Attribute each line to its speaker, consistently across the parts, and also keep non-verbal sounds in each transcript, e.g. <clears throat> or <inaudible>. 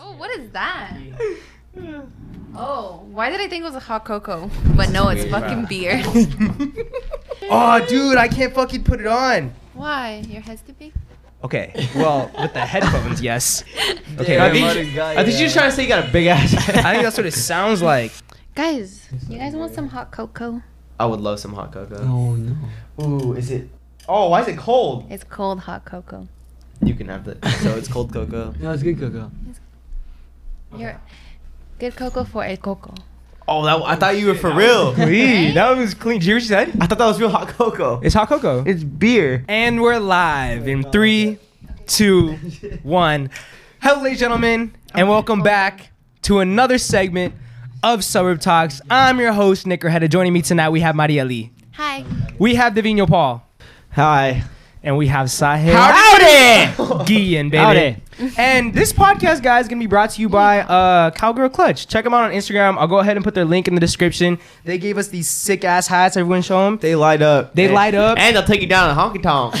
Speaker 1: Oh, what is that? <laughs> Oh, why did I think it was a hot cocoa? But no, it's fucking beer.
Speaker 2: Oh, dude, I can't fucking put it on.
Speaker 1: why? Your head's too big?
Speaker 2: Okay, well, with the headphones,
Speaker 3: <laughs>
Speaker 2: yes. Okay,
Speaker 3: Yeah,
Speaker 2: I, think,
Speaker 3: what a guy, I think she's trying to say you got a big <laughs> ass.
Speaker 2: I think that's what it sounds like.
Speaker 1: Guys, you guys want some hot cocoa?
Speaker 3: I would love some hot cocoa.
Speaker 4: Oh no.
Speaker 3: Ooh, is it? Oh, why is it cold?
Speaker 1: It's cold hot cocoa.
Speaker 3: You can have that. So it's cold cocoa.
Speaker 4: No, it's good cocoa.
Speaker 1: Your good cocoa for el coco.
Speaker 3: Oh, that I thought you were for real. <laughs>
Speaker 2: Wee, that was clean. Did you hear what she said?
Speaker 3: I thought that was real hot cocoa.
Speaker 2: It's hot cocoa.
Speaker 3: It's beer.
Speaker 2: And we're live in three, two, one. Hello, ladies and gentlemen, and welcome back to another segment of Suburb Talks. I'm your host, Nick Herheta. Joining me tonight, we have Maria Lee.
Speaker 1: Hi.
Speaker 2: We have Davino Paul.
Speaker 3: Hi.
Speaker 2: And we have Sahil.
Speaker 3: Howdy!
Speaker 2: Guillen, baby. And this podcast, guys, is going to be brought to you by uh, Cowgirl Clutch. Check them out on Instagram. I'll go ahead and put their link in the description. They gave us these sick ass hats. Everyone show them.
Speaker 3: They light up.
Speaker 2: They
Speaker 3: And-
Speaker 2: light up.
Speaker 3: And they'll take you down a honky tonk.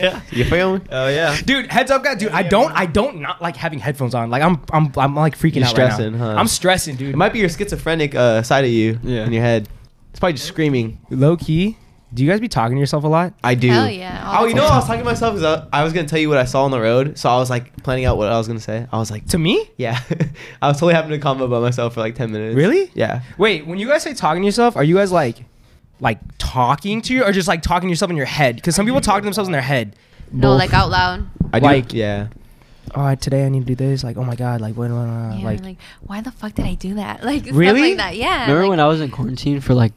Speaker 4: yeah.
Speaker 3: you feel me? Oh yeah.
Speaker 2: Dude, heads up, guys. Dude, I don't, I don't not like having headphones on. Like, I'm, I'm, I'm like freaking
Speaker 3: You're
Speaker 2: out
Speaker 3: stressing,
Speaker 2: right now.
Speaker 3: huh?
Speaker 2: I'm stressing, dude.
Speaker 3: It might be your schizophrenic uh, side of you
Speaker 4: Yeah.
Speaker 3: in your head. It's probably just screaming.
Speaker 2: Low key, do you guys be talking to yourself a lot?
Speaker 3: I do.
Speaker 1: Hell yeah. all
Speaker 3: Oh,
Speaker 1: the
Speaker 3: you know,
Speaker 1: time.
Speaker 3: I was talking to myself because I, I was gonna tell you what I saw on the road, so I was like planning out what I was gonna say. I was like, <laughs>
Speaker 2: To me?
Speaker 3: yeah, I was totally having a combo by myself for like ten minutes.
Speaker 2: Really?
Speaker 3: Yeah.
Speaker 2: Wait, when you guys say talking to yourself, are you guys like, like talking to you, or just like talking to yourself in your head? Because some people talk to themselves in their head.
Speaker 1: No, like out loud.
Speaker 3: I
Speaker 2: Like-
Speaker 3: do. Yeah.
Speaker 2: all right, today I need to do this. Like, oh my god, like, what, what, what,
Speaker 1: Yeah,
Speaker 2: like,
Speaker 1: like, why the fuck did I do that? <laughs> Like stuff
Speaker 2: Really?
Speaker 1: like that. Yeah.
Speaker 4: Remember
Speaker 1: like-
Speaker 4: when I was in quarantine for like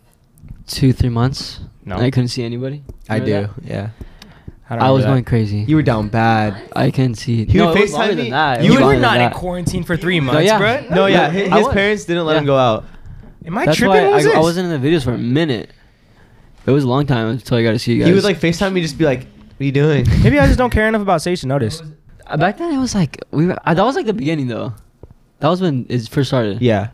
Speaker 4: two, three months?
Speaker 2: No.
Speaker 4: And I couldn't see anybody.
Speaker 3: I do.
Speaker 4: Remember
Speaker 3: Yeah.
Speaker 2: how
Speaker 4: that?
Speaker 2: do
Speaker 4: I was
Speaker 2: do that?
Speaker 4: going crazy.
Speaker 3: You were down bad.
Speaker 4: I couldn't see.
Speaker 3: He
Speaker 4: no,
Speaker 3: would
Speaker 4: it was
Speaker 3: FaceTime
Speaker 4: longer
Speaker 3: me.
Speaker 4: than that. It
Speaker 3: You
Speaker 4: was
Speaker 2: You were
Speaker 4: longer than
Speaker 2: not in
Speaker 4: that.
Speaker 2: quarantine for three months,
Speaker 4: yeah.
Speaker 2: bro.
Speaker 3: No, yeah,
Speaker 4: I
Speaker 3: his,
Speaker 4: was.
Speaker 3: his parents didn't let him
Speaker 4: Yeah.
Speaker 3: go out.
Speaker 2: Am I
Speaker 4: That's
Speaker 2: tripping?
Speaker 4: why
Speaker 2: What is
Speaker 4: I, I
Speaker 2: this?
Speaker 4: wasn't in the videos for a minute. It was a long time until I got to see you guys.
Speaker 3: He would like Facetime me, just be like, "What are you doing?"
Speaker 2: Maybe I just don't care enough about Sage to notice.
Speaker 4: Uh, back then. It was like we. Were, uh, that was like the beginning though. That was when it first started.
Speaker 3: <laughs> Yeah.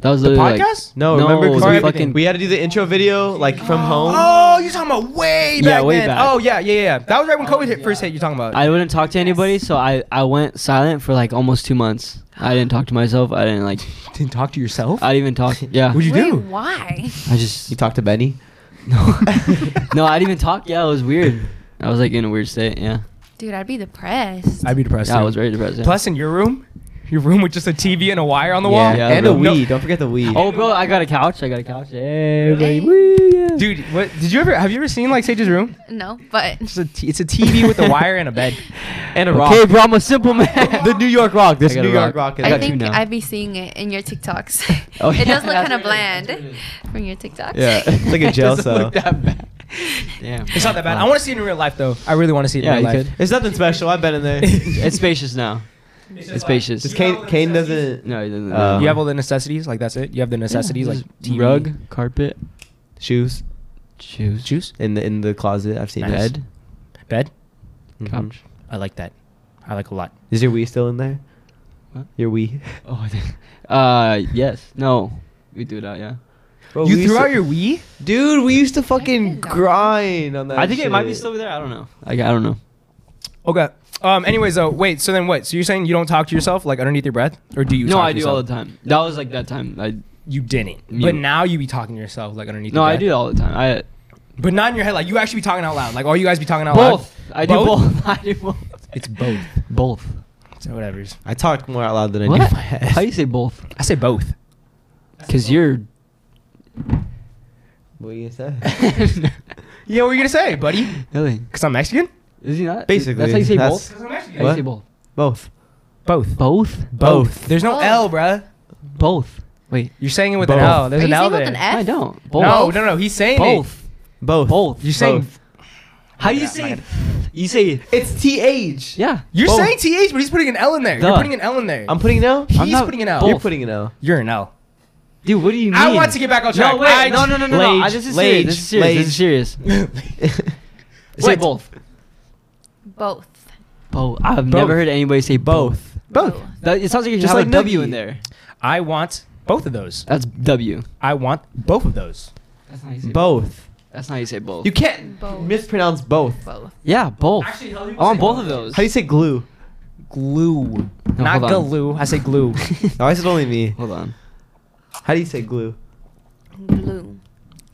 Speaker 4: That was literally like-
Speaker 2: podcast?
Speaker 3: No, remember?
Speaker 2: or
Speaker 4: it was
Speaker 3: Because we,
Speaker 2: everything.
Speaker 4: fucking.
Speaker 3: we had to do the intro video like from home.
Speaker 2: Oh, you're talking about way
Speaker 4: Yeah,
Speaker 2: back
Speaker 4: way
Speaker 2: then.
Speaker 4: back. Oh,
Speaker 2: Oh yeah, yeah, yeah. That was right when COVID hit first hit. You're talking about.
Speaker 4: I wouldn't talk to anybody, so I, I went silent for like almost two months. I didn't talk to myself. I didn't
Speaker 3: <laughs>
Speaker 4: like.
Speaker 2: <laughs> didn't talk to yourself.
Speaker 4: I didn't even talk. Yeah.
Speaker 2: What'd you
Speaker 1: Wait,
Speaker 2: do?
Speaker 1: why?
Speaker 4: I just
Speaker 3: You talked to Benny.
Speaker 4: <laughs> no. no, I didn't even talk. Yeah, it was weird. I was like in a weird state. Yeah.
Speaker 1: Dude, I'd be depressed.
Speaker 2: <laughs> I'd be depressed.
Speaker 4: Yeah, I
Speaker 2: too.
Speaker 4: was very depressed. yeah.
Speaker 2: Plus, in your room, your room with just a TV and a wire on the
Speaker 4: Yeah,
Speaker 2: wall.
Speaker 4: yeah,
Speaker 3: and a
Speaker 4: bro.
Speaker 3: weed.
Speaker 2: No.
Speaker 3: Don't forget the weed.
Speaker 4: Oh, bro, I got a couch. I got a couch. Hey,
Speaker 1: Really?
Speaker 4: baby, woo, yeah.
Speaker 2: Dude, what did you ever have you ever seen like Sage's room?
Speaker 1: <laughs> no, but
Speaker 2: It's a, t- it's a TV
Speaker 4: <laughs>
Speaker 2: with a wire and a bed.
Speaker 3: and a rock.
Speaker 4: Okay, bro, I'm a simple man.
Speaker 3: <laughs> The New York rock. This
Speaker 4: I got
Speaker 3: New
Speaker 4: a
Speaker 3: York rock.
Speaker 4: rock.
Speaker 3: is
Speaker 4: I
Speaker 1: I
Speaker 4: got
Speaker 1: think
Speaker 4: you now.
Speaker 1: I'd be seeing it in your TikToks.
Speaker 4: Oh,
Speaker 1: it
Speaker 4: yeah.
Speaker 1: does look
Speaker 4: That's
Speaker 1: kind of
Speaker 4: what it
Speaker 1: bland
Speaker 4: is, that's what it
Speaker 1: from your TikToks.
Speaker 3: <laughs> Yeah,
Speaker 1: <laughs>
Speaker 4: <laughs>
Speaker 3: it's like a jail
Speaker 4: Doesn't
Speaker 3: cell.
Speaker 4: look that bad. Damn,
Speaker 2: It's not that bad. I want to see it in real life though. I really want to see it
Speaker 4: Yeah,
Speaker 2: in
Speaker 4: you
Speaker 2: real life.
Speaker 4: could.
Speaker 3: It's nothing special. I've been in there.
Speaker 4: <laughs> It's spacious now. It's spacious.
Speaker 3: Just Kane, Kane doesn't.
Speaker 4: No, it doesn't.
Speaker 3: Uh,
Speaker 2: You have all the necessities, like that's it. You have the necessities, like TV.
Speaker 4: rug, carpet,
Speaker 3: shoes
Speaker 4: shoes,
Speaker 2: juice,
Speaker 3: in the in the closet. I've seen
Speaker 2: Nice.
Speaker 3: this.
Speaker 4: bed,
Speaker 2: bed.
Speaker 3: Mhm.
Speaker 4: couch.
Speaker 2: I like that. I like a lot.
Speaker 3: Is your Wii still in there?
Speaker 4: Mm-hmm. What?
Speaker 3: Your
Speaker 4: <laughs>
Speaker 3: Wii.
Speaker 4: Oh, I think- uh, yes. No, we do it out. Yeah.
Speaker 3: Bro, we
Speaker 2: you threw
Speaker 3: used
Speaker 2: out
Speaker 3: to-
Speaker 2: your Wii?
Speaker 3: Dude, we used to
Speaker 1: did that.
Speaker 3: fucking grind on that.
Speaker 4: I think it might be
Speaker 3: shit.
Speaker 4: still there. I don't know. Like I don't know.
Speaker 2: Okay. Um. Anyways, though, wait. So then, what? So you're saying you don't talk to yourself, like underneath your breath, or do you?
Speaker 4: no,
Speaker 2: talk
Speaker 4: I
Speaker 2: to
Speaker 4: do all the time. That was like that time. I
Speaker 2: time. You didn't,
Speaker 4: You-
Speaker 2: but now you be talking to yourself, like underneath.
Speaker 4: no,
Speaker 2: your
Speaker 4: I
Speaker 2: breath.
Speaker 4: do it all the time. I
Speaker 2: But not in your head. Like you actually be talking out loud. Like all you guys be talking out loud.
Speaker 4: both. Oh, I do
Speaker 2: Both?
Speaker 4: both. <laughs> I do both.
Speaker 2: It's both.
Speaker 4: Both.
Speaker 2: So whatever's.
Speaker 3: I talk more out loud than I do in my head.
Speaker 4: How do you say both?
Speaker 2: I say both.
Speaker 4: Cause you're. <laughs>
Speaker 3: What you gonna say?
Speaker 2: Yeah. What were you gonna say, buddy?
Speaker 4: really?
Speaker 2: Cause I'm Mexican.
Speaker 4: Is he not?
Speaker 3: <laughs> Basically,
Speaker 4: That's how you say
Speaker 3: that's-
Speaker 4: both.
Speaker 2: Cause I'm Mexican.
Speaker 4: How you say
Speaker 3: What?
Speaker 4: both.
Speaker 3: Both.
Speaker 2: Both.
Speaker 4: Both.
Speaker 2: Both. There's no
Speaker 1: Both.
Speaker 2: L, bruh.
Speaker 4: Both. Wait.
Speaker 2: You're saying it with
Speaker 3: Both.
Speaker 2: an L. There's
Speaker 1: Are
Speaker 2: an
Speaker 1: you
Speaker 2: L
Speaker 1: saying
Speaker 2: there.
Speaker 1: with an F?
Speaker 4: I don't. Both.
Speaker 2: No, no, no. He's saying it.
Speaker 4: Both.
Speaker 3: Both.
Speaker 4: Both.
Speaker 2: You're saying
Speaker 3: Both.
Speaker 4: How do you say? You say
Speaker 3: It's th.
Speaker 4: yeah.
Speaker 2: You're
Speaker 3: Both.
Speaker 2: saying th, but he's putting an L in there. You're
Speaker 4: Duh.
Speaker 2: putting an L in there.
Speaker 3: I'm putting an L.
Speaker 2: He's
Speaker 4: I'm not-
Speaker 2: putting an L.
Speaker 3: You're
Speaker 4: both.
Speaker 3: putting
Speaker 4: <laughs>
Speaker 3: an L.
Speaker 2: You're an L.
Speaker 4: Dude, what do you mean?
Speaker 2: I want to get back on track.
Speaker 4: No, wait,
Speaker 2: I-
Speaker 4: no, no, no, no, no.
Speaker 3: Lage,
Speaker 4: I- this is
Speaker 3: Lage,
Speaker 4: serious. This is serious. This is serious. Say
Speaker 2: Wait.
Speaker 4: both.
Speaker 1: Both.
Speaker 4: Both. I've
Speaker 2: Both.
Speaker 4: never heard anybody say both.
Speaker 2: Both.
Speaker 4: That, it sounds like you
Speaker 3: Just
Speaker 4: just have
Speaker 3: like
Speaker 4: a W
Speaker 3: Nike.
Speaker 4: in there.
Speaker 2: I want both of those.
Speaker 4: That's W.
Speaker 2: I want both of those.
Speaker 4: That's not
Speaker 3: <laughs> both.
Speaker 4: That's not how you say both.
Speaker 3: You can't
Speaker 1: Both.
Speaker 3: mispronounce both.
Speaker 1: Both.
Speaker 4: yeah, both. I want both of those.
Speaker 3: How do you say glue?
Speaker 2: Glue.
Speaker 4: No,
Speaker 2: Not
Speaker 4: hold on.
Speaker 2: glue. I say glue.
Speaker 4: <laughs>
Speaker 3: Oh, I said only me.
Speaker 4: Hold on.
Speaker 3: How do you say glue?
Speaker 1: Glue.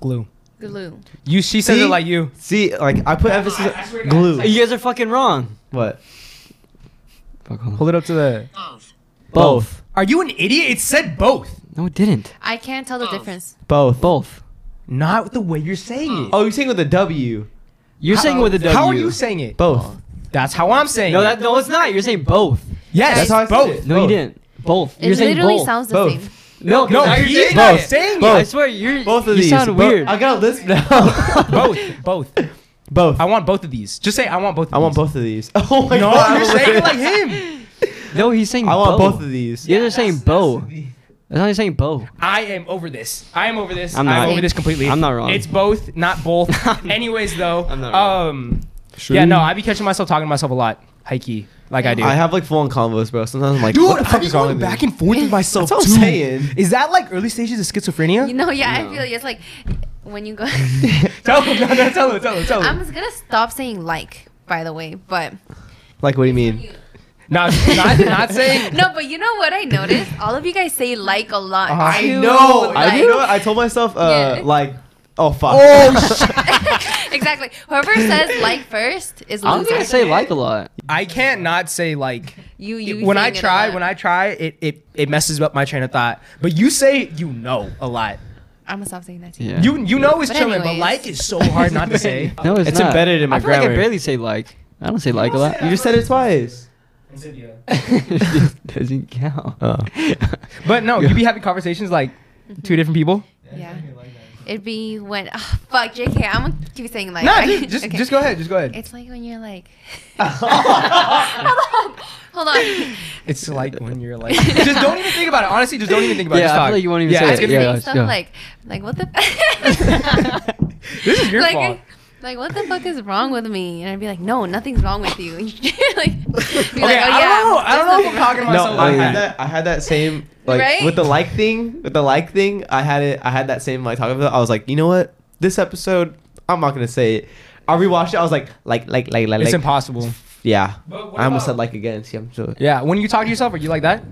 Speaker 2: glue.
Speaker 1: Glue.
Speaker 2: You. She says
Speaker 3: See?
Speaker 2: it like you.
Speaker 3: See, like I put emphasis on glue.
Speaker 4: You guys are fucking wrong.
Speaker 3: What?
Speaker 4: Fuck, hold on.
Speaker 2: Hold it up to the.
Speaker 4: Both.
Speaker 2: Are you an idiot? It said both.
Speaker 4: No, it didn't.
Speaker 1: I can't tell the difference.
Speaker 3: Both.
Speaker 4: Both.
Speaker 2: Not the way you're saying it.
Speaker 3: Oh, you're saying with a W.
Speaker 4: You're saying with a W.
Speaker 2: How are you saying it?
Speaker 3: Both.
Speaker 2: That's how I'm saying.
Speaker 4: No,
Speaker 2: it.
Speaker 4: that, no, it's not. You're saying both.
Speaker 2: Yes,
Speaker 1: That's
Speaker 3: how I said
Speaker 2: both.
Speaker 3: it.
Speaker 4: No,
Speaker 3: Both.
Speaker 4: you didn't. Both.
Speaker 1: It
Speaker 4: you're saying
Speaker 1: literally
Speaker 4: both.
Speaker 1: sounds the
Speaker 3: Both.
Speaker 1: same.
Speaker 4: no,
Speaker 2: No,
Speaker 4: now you're
Speaker 2: he
Speaker 4: saying
Speaker 2: is
Speaker 4: both.
Speaker 2: not saying
Speaker 4: I
Speaker 2: it.
Speaker 4: swear, you're.
Speaker 3: Both of
Speaker 4: you
Speaker 3: these.
Speaker 4: sound
Speaker 3: Both-
Speaker 4: weird.
Speaker 3: <laughs> I got a list
Speaker 4: <laughs>
Speaker 3: now.
Speaker 2: Both. Both.
Speaker 3: both.
Speaker 2: I want both of these. Just say I want both. Of
Speaker 3: I want
Speaker 2: these.
Speaker 3: both of these. <laughs>
Speaker 2: <laughs>
Speaker 3: Oh my
Speaker 2: No,
Speaker 3: god.
Speaker 2: you're saying it like <laughs> him.
Speaker 4: no, he's saying.
Speaker 3: I want
Speaker 4: both.
Speaker 3: both of these.
Speaker 4: You're just saying bow. That's not you're saying bow.
Speaker 2: I am over this. I am over this.
Speaker 4: I'm
Speaker 2: I'm,
Speaker 4: not.
Speaker 2: over this completely.
Speaker 4: I'm not wrong.
Speaker 2: It's both, not
Speaker 3: <laughs>
Speaker 2: both. Anyways, though.
Speaker 4: I'm not wrong.
Speaker 2: Um. Yeah, no, I be catching myself talking to myself a lot, hikey, like I do.
Speaker 3: I have like full on combos, bro. Sometimes I'm like,
Speaker 2: Dude,
Speaker 3: what the
Speaker 2: I
Speaker 3: fuck
Speaker 2: be
Speaker 3: is wrong
Speaker 2: going
Speaker 3: with
Speaker 2: back
Speaker 3: me?
Speaker 2: and forth with myself
Speaker 3: That's
Speaker 2: too.
Speaker 3: what I'm saying.
Speaker 2: Is that like early stages of schizophrenia?
Speaker 1: You know, yeah,
Speaker 4: No.
Speaker 1: I feel it's like when you go. <laughs>
Speaker 2: Tell him, no, no, tell him, tell him, tell
Speaker 1: I'm
Speaker 2: him.
Speaker 1: just gonna stop saying like, by the way, but
Speaker 3: Like, what do you mean?
Speaker 2: No,
Speaker 1: <laughs>
Speaker 2: not, not saying.
Speaker 1: no, but you know what I noticed? All of you guys say like a lot.
Speaker 3: I
Speaker 1: too,
Speaker 3: know.
Speaker 1: like-
Speaker 3: I, you
Speaker 1: <laughs>
Speaker 3: know what? I told myself, uh,
Speaker 1: Yeah.
Speaker 3: like, <laughs> oh fuck.
Speaker 2: Oh,
Speaker 3: <laughs>
Speaker 2: shit.
Speaker 1: exactly. Whoever says like first is
Speaker 4: I'm
Speaker 1: loser.
Speaker 4: gonna say like a lot.
Speaker 2: I can't not say like.
Speaker 1: you. You.
Speaker 2: when I
Speaker 1: saying it a
Speaker 2: try,
Speaker 1: lot.
Speaker 2: when I try, it, it it messes up my train of thought. But you say you know a lot.
Speaker 1: I'm gonna stop saying that to you.
Speaker 4: Yeah.
Speaker 2: You you know is
Speaker 1: But
Speaker 2: chilling, but
Speaker 1: anyways.
Speaker 2: like is so hard not
Speaker 1: <laughs>
Speaker 2: to say.
Speaker 4: No, it's,
Speaker 3: It's
Speaker 4: not.
Speaker 3: embedded in my
Speaker 4: I feel like I
Speaker 3: grammar.
Speaker 4: barely say like. I don't say like
Speaker 2: <laughs>
Speaker 4: a lot. <laughs>
Speaker 3: you just said it twice.
Speaker 4: It doesn't count.
Speaker 3: Oh.
Speaker 2: But no,
Speaker 4: <laughs>
Speaker 2: you be having conversations like two different people.
Speaker 1: Yeah. It'd be when oh, fuck JK. I'm gonna keep saying like. <laughs>
Speaker 2: No,
Speaker 1: I-
Speaker 2: just just,
Speaker 1: okay.
Speaker 2: just go ahead, just go ahead.
Speaker 1: It's <laughs> like when you're
Speaker 2: <laughs>
Speaker 1: like. hold on. Hold on.
Speaker 2: It's like when you're like, just don't even think about it. Honestly, just don't even think about it.
Speaker 4: Yeah,
Speaker 2: Just
Speaker 4: I feel
Speaker 2: talk.
Speaker 4: like you won't even
Speaker 2: yeah,
Speaker 4: say
Speaker 2: it's
Speaker 4: it.
Speaker 2: gonna
Speaker 4: Yeah,
Speaker 2: be-
Speaker 1: saying
Speaker 4: yeah,
Speaker 1: stuff
Speaker 4: yeah.
Speaker 1: like like what <laughs> the.
Speaker 2: <laughs> This is your
Speaker 1: like,
Speaker 2: fault.
Speaker 1: like what the fuck is wrong with me? And I'd be like, no, nothing's wrong with you. <laughs> like,
Speaker 2: <laughs>
Speaker 1: be like, oh,
Speaker 2: Okay, I don't know. I don't know if I'm talking about
Speaker 3: No,
Speaker 2: myself.
Speaker 3: I
Speaker 2: like
Speaker 3: had
Speaker 2: that.
Speaker 3: that. I had that same like
Speaker 1: Right?
Speaker 3: with the like thing. With the like thing, I had it. I had that same like talking about. I was like, you know what? This episode, I'm not gonna say it. I rewatched it. I was like, like, like, like, like.
Speaker 2: It's
Speaker 3: like,
Speaker 2: impossible.
Speaker 3: Yeah.
Speaker 2: But what
Speaker 3: I almost
Speaker 2: about-
Speaker 3: said like again. See, I'm so.
Speaker 2: Yeah, when you talk to yourself, are you like
Speaker 3: <laughs>
Speaker 2: that?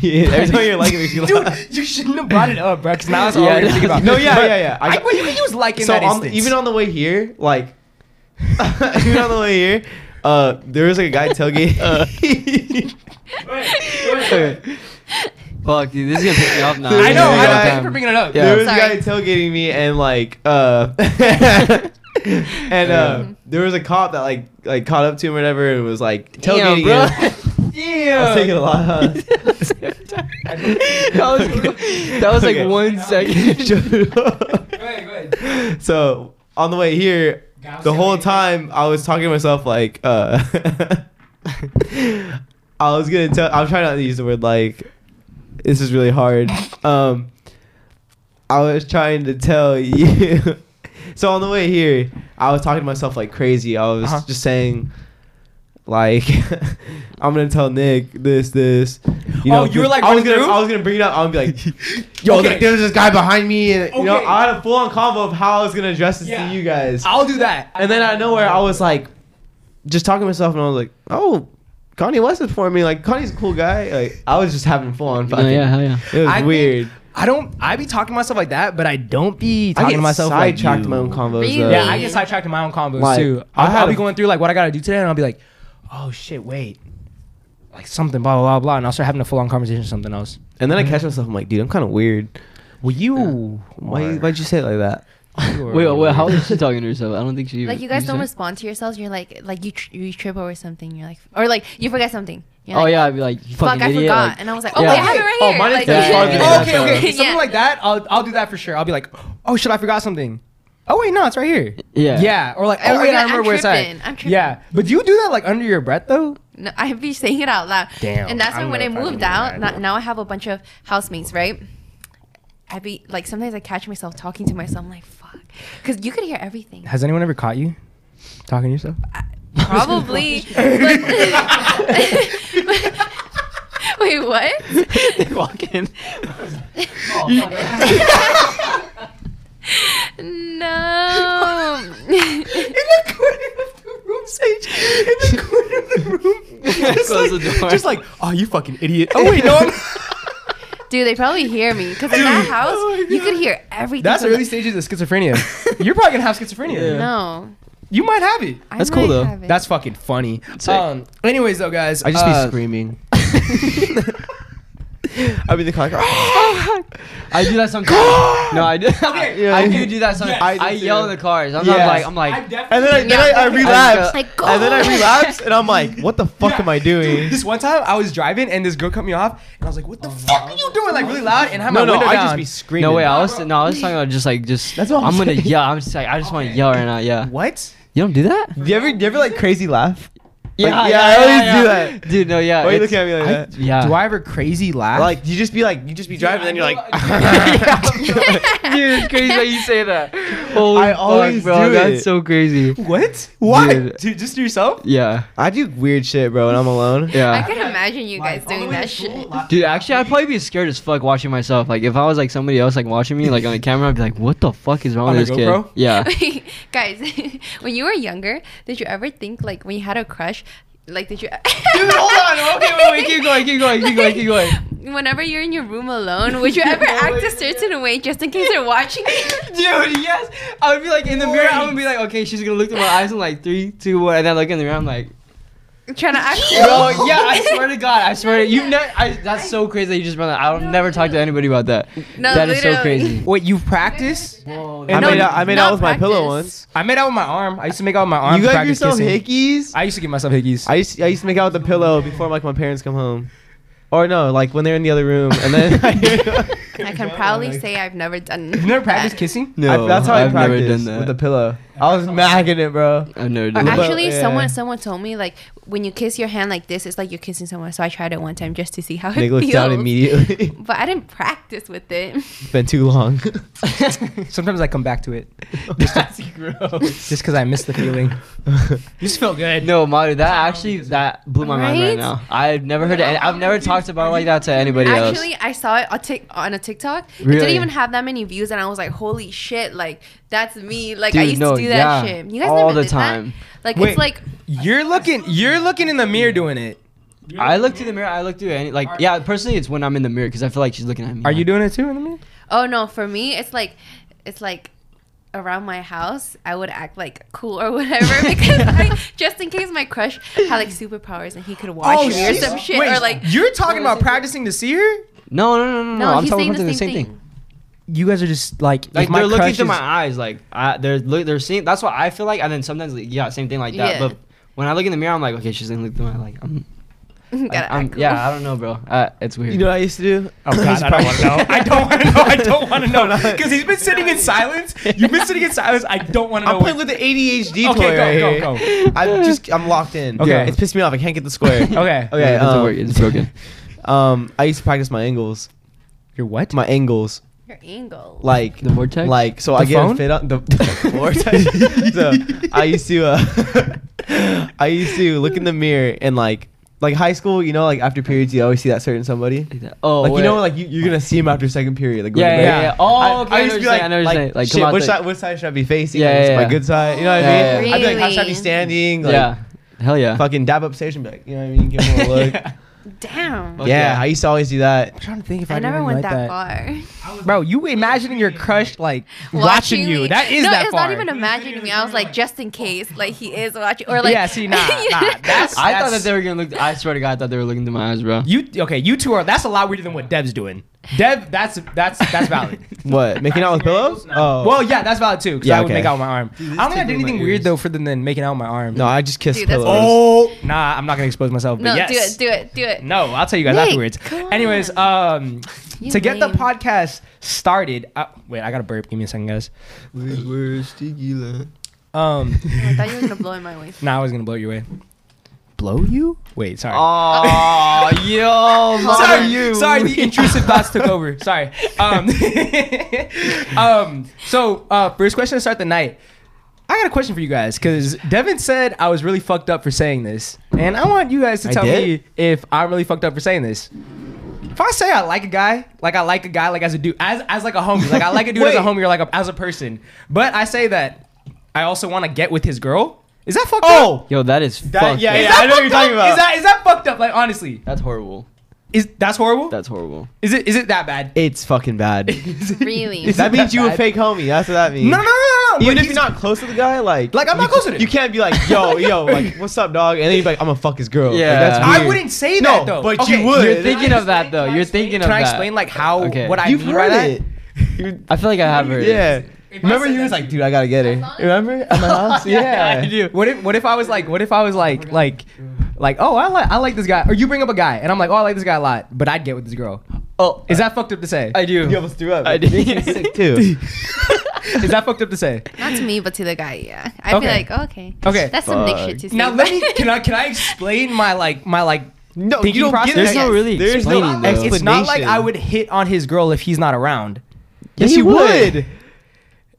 Speaker 3: Yeah, <laughs> Every time you're like, it makes you
Speaker 2: Dude,
Speaker 3: laugh.
Speaker 2: you shouldn't have brought it up, bro. Because now it's all
Speaker 4: Yeah,
Speaker 2: we're thinking about.
Speaker 3: No, yeah,
Speaker 2: But
Speaker 3: yeah, yeah.
Speaker 2: I,
Speaker 3: I-
Speaker 2: but you can use like in
Speaker 3: so
Speaker 2: that
Speaker 3: on,
Speaker 2: instance.
Speaker 3: even on the way here, <laughs> like even on the way here, uh, there was like a guy tailgate. <laughs>
Speaker 1: <laughs>
Speaker 4: Fuck, dude, this is gonna piss me off now.
Speaker 3: Dude,
Speaker 2: I know. I know.
Speaker 3: Yeah, yeah.
Speaker 2: Thank you for bringing it up.
Speaker 4: Yeah.
Speaker 3: there was
Speaker 1: Sorry.
Speaker 3: a guy tailgating me, and like,
Speaker 4: <laughs>
Speaker 3: uh, and uh, there was a cop that like like caught up to him or whatever, and was like tailgating
Speaker 4: bro.
Speaker 3: <laughs> him. I was
Speaker 2: Yeah.
Speaker 3: taking a lot.
Speaker 4: <laughs>
Speaker 3: Huh?
Speaker 4: that
Speaker 3: <laughs>
Speaker 4: was, that was like
Speaker 3: Okay.
Speaker 4: one <laughs>
Speaker 3: <laughs>
Speaker 4: second.
Speaker 3: so on the way here, the whole time I was talking to myself like, uh, <laughs> I was gonna tell. I'm trying not to use the word like. This is really hard. Um, I was trying to tell <laughs> you. so on the way here, I was talking to myself like crazy. I was
Speaker 2: Uh-huh.
Speaker 3: just saying. Like, <laughs> I'm gonna tell Nick this, this. You
Speaker 2: Oh, you were, like,
Speaker 3: I was
Speaker 2: running
Speaker 3: gonna,
Speaker 2: through?
Speaker 3: I was gonna bring it up. I'm gonna be like, <laughs> yo,
Speaker 2: Okay.
Speaker 3: like, there's this guy behind me, and you know,
Speaker 2: Okay.
Speaker 3: I had a full on combo of how I was gonna address this
Speaker 2: Yeah.
Speaker 3: to you guys.
Speaker 2: I'll do that.
Speaker 3: and then out of nowhere, I was like, just talking to myself, and I was like, oh, Kanye West is for me. Like, Kanye's a cool guy. Like, I was just having full on fucking.
Speaker 4: no, Oh, yeah, hell yeah.
Speaker 3: It was
Speaker 2: I think-
Speaker 3: weird.
Speaker 2: I don't. I be talking to myself like that, but I don't be
Speaker 3: I
Speaker 2: talking
Speaker 3: get
Speaker 2: to myself like
Speaker 3: sidetracked
Speaker 2: you.
Speaker 3: in my own combos.
Speaker 1: Really?
Speaker 3: though.
Speaker 2: Yeah, I get sidetracked in my own combos
Speaker 3: Like,
Speaker 2: too.
Speaker 3: I
Speaker 2: I'll,
Speaker 3: had
Speaker 2: I'll be
Speaker 3: a-
Speaker 2: going through like what I gotta do today, and I'll be like, oh shit, wait, like something, blah blah blah, blah, and I'll start having a full on conversation with something else.
Speaker 3: And then I catch myself. I'm like, dude, I'm kind of weird.
Speaker 2: Well, you.
Speaker 3: Why?
Speaker 2: are-
Speaker 3: Why'd you say it like that?
Speaker 2: <laughs> you are
Speaker 4: Wait, wait,
Speaker 2: weird.
Speaker 4: how is she talking to herself? I don't think she.
Speaker 1: Like you guys
Speaker 4: you
Speaker 1: don't
Speaker 4: said-
Speaker 1: respond to yourselves. You're like, like you tr- you trip over something. You're like, or like you forget something. You're
Speaker 4: Oh
Speaker 1: like,
Speaker 4: yeah, I'd be like, you
Speaker 1: Fuck,
Speaker 4: fucking
Speaker 1: I
Speaker 4: idiot.
Speaker 1: forgot,
Speaker 4: like-
Speaker 1: and I was like, oh,
Speaker 4: yeah.
Speaker 1: wait, I have it right
Speaker 3: Oh,
Speaker 1: here.
Speaker 3: mine is
Speaker 1: like,
Speaker 4: that hard to do
Speaker 2: Oh,
Speaker 4: Yeah,
Speaker 2: okay, okay.
Speaker 1: Yeah.
Speaker 2: Something like that. I'll, I'll do that for sure. I'll be like, oh shit, I forgot something. oh wait, no, it's right here.
Speaker 4: Yeah.
Speaker 2: Yeah. Or like,
Speaker 1: Or
Speaker 2: oh wait,
Speaker 1: you're like,
Speaker 2: I
Speaker 1: I'm
Speaker 2: remember where it's at.
Speaker 1: tripping, I'm tripping.
Speaker 2: Yeah. But do you do that like under your breath though?
Speaker 1: No, <laughs> I'd be saying it out loud.
Speaker 2: Damn,
Speaker 1: And that's why
Speaker 2: I'm
Speaker 1: when I
Speaker 2: gonna fucking
Speaker 1: moved
Speaker 2: be
Speaker 1: out,
Speaker 2: mad.
Speaker 1: no- now I have a bunch of housemates, right? I'd be like, sometimes I catch myself talking to myself. I'm like, fuck. Because you could hear everything.
Speaker 2: Has anyone ever caught you talking to yourself?
Speaker 1: Probably. <laughs> but- <laughs> Wait,
Speaker 4: <laughs>
Speaker 1: what?
Speaker 4: Walk in. <laughs>
Speaker 1: <laughs> No.
Speaker 2: the corner of the room, Sage. In the corner of the
Speaker 4: <laughs>
Speaker 2: room. Just
Speaker 4: Close
Speaker 2: like,
Speaker 4: the door.
Speaker 2: Just like, oh, you fucking idiot. Oh wait, no. I'm <laughs>
Speaker 1: Dude, they probably hear me. Because in that house, you could hear everything.
Speaker 2: That's
Speaker 1: from the-
Speaker 2: early stages of schizophrenia. You're
Speaker 4: <laughs>
Speaker 2: probably gonna have schizophrenia.
Speaker 4: Yeah.
Speaker 1: No.
Speaker 2: You might have it.
Speaker 1: I
Speaker 4: That's cool,
Speaker 1: might
Speaker 4: though.
Speaker 1: have it.
Speaker 2: That's fucking funny.
Speaker 4: Sick.
Speaker 2: Um. Anyways, though, guys,
Speaker 3: I just be
Speaker 2: uh, <laughs>
Speaker 4: <laughs>
Speaker 3: screaming. I mean
Speaker 2: <gasps>
Speaker 3: the car.
Speaker 4: I do <gasps> that sometimes. <laughs> no, I do.
Speaker 3: Yeah.
Speaker 4: I do do that sometimes.
Speaker 3: Yes.
Speaker 4: I
Speaker 3: I do
Speaker 4: yell
Speaker 3: too.
Speaker 4: in the cars. Sometimes
Speaker 3: Yes.
Speaker 4: like I'm like,
Speaker 3: and then I, then
Speaker 1: Yeah.
Speaker 3: I, I relapse.
Speaker 1: Like, go.
Speaker 3: and
Speaker 1: <laughs>
Speaker 3: then I relapse, and I'm like, what the fuck am I <laughs> doing?
Speaker 2: This one time, I was driving and this girl cut me off, and I was like, "What the
Speaker 3: Oh,
Speaker 2: fuck are you doing?" Like really loud, and I had my
Speaker 3: No, no,
Speaker 2: window
Speaker 3: I
Speaker 2: down.
Speaker 3: just be screaming.
Speaker 4: no way. I was no, I was talking about just like just.
Speaker 3: That's what I'm
Speaker 4: I'm gonna
Speaker 3: saying.
Speaker 4: yell. I'm just like I just want to yell right now. Yeah.
Speaker 2: what?
Speaker 4: You don't do that?
Speaker 3: Do you ever, do you ever like crazy laugh?
Speaker 4: Yeah,
Speaker 3: yeah, I always do that.
Speaker 4: Dude, no, yeah.
Speaker 3: Why you
Speaker 4: it's-
Speaker 3: looking at me like
Speaker 4: I-
Speaker 3: that?
Speaker 4: Yeah.
Speaker 2: Do I ever crazy laugh?
Speaker 3: Like you just be like, you just be driving,
Speaker 2: <laughs>
Speaker 3: and then you're like,
Speaker 4: Dude, it's crazy that you say that. Holy
Speaker 3: I
Speaker 4: fuck,
Speaker 3: always
Speaker 4: bro.
Speaker 3: do
Speaker 4: That's
Speaker 3: it.
Speaker 4: so crazy.
Speaker 2: what? Why?
Speaker 4: Dude.
Speaker 2: Dude, just to yourself?
Speaker 4: Yeah,
Speaker 3: I do weird shit, bro, when I'm alone.
Speaker 1: I
Speaker 4: yeah.
Speaker 1: could imagine you guys doing that shit.
Speaker 4: Dude, actually, I'd probably be scared as fuck watching myself. Like, if I was like somebody else, like watching me, like on the camera, I'd be like, "What the fuck is wrong
Speaker 2: On
Speaker 4: with
Speaker 2: a
Speaker 4: this kid?"
Speaker 2: GoPro?
Speaker 4: Yeah.
Speaker 1: Wait, <laughs> guys, when you were younger, did you ever think like when you had a crush, like did you? <laughs>
Speaker 4: Dude, hold on. Okay, <laughs> wait, wait. Keep going. Keep going. Keep going. Keep going.
Speaker 1: Whenever you're in your room alone, would you ever act a certain way just in case they're watching?
Speaker 4: <laughs> <laughs> Dude, yes. I would be like in the mirror. I'm gonna be like, okay, she's gonna look through my eyes in like three, two, one, and then look in the mirror. I'm like,
Speaker 1: Trying to act.
Speaker 4: bro, yeah. I swear to God, I swear. You never. I, that's so crazy that you just brought that. I'll never talk to anybody about that.
Speaker 1: <laughs> No,
Speaker 4: that is so
Speaker 1: literally.
Speaker 4: crazy.
Speaker 2: Wait, you practice?
Speaker 3: I
Speaker 2: No,
Speaker 3: made out, I made
Speaker 1: not
Speaker 3: out with my pillow
Speaker 1: practice.
Speaker 3: once.
Speaker 2: I made out with my arm. I used to make out with my arm.
Speaker 3: you
Speaker 2: to
Speaker 3: got
Speaker 2: practice
Speaker 3: yourself
Speaker 2: kissing.
Speaker 3: hickeys.
Speaker 2: I used to give myself hickeys.
Speaker 3: I used, I used to make out with the pillow before like my parents come home, or no, like when they're in the other room, and
Speaker 1: <laughs>
Speaker 3: then
Speaker 4: <laughs>
Speaker 1: I can proudly say I've never done.
Speaker 2: You've never practiced kissing?
Speaker 3: <laughs> I, that's how i
Speaker 4: I've never
Speaker 3: practiced
Speaker 4: done that.
Speaker 3: with the pillow. I was macking it, bro.
Speaker 4: I've never
Speaker 1: Or
Speaker 4: done that.
Speaker 1: actually,
Speaker 3: yeah.
Speaker 1: someone someone told me like when you kiss your hand like this, it's like you're kissing someone. So I tried it one time just to see how it
Speaker 3: Nick looks
Speaker 1: feels.
Speaker 3: down immediately. <laughs>
Speaker 1: But I didn't practice with it. <laughs>
Speaker 3: it's been too long.
Speaker 2: Sometimes I come back to it.
Speaker 1: <laughs>
Speaker 2: That's gross. Just because I miss the feeling. just felt good.
Speaker 4: <laughs> No, Mario, that actually that blew my mind right
Speaker 1: Right?
Speaker 4: now. I've never heard it. and I've never talked about it like that to anybody
Speaker 1: Actually, I saw it on, Tik on a TikTok. It
Speaker 4: Really?
Speaker 1: didn't even have that many views, and I was like, "Holy shit! Like that's me! Like I
Speaker 4: Dude,
Speaker 1: used
Speaker 4: no,
Speaker 1: to do that
Speaker 4: yeah.
Speaker 1: shit. You guys
Speaker 4: All
Speaker 1: never
Speaker 4: the
Speaker 1: did
Speaker 4: time.
Speaker 1: That? Like
Speaker 2: Wait.
Speaker 1: it's like
Speaker 2: You're looking. You're looking in the mirror doing it.
Speaker 4: else. I look through the mirror. I look through any like yeah. Personally, it's when I'm in the mirror because I feel like she's looking at me.
Speaker 2: Are you doing it too in the mirror?
Speaker 1: oh no, for me it's like it's like around my house I would act like cool or
Speaker 4: <laughs>
Speaker 1: whatever because I, just in case my crush had like superpowers and he
Speaker 4: Oh,
Speaker 1: could watch me or
Speaker 2: she's-
Speaker 1: Oh, some shit
Speaker 2: wait,
Speaker 1: or like
Speaker 2: you're talking about practicing to see her.
Speaker 4: No, no, no, no, no.
Speaker 1: No,
Speaker 4: I'm
Speaker 1: he's
Speaker 4: talking
Speaker 1: saying
Speaker 4: about
Speaker 1: the
Speaker 4: the
Speaker 1: same
Speaker 4: same thing.
Speaker 1: thing.
Speaker 2: You guys are just like,
Speaker 4: Like
Speaker 2: if my
Speaker 4: they're looking
Speaker 2: crush
Speaker 4: through
Speaker 2: is-
Speaker 4: my eyes. Like I, they're look, they're seeing. That's what I feel like. And then sometimes like, yeah, same thing like that.
Speaker 1: Yeah.
Speaker 4: But when I look in the mirror, I'm like, okay, she's gonna look through my like. I'm,
Speaker 1: <laughs> gotta
Speaker 4: I'm
Speaker 1: act cool.
Speaker 4: yeah. I don't know, bro. Uh, it's weird.
Speaker 3: you
Speaker 4: <laughs>
Speaker 3: know what I used
Speaker 2: <laughs>
Speaker 3: to do?
Speaker 2: Oh God, I don't want to know. I don't want to know. I don't want <laughs> to know. Because he's been sitting in silence. You've been sitting in silence. I don't want to
Speaker 3: I'm
Speaker 2: know.
Speaker 3: playing with the ADHD
Speaker 2: Okay,
Speaker 3: toy
Speaker 2: go,
Speaker 3: right
Speaker 2: go,
Speaker 3: here.
Speaker 2: go.
Speaker 3: I'm just I'm locked in.
Speaker 2: Okay.
Speaker 3: Yeah, it's pissed me off. I can't get the
Speaker 2: <laughs>
Speaker 3: square.
Speaker 2: okay.
Speaker 4: Yeah,
Speaker 3: <laughs> Okay.
Speaker 4: it doesn't
Speaker 3: um,
Speaker 4: work. It's broken.
Speaker 3: <laughs> Um, I used to practice my angles.
Speaker 2: You're what? <laughs>
Speaker 3: My <laughs> angles,
Speaker 1: your angle.
Speaker 3: like
Speaker 4: The vortex?
Speaker 3: Like so,
Speaker 2: The
Speaker 3: I get
Speaker 2: phone?
Speaker 3: a fit on the, <laughs> the vortex. <laughs> so I used to, uh, <laughs> I used to look in the mirror and like, like high school, you know, like after periods, you always see that certain somebody.
Speaker 4: Like that. <laughs> Oh,
Speaker 3: like
Speaker 4: wait.
Speaker 3: you know, like you, you're gonna see him after second period. Like going
Speaker 4: Yeah,
Speaker 3: to
Speaker 4: yeah,
Speaker 3: bed.
Speaker 4: yeah. Oh,
Speaker 3: I-
Speaker 4: okay, I
Speaker 3: I,
Speaker 4: know what
Speaker 3: used to be
Speaker 4: you're
Speaker 3: like,
Speaker 4: saying, I know what you're
Speaker 3: like,
Speaker 4: saying. Like,
Speaker 3: shit,
Speaker 4: come out
Speaker 3: which
Speaker 4: the-
Speaker 3: side, which side should I be facing?
Speaker 4: Yeah,
Speaker 3: Like, it's
Speaker 4: yeah,
Speaker 3: my
Speaker 4: yeah.
Speaker 3: good side. You know what
Speaker 4: Yeah,
Speaker 3: I mean?
Speaker 1: yeah.
Speaker 4: yeah,
Speaker 3: I'd be like, how should I be
Speaker 1: Really?
Speaker 3: standing? Like,
Speaker 4: yeah. Hell yeah.
Speaker 3: Fucking dab upstairs and be like, you know what I mean? Give <laughs> him a look. yeah.
Speaker 1: Damn,
Speaker 4: Fuck yeah.
Speaker 3: I used to always do that.
Speaker 2: I'm trying to think if I,
Speaker 1: I
Speaker 2: did
Speaker 1: never went
Speaker 2: anything like
Speaker 1: that far.
Speaker 2: Bro, you imagining your crush like watching, you.
Speaker 1: me.
Speaker 2: That is
Speaker 1: no,
Speaker 2: that
Speaker 1: it's
Speaker 2: far.
Speaker 1: not even imagining me. I was like, just in case, like he is watching, or <laughs> like
Speaker 2: Yeah,
Speaker 1: <laughs>
Speaker 2: see, nah, nah, that's-
Speaker 4: I
Speaker 2: That's-
Speaker 4: thought that they were gonna look. I swear to God, I thought they were looking through my eyes,
Speaker 2: <laughs>
Speaker 4: bro.
Speaker 2: you okay, you two are that's a lot weirder than what Dev's doing. Dev, that's that's that's <laughs> valid.
Speaker 3: What? Making
Speaker 4: <laughs>
Speaker 3: out with pillows? Oh.
Speaker 2: Well, yeah, that's valid too. Because
Speaker 3: Yeah,
Speaker 2: I would
Speaker 3: okay.
Speaker 2: make out with my arm. I don't think I did
Speaker 4: tickling my
Speaker 2: anything
Speaker 4: ears.
Speaker 2: weird though, further than making out with my arm.
Speaker 3: no, I just kissed
Speaker 1: Dude, that's-
Speaker 3: pillows.
Speaker 2: Oh, nah, I'm not gonna expose myself. But
Speaker 1: no,
Speaker 2: yes.
Speaker 1: do it, do it, do it.
Speaker 2: No, I'll tell you guys
Speaker 1: Nick,
Speaker 2: afterwards.
Speaker 1: come on.
Speaker 2: Anyways, um,
Speaker 1: You
Speaker 2: to get the
Speaker 1: lame.
Speaker 2: podcast started, uh, wait, I gotta burp. Give me a second, guys.
Speaker 4: Where's tequila?
Speaker 2: Um, <laughs>
Speaker 1: I thought you were gonna blow in my way.
Speaker 2: nah, I was gonna blow you away. Blow you? Wait, sorry.
Speaker 4: Oh, yo,
Speaker 1: How
Speaker 2: sorry,
Speaker 1: are
Speaker 4: you?
Speaker 2: sorry, the intrusive thoughts took over. Sorry. Um, <laughs> um, so, uh, first question to start the night. I got a question for you guys because Devin said I was really fucked up for saying this, and I want you guys to
Speaker 3: I
Speaker 2: tell
Speaker 3: did?
Speaker 2: me if I'm really fucked up for saying this. If I say I like a guy, like I like a guy, like as a dude, as as like a homie, like I like a dude as a
Speaker 3: Wait.
Speaker 2: homie or like a, as a person, but I say that I also want to get with his girl. Is that fucked
Speaker 3: Oh,
Speaker 2: up?
Speaker 4: Yo, that is
Speaker 3: That-
Speaker 4: fucked
Speaker 3: yeah,
Speaker 4: up.
Speaker 3: yeah.
Speaker 2: Is that
Speaker 3: I know what you're
Speaker 2: fucked up?
Speaker 3: talking about.
Speaker 2: Is that is that fucked up? Like honestly,
Speaker 4: That's horrible.
Speaker 2: is that's horrible?
Speaker 4: That's horrible.
Speaker 2: Is it is it that bad?
Speaker 3: it's fucking bad.
Speaker 1: Really?
Speaker 2: Is
Speaker 3: that
Speaker 2: it
Speaker 3: means you a
Speaker 2: bad?
Speaker 3: fake homie. That's what that means.
Speaker 2: No, no, no, no. no.
Speaker 3: Even
Speaker 2: But
Speaker 3: if you're not close to the guy, like
Speaker 2: Like, I'm
Speaker 3: you
Speaker 2: not close
Speaker 3: ca-
Speaker 2: to him.
Speaker 3: You can't be like, yo, yo, like, what's up, dog? And then you're like, I'm gonna fuck his girl. Like,
Speaker 4: Yeah.
Speaker 3: that's
Speaker 2: I
Speaker 3: weird.
Speaker 2: wouldn't say
Speaker 3: No,
Speaker 2: that though.
Speaker 3: but you would.
Speaker 4: You're
Speaker 3: Can
Speaker 4: thinking
Speaker 2: I
Speaker 4: of that
Speaker 2: explain?
Speaker 4: though.
Speaker 2: Can I
Speaker 4: You're
Speaker 2: explain?
Speaker 4: thinking of
Speaker 2: Can I
Speaker 4: that.
Speaker 2: explain like how
Speaker 4: Okay.
Speaker 2: what I
Speaker 3: You've
Speaker 2: mean
Speaker 3: heard
Speaker 2: by that? <laughs>
Speaker 3: it. <laughs> You-
Speaker 4: I feel like I have heard.
Speaker 3: yeah. Remember,
Speaker 2: said
Speaker 3: you was
Speaker 2: that
Speaker 3: like, dude, I gotta get her. Remember at my house?
Speaker 4: I
Speaker 3: Yeah.
Speaker 4: do.
Speaker 2: What if what if I was like what if I was like like like oh I like I like this guy or you bring up a guy and I'm like oh I like this guy a lot but I'd get with this girl.
Speaker 4: Oh,
Speaker 2: Is that fucked up to say?
Speaker 4: I do.
Speaker 3: You almost threw up.
Speaker 4: I did.
Speaker 3: <laughs> You're sick
Speaker 4: <laughs>
Speaker 3: too.
Speaker 2: <laughs> Is that fucked up to say?
Speaker 1: Not to me, but to the guy. Yeah, I'd
Speaker 2: Okay.
Speaker 1: be like, oh, okay,
Speaker 2: Okay.
Speaker 1: that's some dick
Speaker 3: Fuck.
Speaker 1: shit to say. <laughs>
Speaker 2: Now let me can I can I explain my like my like
Speaker 3: No,
Speaker 2: Thinking
Speaker 3: you don't
Speaker 2: process?
Speaker 3: get
Speaker 4: There's
Speaker 3: it.
Speaker 4: no really
Speaker 3: There's no
Speaker 4: explaining. though.
Speaker 3: explanation.
Speaker 2: it's not like I would hit on his girl if he's not around.
Speaker 3: Yes, you would.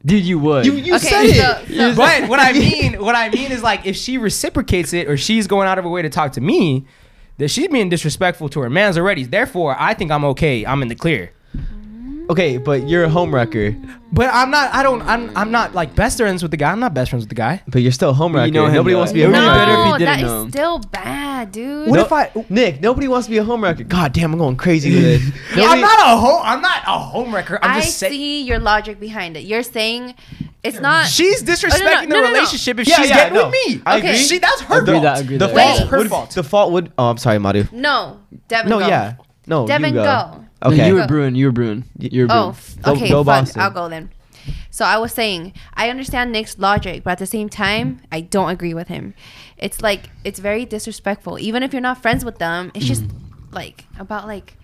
Speaker 4: Dude, you would.
Speaker 3: You you
Speaker 1: Okay,
Speaker 3: said
Speaker 1: so-
Speaker 3: it.
Speaker 1: so-
Speaker 4: You
Speaker 2: But what I mean, what I mean is like if she reciprocates it or she's going out of her way to talk to me, that she's being disrespectful to her man's already. Therefore, I think I'm okay. I'm in the clear.
Speaker 3: Okay, but you're a homewrecker.
Speaker 2: But I'm not. I don't. I'm. I'm not like best friends with the guy. I'm not best friends with the guy.
Speaker 3: But you're still a homewrecker.
Speaker 4: know him,
Speaker 3: nobody
Speaker 4: though.
Speaker 3: wants to be
Speaker 4: It
Speaker 3: a
Speaker 4: would be better if
Speaker 3: homewrecker.
Speaker 4: he
Speaker 1: no,
Speaker 4: didn't
Speaker 1: that is
Speaker 4: know.
Speaker 1: still bad, dude.
Speaker 2: What if I?
Speaker 3: Nick, nobody wants to be a homewrecker. God damn, I'm going crazy
Speaker 2: <laughs>
Speaker 3: with it.
Speaker 1: Yeah,
Speaker 2: I'm
Speaker 3: Nobody-
Speaker 2: not a home. I'm not a homewrecker. I'm
Speaker 1: I
Speaker 2: just saying.
Speaker 1: see your logic behind it. You're saying it's not. Oh,
Speaker 2: She's disrespecting
Speaker 1: no, no,
Speaker 2: the
Speaker 1: no.
Speaker 2: relationship if
Speaker 3: Yeah,
Speaker 2: she's
Speaker 3: yeah,
Speaker 2: getting
Speaker 3: no.
Speaker 2: with me.
Speaker 3: I
Speaker 1: Okay. agree.
Speaker 2: She, that's her
Speaker 4: Agree
Speaker 2: fault.
Speaker 4: that, agree
Speaker 3: The
Speaker 4: that.
Speaker 1: Wait.
Speaker 3: fault
Speaker 1: Her
Speaker 3: would
Speaker 2: fault.
Speaker 3: the fault would. Oh, I'm sorry, Madu.
Speaker 1: no, Devin.
Speaker 3: No,
Speaker 1: go.
Speaker 3: yeah, no.
Speaker 1: Devin,
Speaker 3: you go.
Speaker 1: go.
Speaker 4: No,
Speaker 3: Okay.
Speaker 4: you were Bruin. You were Bruin. You were Bruin.
Speaker 1: Oh, f-
Speaker 3: Go-
Speaker 1: okay,
Speaker 3: go
Speaker 1: fine.
Speaker 3: Boston.
Speaker 1: I'll go then. So I was saying, I understand Nick's logic, but at the same time, I don't agree with him. It's like it's very disrespectful, even if you're not friends with them. It's just
Speaker 3: Mm.
Speaker 1: like about like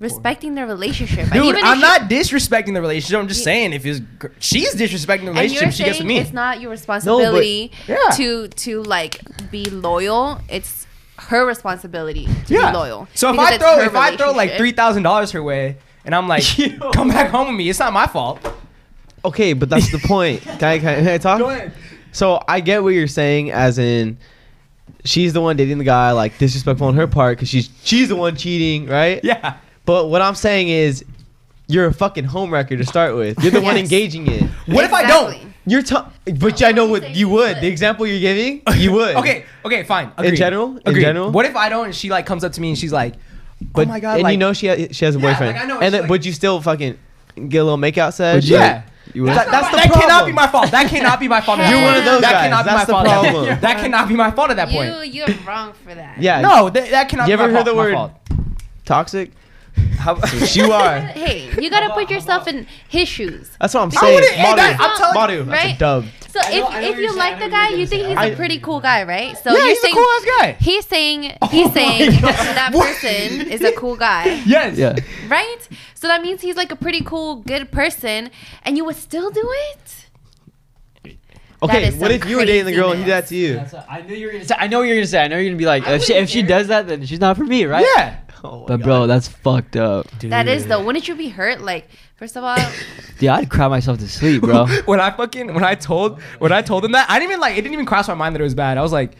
Speaker 1: respecting their relationship. And
Speaker 2: Dude,
Speaker 1: even if
Speaker 2: I'm
Speaker 1: you-
Speaker 2: not disrespecting the relationship. I'm just saying if his, gr- she's disrespecting the
Speaker 1: And
Speaker 2: relationship,
Speaker 1: you're
Speaker 2: she gets
Speaker 1: saying
Speaker 2: with me.
Speaker 1: it's not your responsibility
Speaker 2: Yeah.
Speaker 1: to to like be loyal. It's her responsibility to be loyal.
Speaker 2: So if
Speaker 1: because
Speaker 2: I
Speaker 1: it's
Speaker 2: throw
Speaker 1: her
Speaker 2: if I throw like
Speaker 1: relationship.
Speaker 2: three thousand dollars her way, and I'm like,
Speaker 1: <laughs>
Speaker 2: <laughs> come back home with me. It's not my fault.
Speaker 3: Okay, but that's
Speaker 1: <laughs>
Speaker 3: the point. Can I, can I- can I talk? So I get what you're saying, as in, she's the one dating the guy, like disrespectful on her part, because she's she's the one cheating, right?
Speaker 1: <laughs>
Speaker 2: Yeah.
Speaker 3: But what I'm saying is, you're a fucking homewrecker to start with. You're the one
Speaker 1: Yes.
Speaker 3: engaging it.
Speaker 2: What if I don't?
Speaker 1: Exactly.
Speaker 3: You're t- but I know what you would. The example you're giving,
Speaker 2: <laughs>
Speaker 3: you would.
Speaker 2: Okay. Okay. Fine. Agreed.
Speaker 3: general? In
Speaker 2: Agreed.
Speaker 3: general?
Speaker 2: What if I don't? And she like comes up to me and she's like,
Speaker 3: But
Speaker 2: oh my god.
Speaker 3: and
Speaker 2: like,
Speaker 3: you know she ha- she has a
Speaker 2: Yeah,
Speaker 3: boyfriend.
Speaker 2: like, I know,
Speaker 3: and
Speaker 2: she's
Speaker 3: then,
Speaker 2: like-
Speaker 3: but you still fucking get a little makeout sesh.
Speaker 4: you-
Speaker 2: Yeah.
Speaker 4: You
Speaker 3: Like,
Speaker 4: would.
Speaker 2: <laughs> That,
Speaker 3: That's
Speaker 2: that's
Speaker 3: not my-
Speaker 2: that
Speaker 3: that
Speaker 2: cannot
Speaker 3: problem.
Speaker 2: be my fault. That cannot be my fault. at
Speaker 3: <laughs>
Speaker 1: You're
Speaker 2: that
Speaker 1: one of
Speaker 2: point.
Speaker 1: those
Speaker 2: That
Speaker 3: guys.
Speaker 2: cannot be
Speaker 3: That's
Speaker 2: my
Speaker 3: the
Speaker 2: fault. at that- <laughs>
Speaker 3: problem.
Speaker 2: That cannot be my fault at that
Speaker 1: you
Speaker 2: point.
Speaker 1: you're wrong for that.
Speaker 3: Yeah.
Speaker 2: No, that, that cannot.
Speaker 3: You
Speaker 2: be
Speaker 3: ever
Speaker 2: my fault,
Speaker 3: heard the
Speaker 2: my
Speaker 3: word-
Speaker 2: fault.
Speaker 3: Toxic.
Speaker 2: How-
Speaker 3: You <laughs> are.
Speaker 1: Hey, you gotta put yourself in his shoes.
Speaker 3: That's what I'm
Speaker 2: I
Speaker 3: saying.
Speaker 2: wouldn't- hey,
Speaker 3: Madu,
Speaker 2: that- I'm telling you,
Speaker 3: Madu, that's a
Speaker 1: right?
Speaker 3: dub.
Speaker 1: So if,
Speaker 2: know- I know
Speaker 1: if
Speaker 2: what
Speaker 1: you
Speaker 2: you're
Speaker 1: like
Speaker 2: saying.
Speaker 1: the
Speaker 2: I know what
Speaker 1: guy,
Speaker 2: you're
Speaker 1: you think
Speaker 2: saying.
Speaker 1: he's
Speaker 3: I-
Speaker 1: a pretty cool guy, right? So
Speaker 2: Yeah,
Speaker 1: you're
Speaker 2: he's a
Speaker 1: saying
Speaker 2: cool ass guy.
Speaker 1: he's saying he's saying that person is a cool guy,
Speaker 2: <laughs> Yes.
Speaker 4: Yeah.
Speaker 1: right? So that means he's like a pretty cool, good person, and you would still do it.
Speaker 3: Okay,
Speaker 1: is
Speaker 3: what
Speaker 1: some
Speaker 3: if you were dating the girl and he did that
Speaker 1: craziness.
Speaker 3: to you?
Speaker 4: I knew you were gonna say. I know what you're gonna say. I know you're gonna be like, if she, if she does that, then she's not for me, right?
Speaker 2: Yeah.
Speaker 3: Oh my
Speaker 4: But
Speaker 3: God.
Speaker 4: bro, that's fucked up.
Speaker 1: That is though. Wouldn't you be hurt? Like first of all,
Speaker 4: Dude, I'd cry myself to sleep, bro.
Speaker 2: <laughs> when I fucking when I told when I told him that I didn't even like it didn't even cross my mind that it was bad. I was like,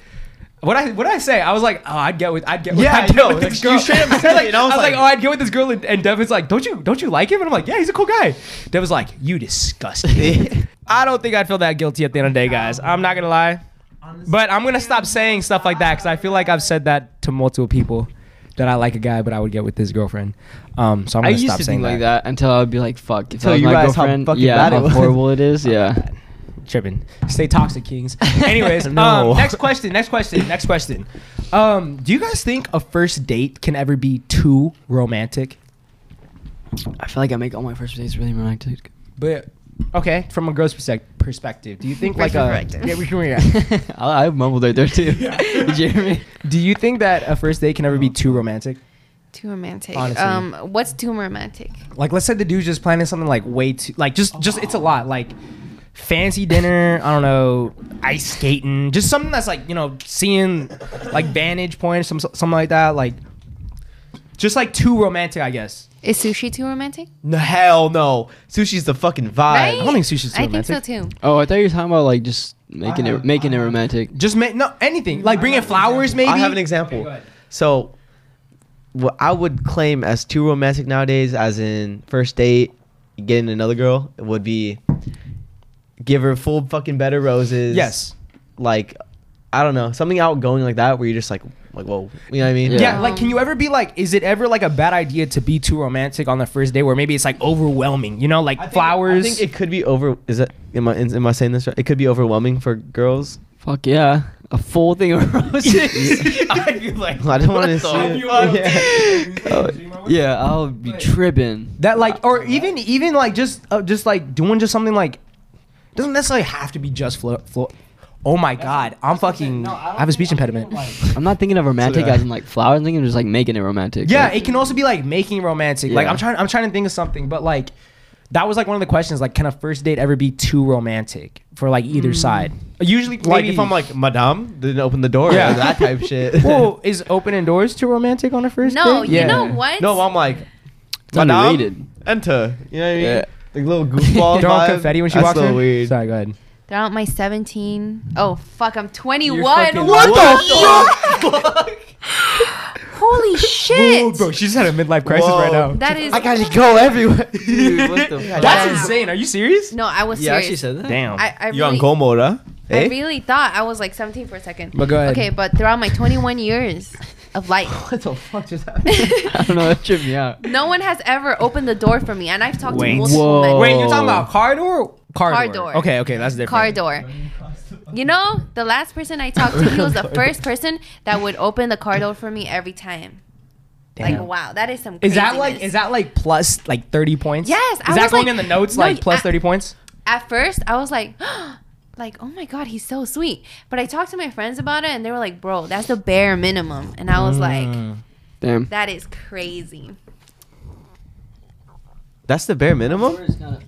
Speaker 2: what I what did I say? I was like, oh, I'd get with I'd get with,
Speaker 3: Yeah,
Speaker 2: I'd get
Speaker 3: no,
Speaker 2: with
Speaker 3: like,
Speaker 2: this
Speaker 3: you
Speaker 2: girl.
Speaker 3: straight
Speaker 2: <laughs>
Speaker 3: up
Speaker 2: I was
Speaker 3: said it,
Speaker 2: like,
Speaker 3: and I was like-
Speaker 2: oh, I'd get with this girl, and, and Devin's like, don't you don't you like him? And I'm like, yeah, he's a cool guy. Devin's like, you disgust
Speaker 3: <laughs>
Speaker 2: me. I don't think I'd feel that guilty at the end of the day, guys. I'm not gonna lie, but I'm gonna stop saying stuff like that because I feel like I've said that to multiple people. That I like a guy, but I would get with his girlfriend. Um, so I'm
Speaker 4: I
Speaker 2: gonna
Speaker 4: used
Speaker 2: stop
Speaker 4: to
Speaker 2: saying
Speaker 4: think like
Speaker 2: that.
Speaker 4: that until I'd be like, fuck. If
Speaker 3: Until
Speaker 4: that was
Speaker 3: you
Speaker 4: my
Speaker 3: realized how
Speaker 4: girlfriend,
Speaker 3: fucking
Speaker 4: yeah,
Speaker 3: bad
Speaker 4: how
Speaker 3: it was.
Speaker 4: horrible it is. Yeah.
Speaker 2: tripping. Stay toxic, Kings. Anyways,
Speaker 3: No.
Speaker 2: um, next question. Next question. Next question. Um, do you guys think a first date can ever be too romantic?
Speaker 4: I feel like I make all my first dates really <laughs> romantic.
Speaker 2: But okay, from a girl's perspec- perspective, do you think like a
Speaker 1: Perspective.
Speaker 2: yeah, we can read that.
Speaker 4: <laughs> I, I mumbled right there too. Did you hear me?
Speaker 2: do you think that a first date can ever be too romantic?
Speaker 1: Too romantic.
Speaker 2: Honestly.
Speaker 1: Um, what's too romantic?
Speaker 2: Like, let's say the dude's just planning something like way too, like just, just it's a lot. Like, fancy dinner. I don't know, ice skating. Just something that's like you know, seeing like vantage points, some something like that. Like, just like too romantic, I guess.
Speaker 1: Is sushi too romantic?
Speaker 3: No, hell no. Sushi's the fucking vibe.
Speaker 1: Right?
Speaker 2: I don't think sushi's too
Speaker 1: I think
Speaker 2: romantic.
Speaker 1: so too.
Speaker 4: Oh, I thought you were talking about like just making it making it romantic.
Speaker 2: Just ma- no anything. Like bringing flowers, maybe.
Speaker 3: I have an example. So, what I would claim as too romantic nowadays, as in first date, getting another girl, would be give her full fucking bed of roses.
Speaker 2: Yes.
Speaker 3: Like, I don't know, something outgoing like that, where you're just like, like, whoa, you know what I mean?
Speaker 4: Yeah.
Speaker 2: Yeah,
Speaker 1: Um,
Speaker 2: like can you ever be like is it ever like a bad idea to be too romantic on the first day where maybe it's like overwhelming, you know, like flowers?
Speaker 3: I think it could be over. Is that am I am I saying this right? It could be overwhelming for girls.
Speaker 4: Fuck yeah, a full thing of
Speaker 2: <laughs>
Speaker 4: <laughs> roses.
Speaker 2: I'd be like
Speaker 3: I don't
Speaker 2: what
Speaker 3: want
Speaker 2: the
Speaker 3: to see. it.
Speaker 2: fuck? <laughs>
Speaker 4: yeah, I'll be <laughs> tripping.
Speaker 2: That like or even even like just uh, just like doing just something like doesn't necessarily have to be just flo- flo- Oh my god, I'm fucking I have a speech impediment.
Speaker 4: I'm not thinking of romantic as in like flowers. I'm thinking of just like making it
Speaker 2: <laughs>
Speaker 4: romantic.
Speaker 2: Yeah,
Speaker 4: Like,
Speaker 2: it can also be like making romantic. Like
Speaker 4: Yeah.
Speaker 2: I'm trying I'm trying to think of something, but like that was like one of the questions like can a first date ever be too romantic for like either side? Usually
Speaker 3: Like
Speaker 2: maybe-
Speaker 3: if I'm like Madame, then open the door.
Speaker 2: Yeah.
Speaker 3: Yeah, that <laughs> type shit.
Speaker 2: <laughs> Well, <laughs> is opening doors too romantic on a first
Speaker 1: No,
Speaker 2: date?
Speaker 1: you
Speaker 4: Yeah.
Speaker 1: know what?
Speaker 3: no, I'm like,
Speaker 4: it's underrated.
Speaker 3: enter. You know what I mean?
Speaker 4: Yeah.
Speaker 3: Like little goofball.
Speaker 2: Throwing
Speaker 3: vibe.
Speaker 2: confetti when she
Speaker 3: That's
Speaker 2: walks
Speaker 3: a little
Speaker 2: in.
Speaker 3: Weird.
Speaker 2: Sorry, go ahead.
Speaker 1: They're out my 17. Oh, fuck, I'm 21.
Speaker 2: fucking-
Speaker 1: What,
Speaker 3: What
Speaker 1: the fuck?
Speaker 4: <laughs>
Speaker 1: Holy shit.
Speaker 2: she just had a midlife
Speaker 3: crisis right now.
Speaker 1: That is.
Speaker 3: I gotta go everywhere.
Speaker 4: Dude, what the
Speaker 2: <laughs>
Speaker 4: fuck?
Speaker 2: That's
Speaker 1: Wow.
Speaker 2: insane. Are you serious?
Speaker 1: No, I was serious.
Speaker 4: that.
Speaker 2: Damn.
Speaker 1: I, I
Speaker 3: You're on
Speaker 1: really,
Speaker 3: Gomora.
Speaker 1: I
Speaker 3: Eh?
Speaker 1: really thought I was like 17 for a second.
Speaker 2: But go ahead.
Speaker 1: Okay, but throughout my 21 years of life,
Speaker 3: What the fuck <laughs> just happened?
Speaker 4: <laughs> <laughs> I don't know. That tripped me out.
Speaker 1: <laughs> no one has ever opened the door for me, and I've talked
Speaker 2: Wait.
Speaker 1: to multiple
Speaker 4: Whoa.
Speaker 1: men.
Speaker 2: Wait, you're talking about car door? or Car,
Speaker 1: Car
Speaker 2: door.
Speaker 1: door.
Speaker 2: Okay, okay, that's different.
Speaker 1: car door. You know, the last person I talked to, he was
Speaker 4: <laughs>
Speaker 1: the first person that would open the car door for me every time.
Speaker 2: Damn.
Speaker 1: Like, wow, that is some.
Speaker 2: Is that like
Speaker 1: craziness.
Speaker 2: is that like plus like thirty points?
Speaker 1: Yes,
Speaker 2: Is
Speaker 1: I
Speaker 2: that
Speaker 1: was
Speaker 2: going
Speaker 1: like-
Speaker 2: in the notes
Speaker 1: No,
Speaker 2: like plus
Speaker 1: I-
Speaker 2: thirty points?
Speaker 1: at first I was like, <gasps> like, oh my god, he's so sweet. But I talked to my friends about it, and they were like, bro, that's the bare minimum. And I was like,
Speaker 4: Damn.
Speaker 1: that is
Speaker 2: <laughs>
Speaker 1: crazy.
Speaker 3: That's the bare minimum.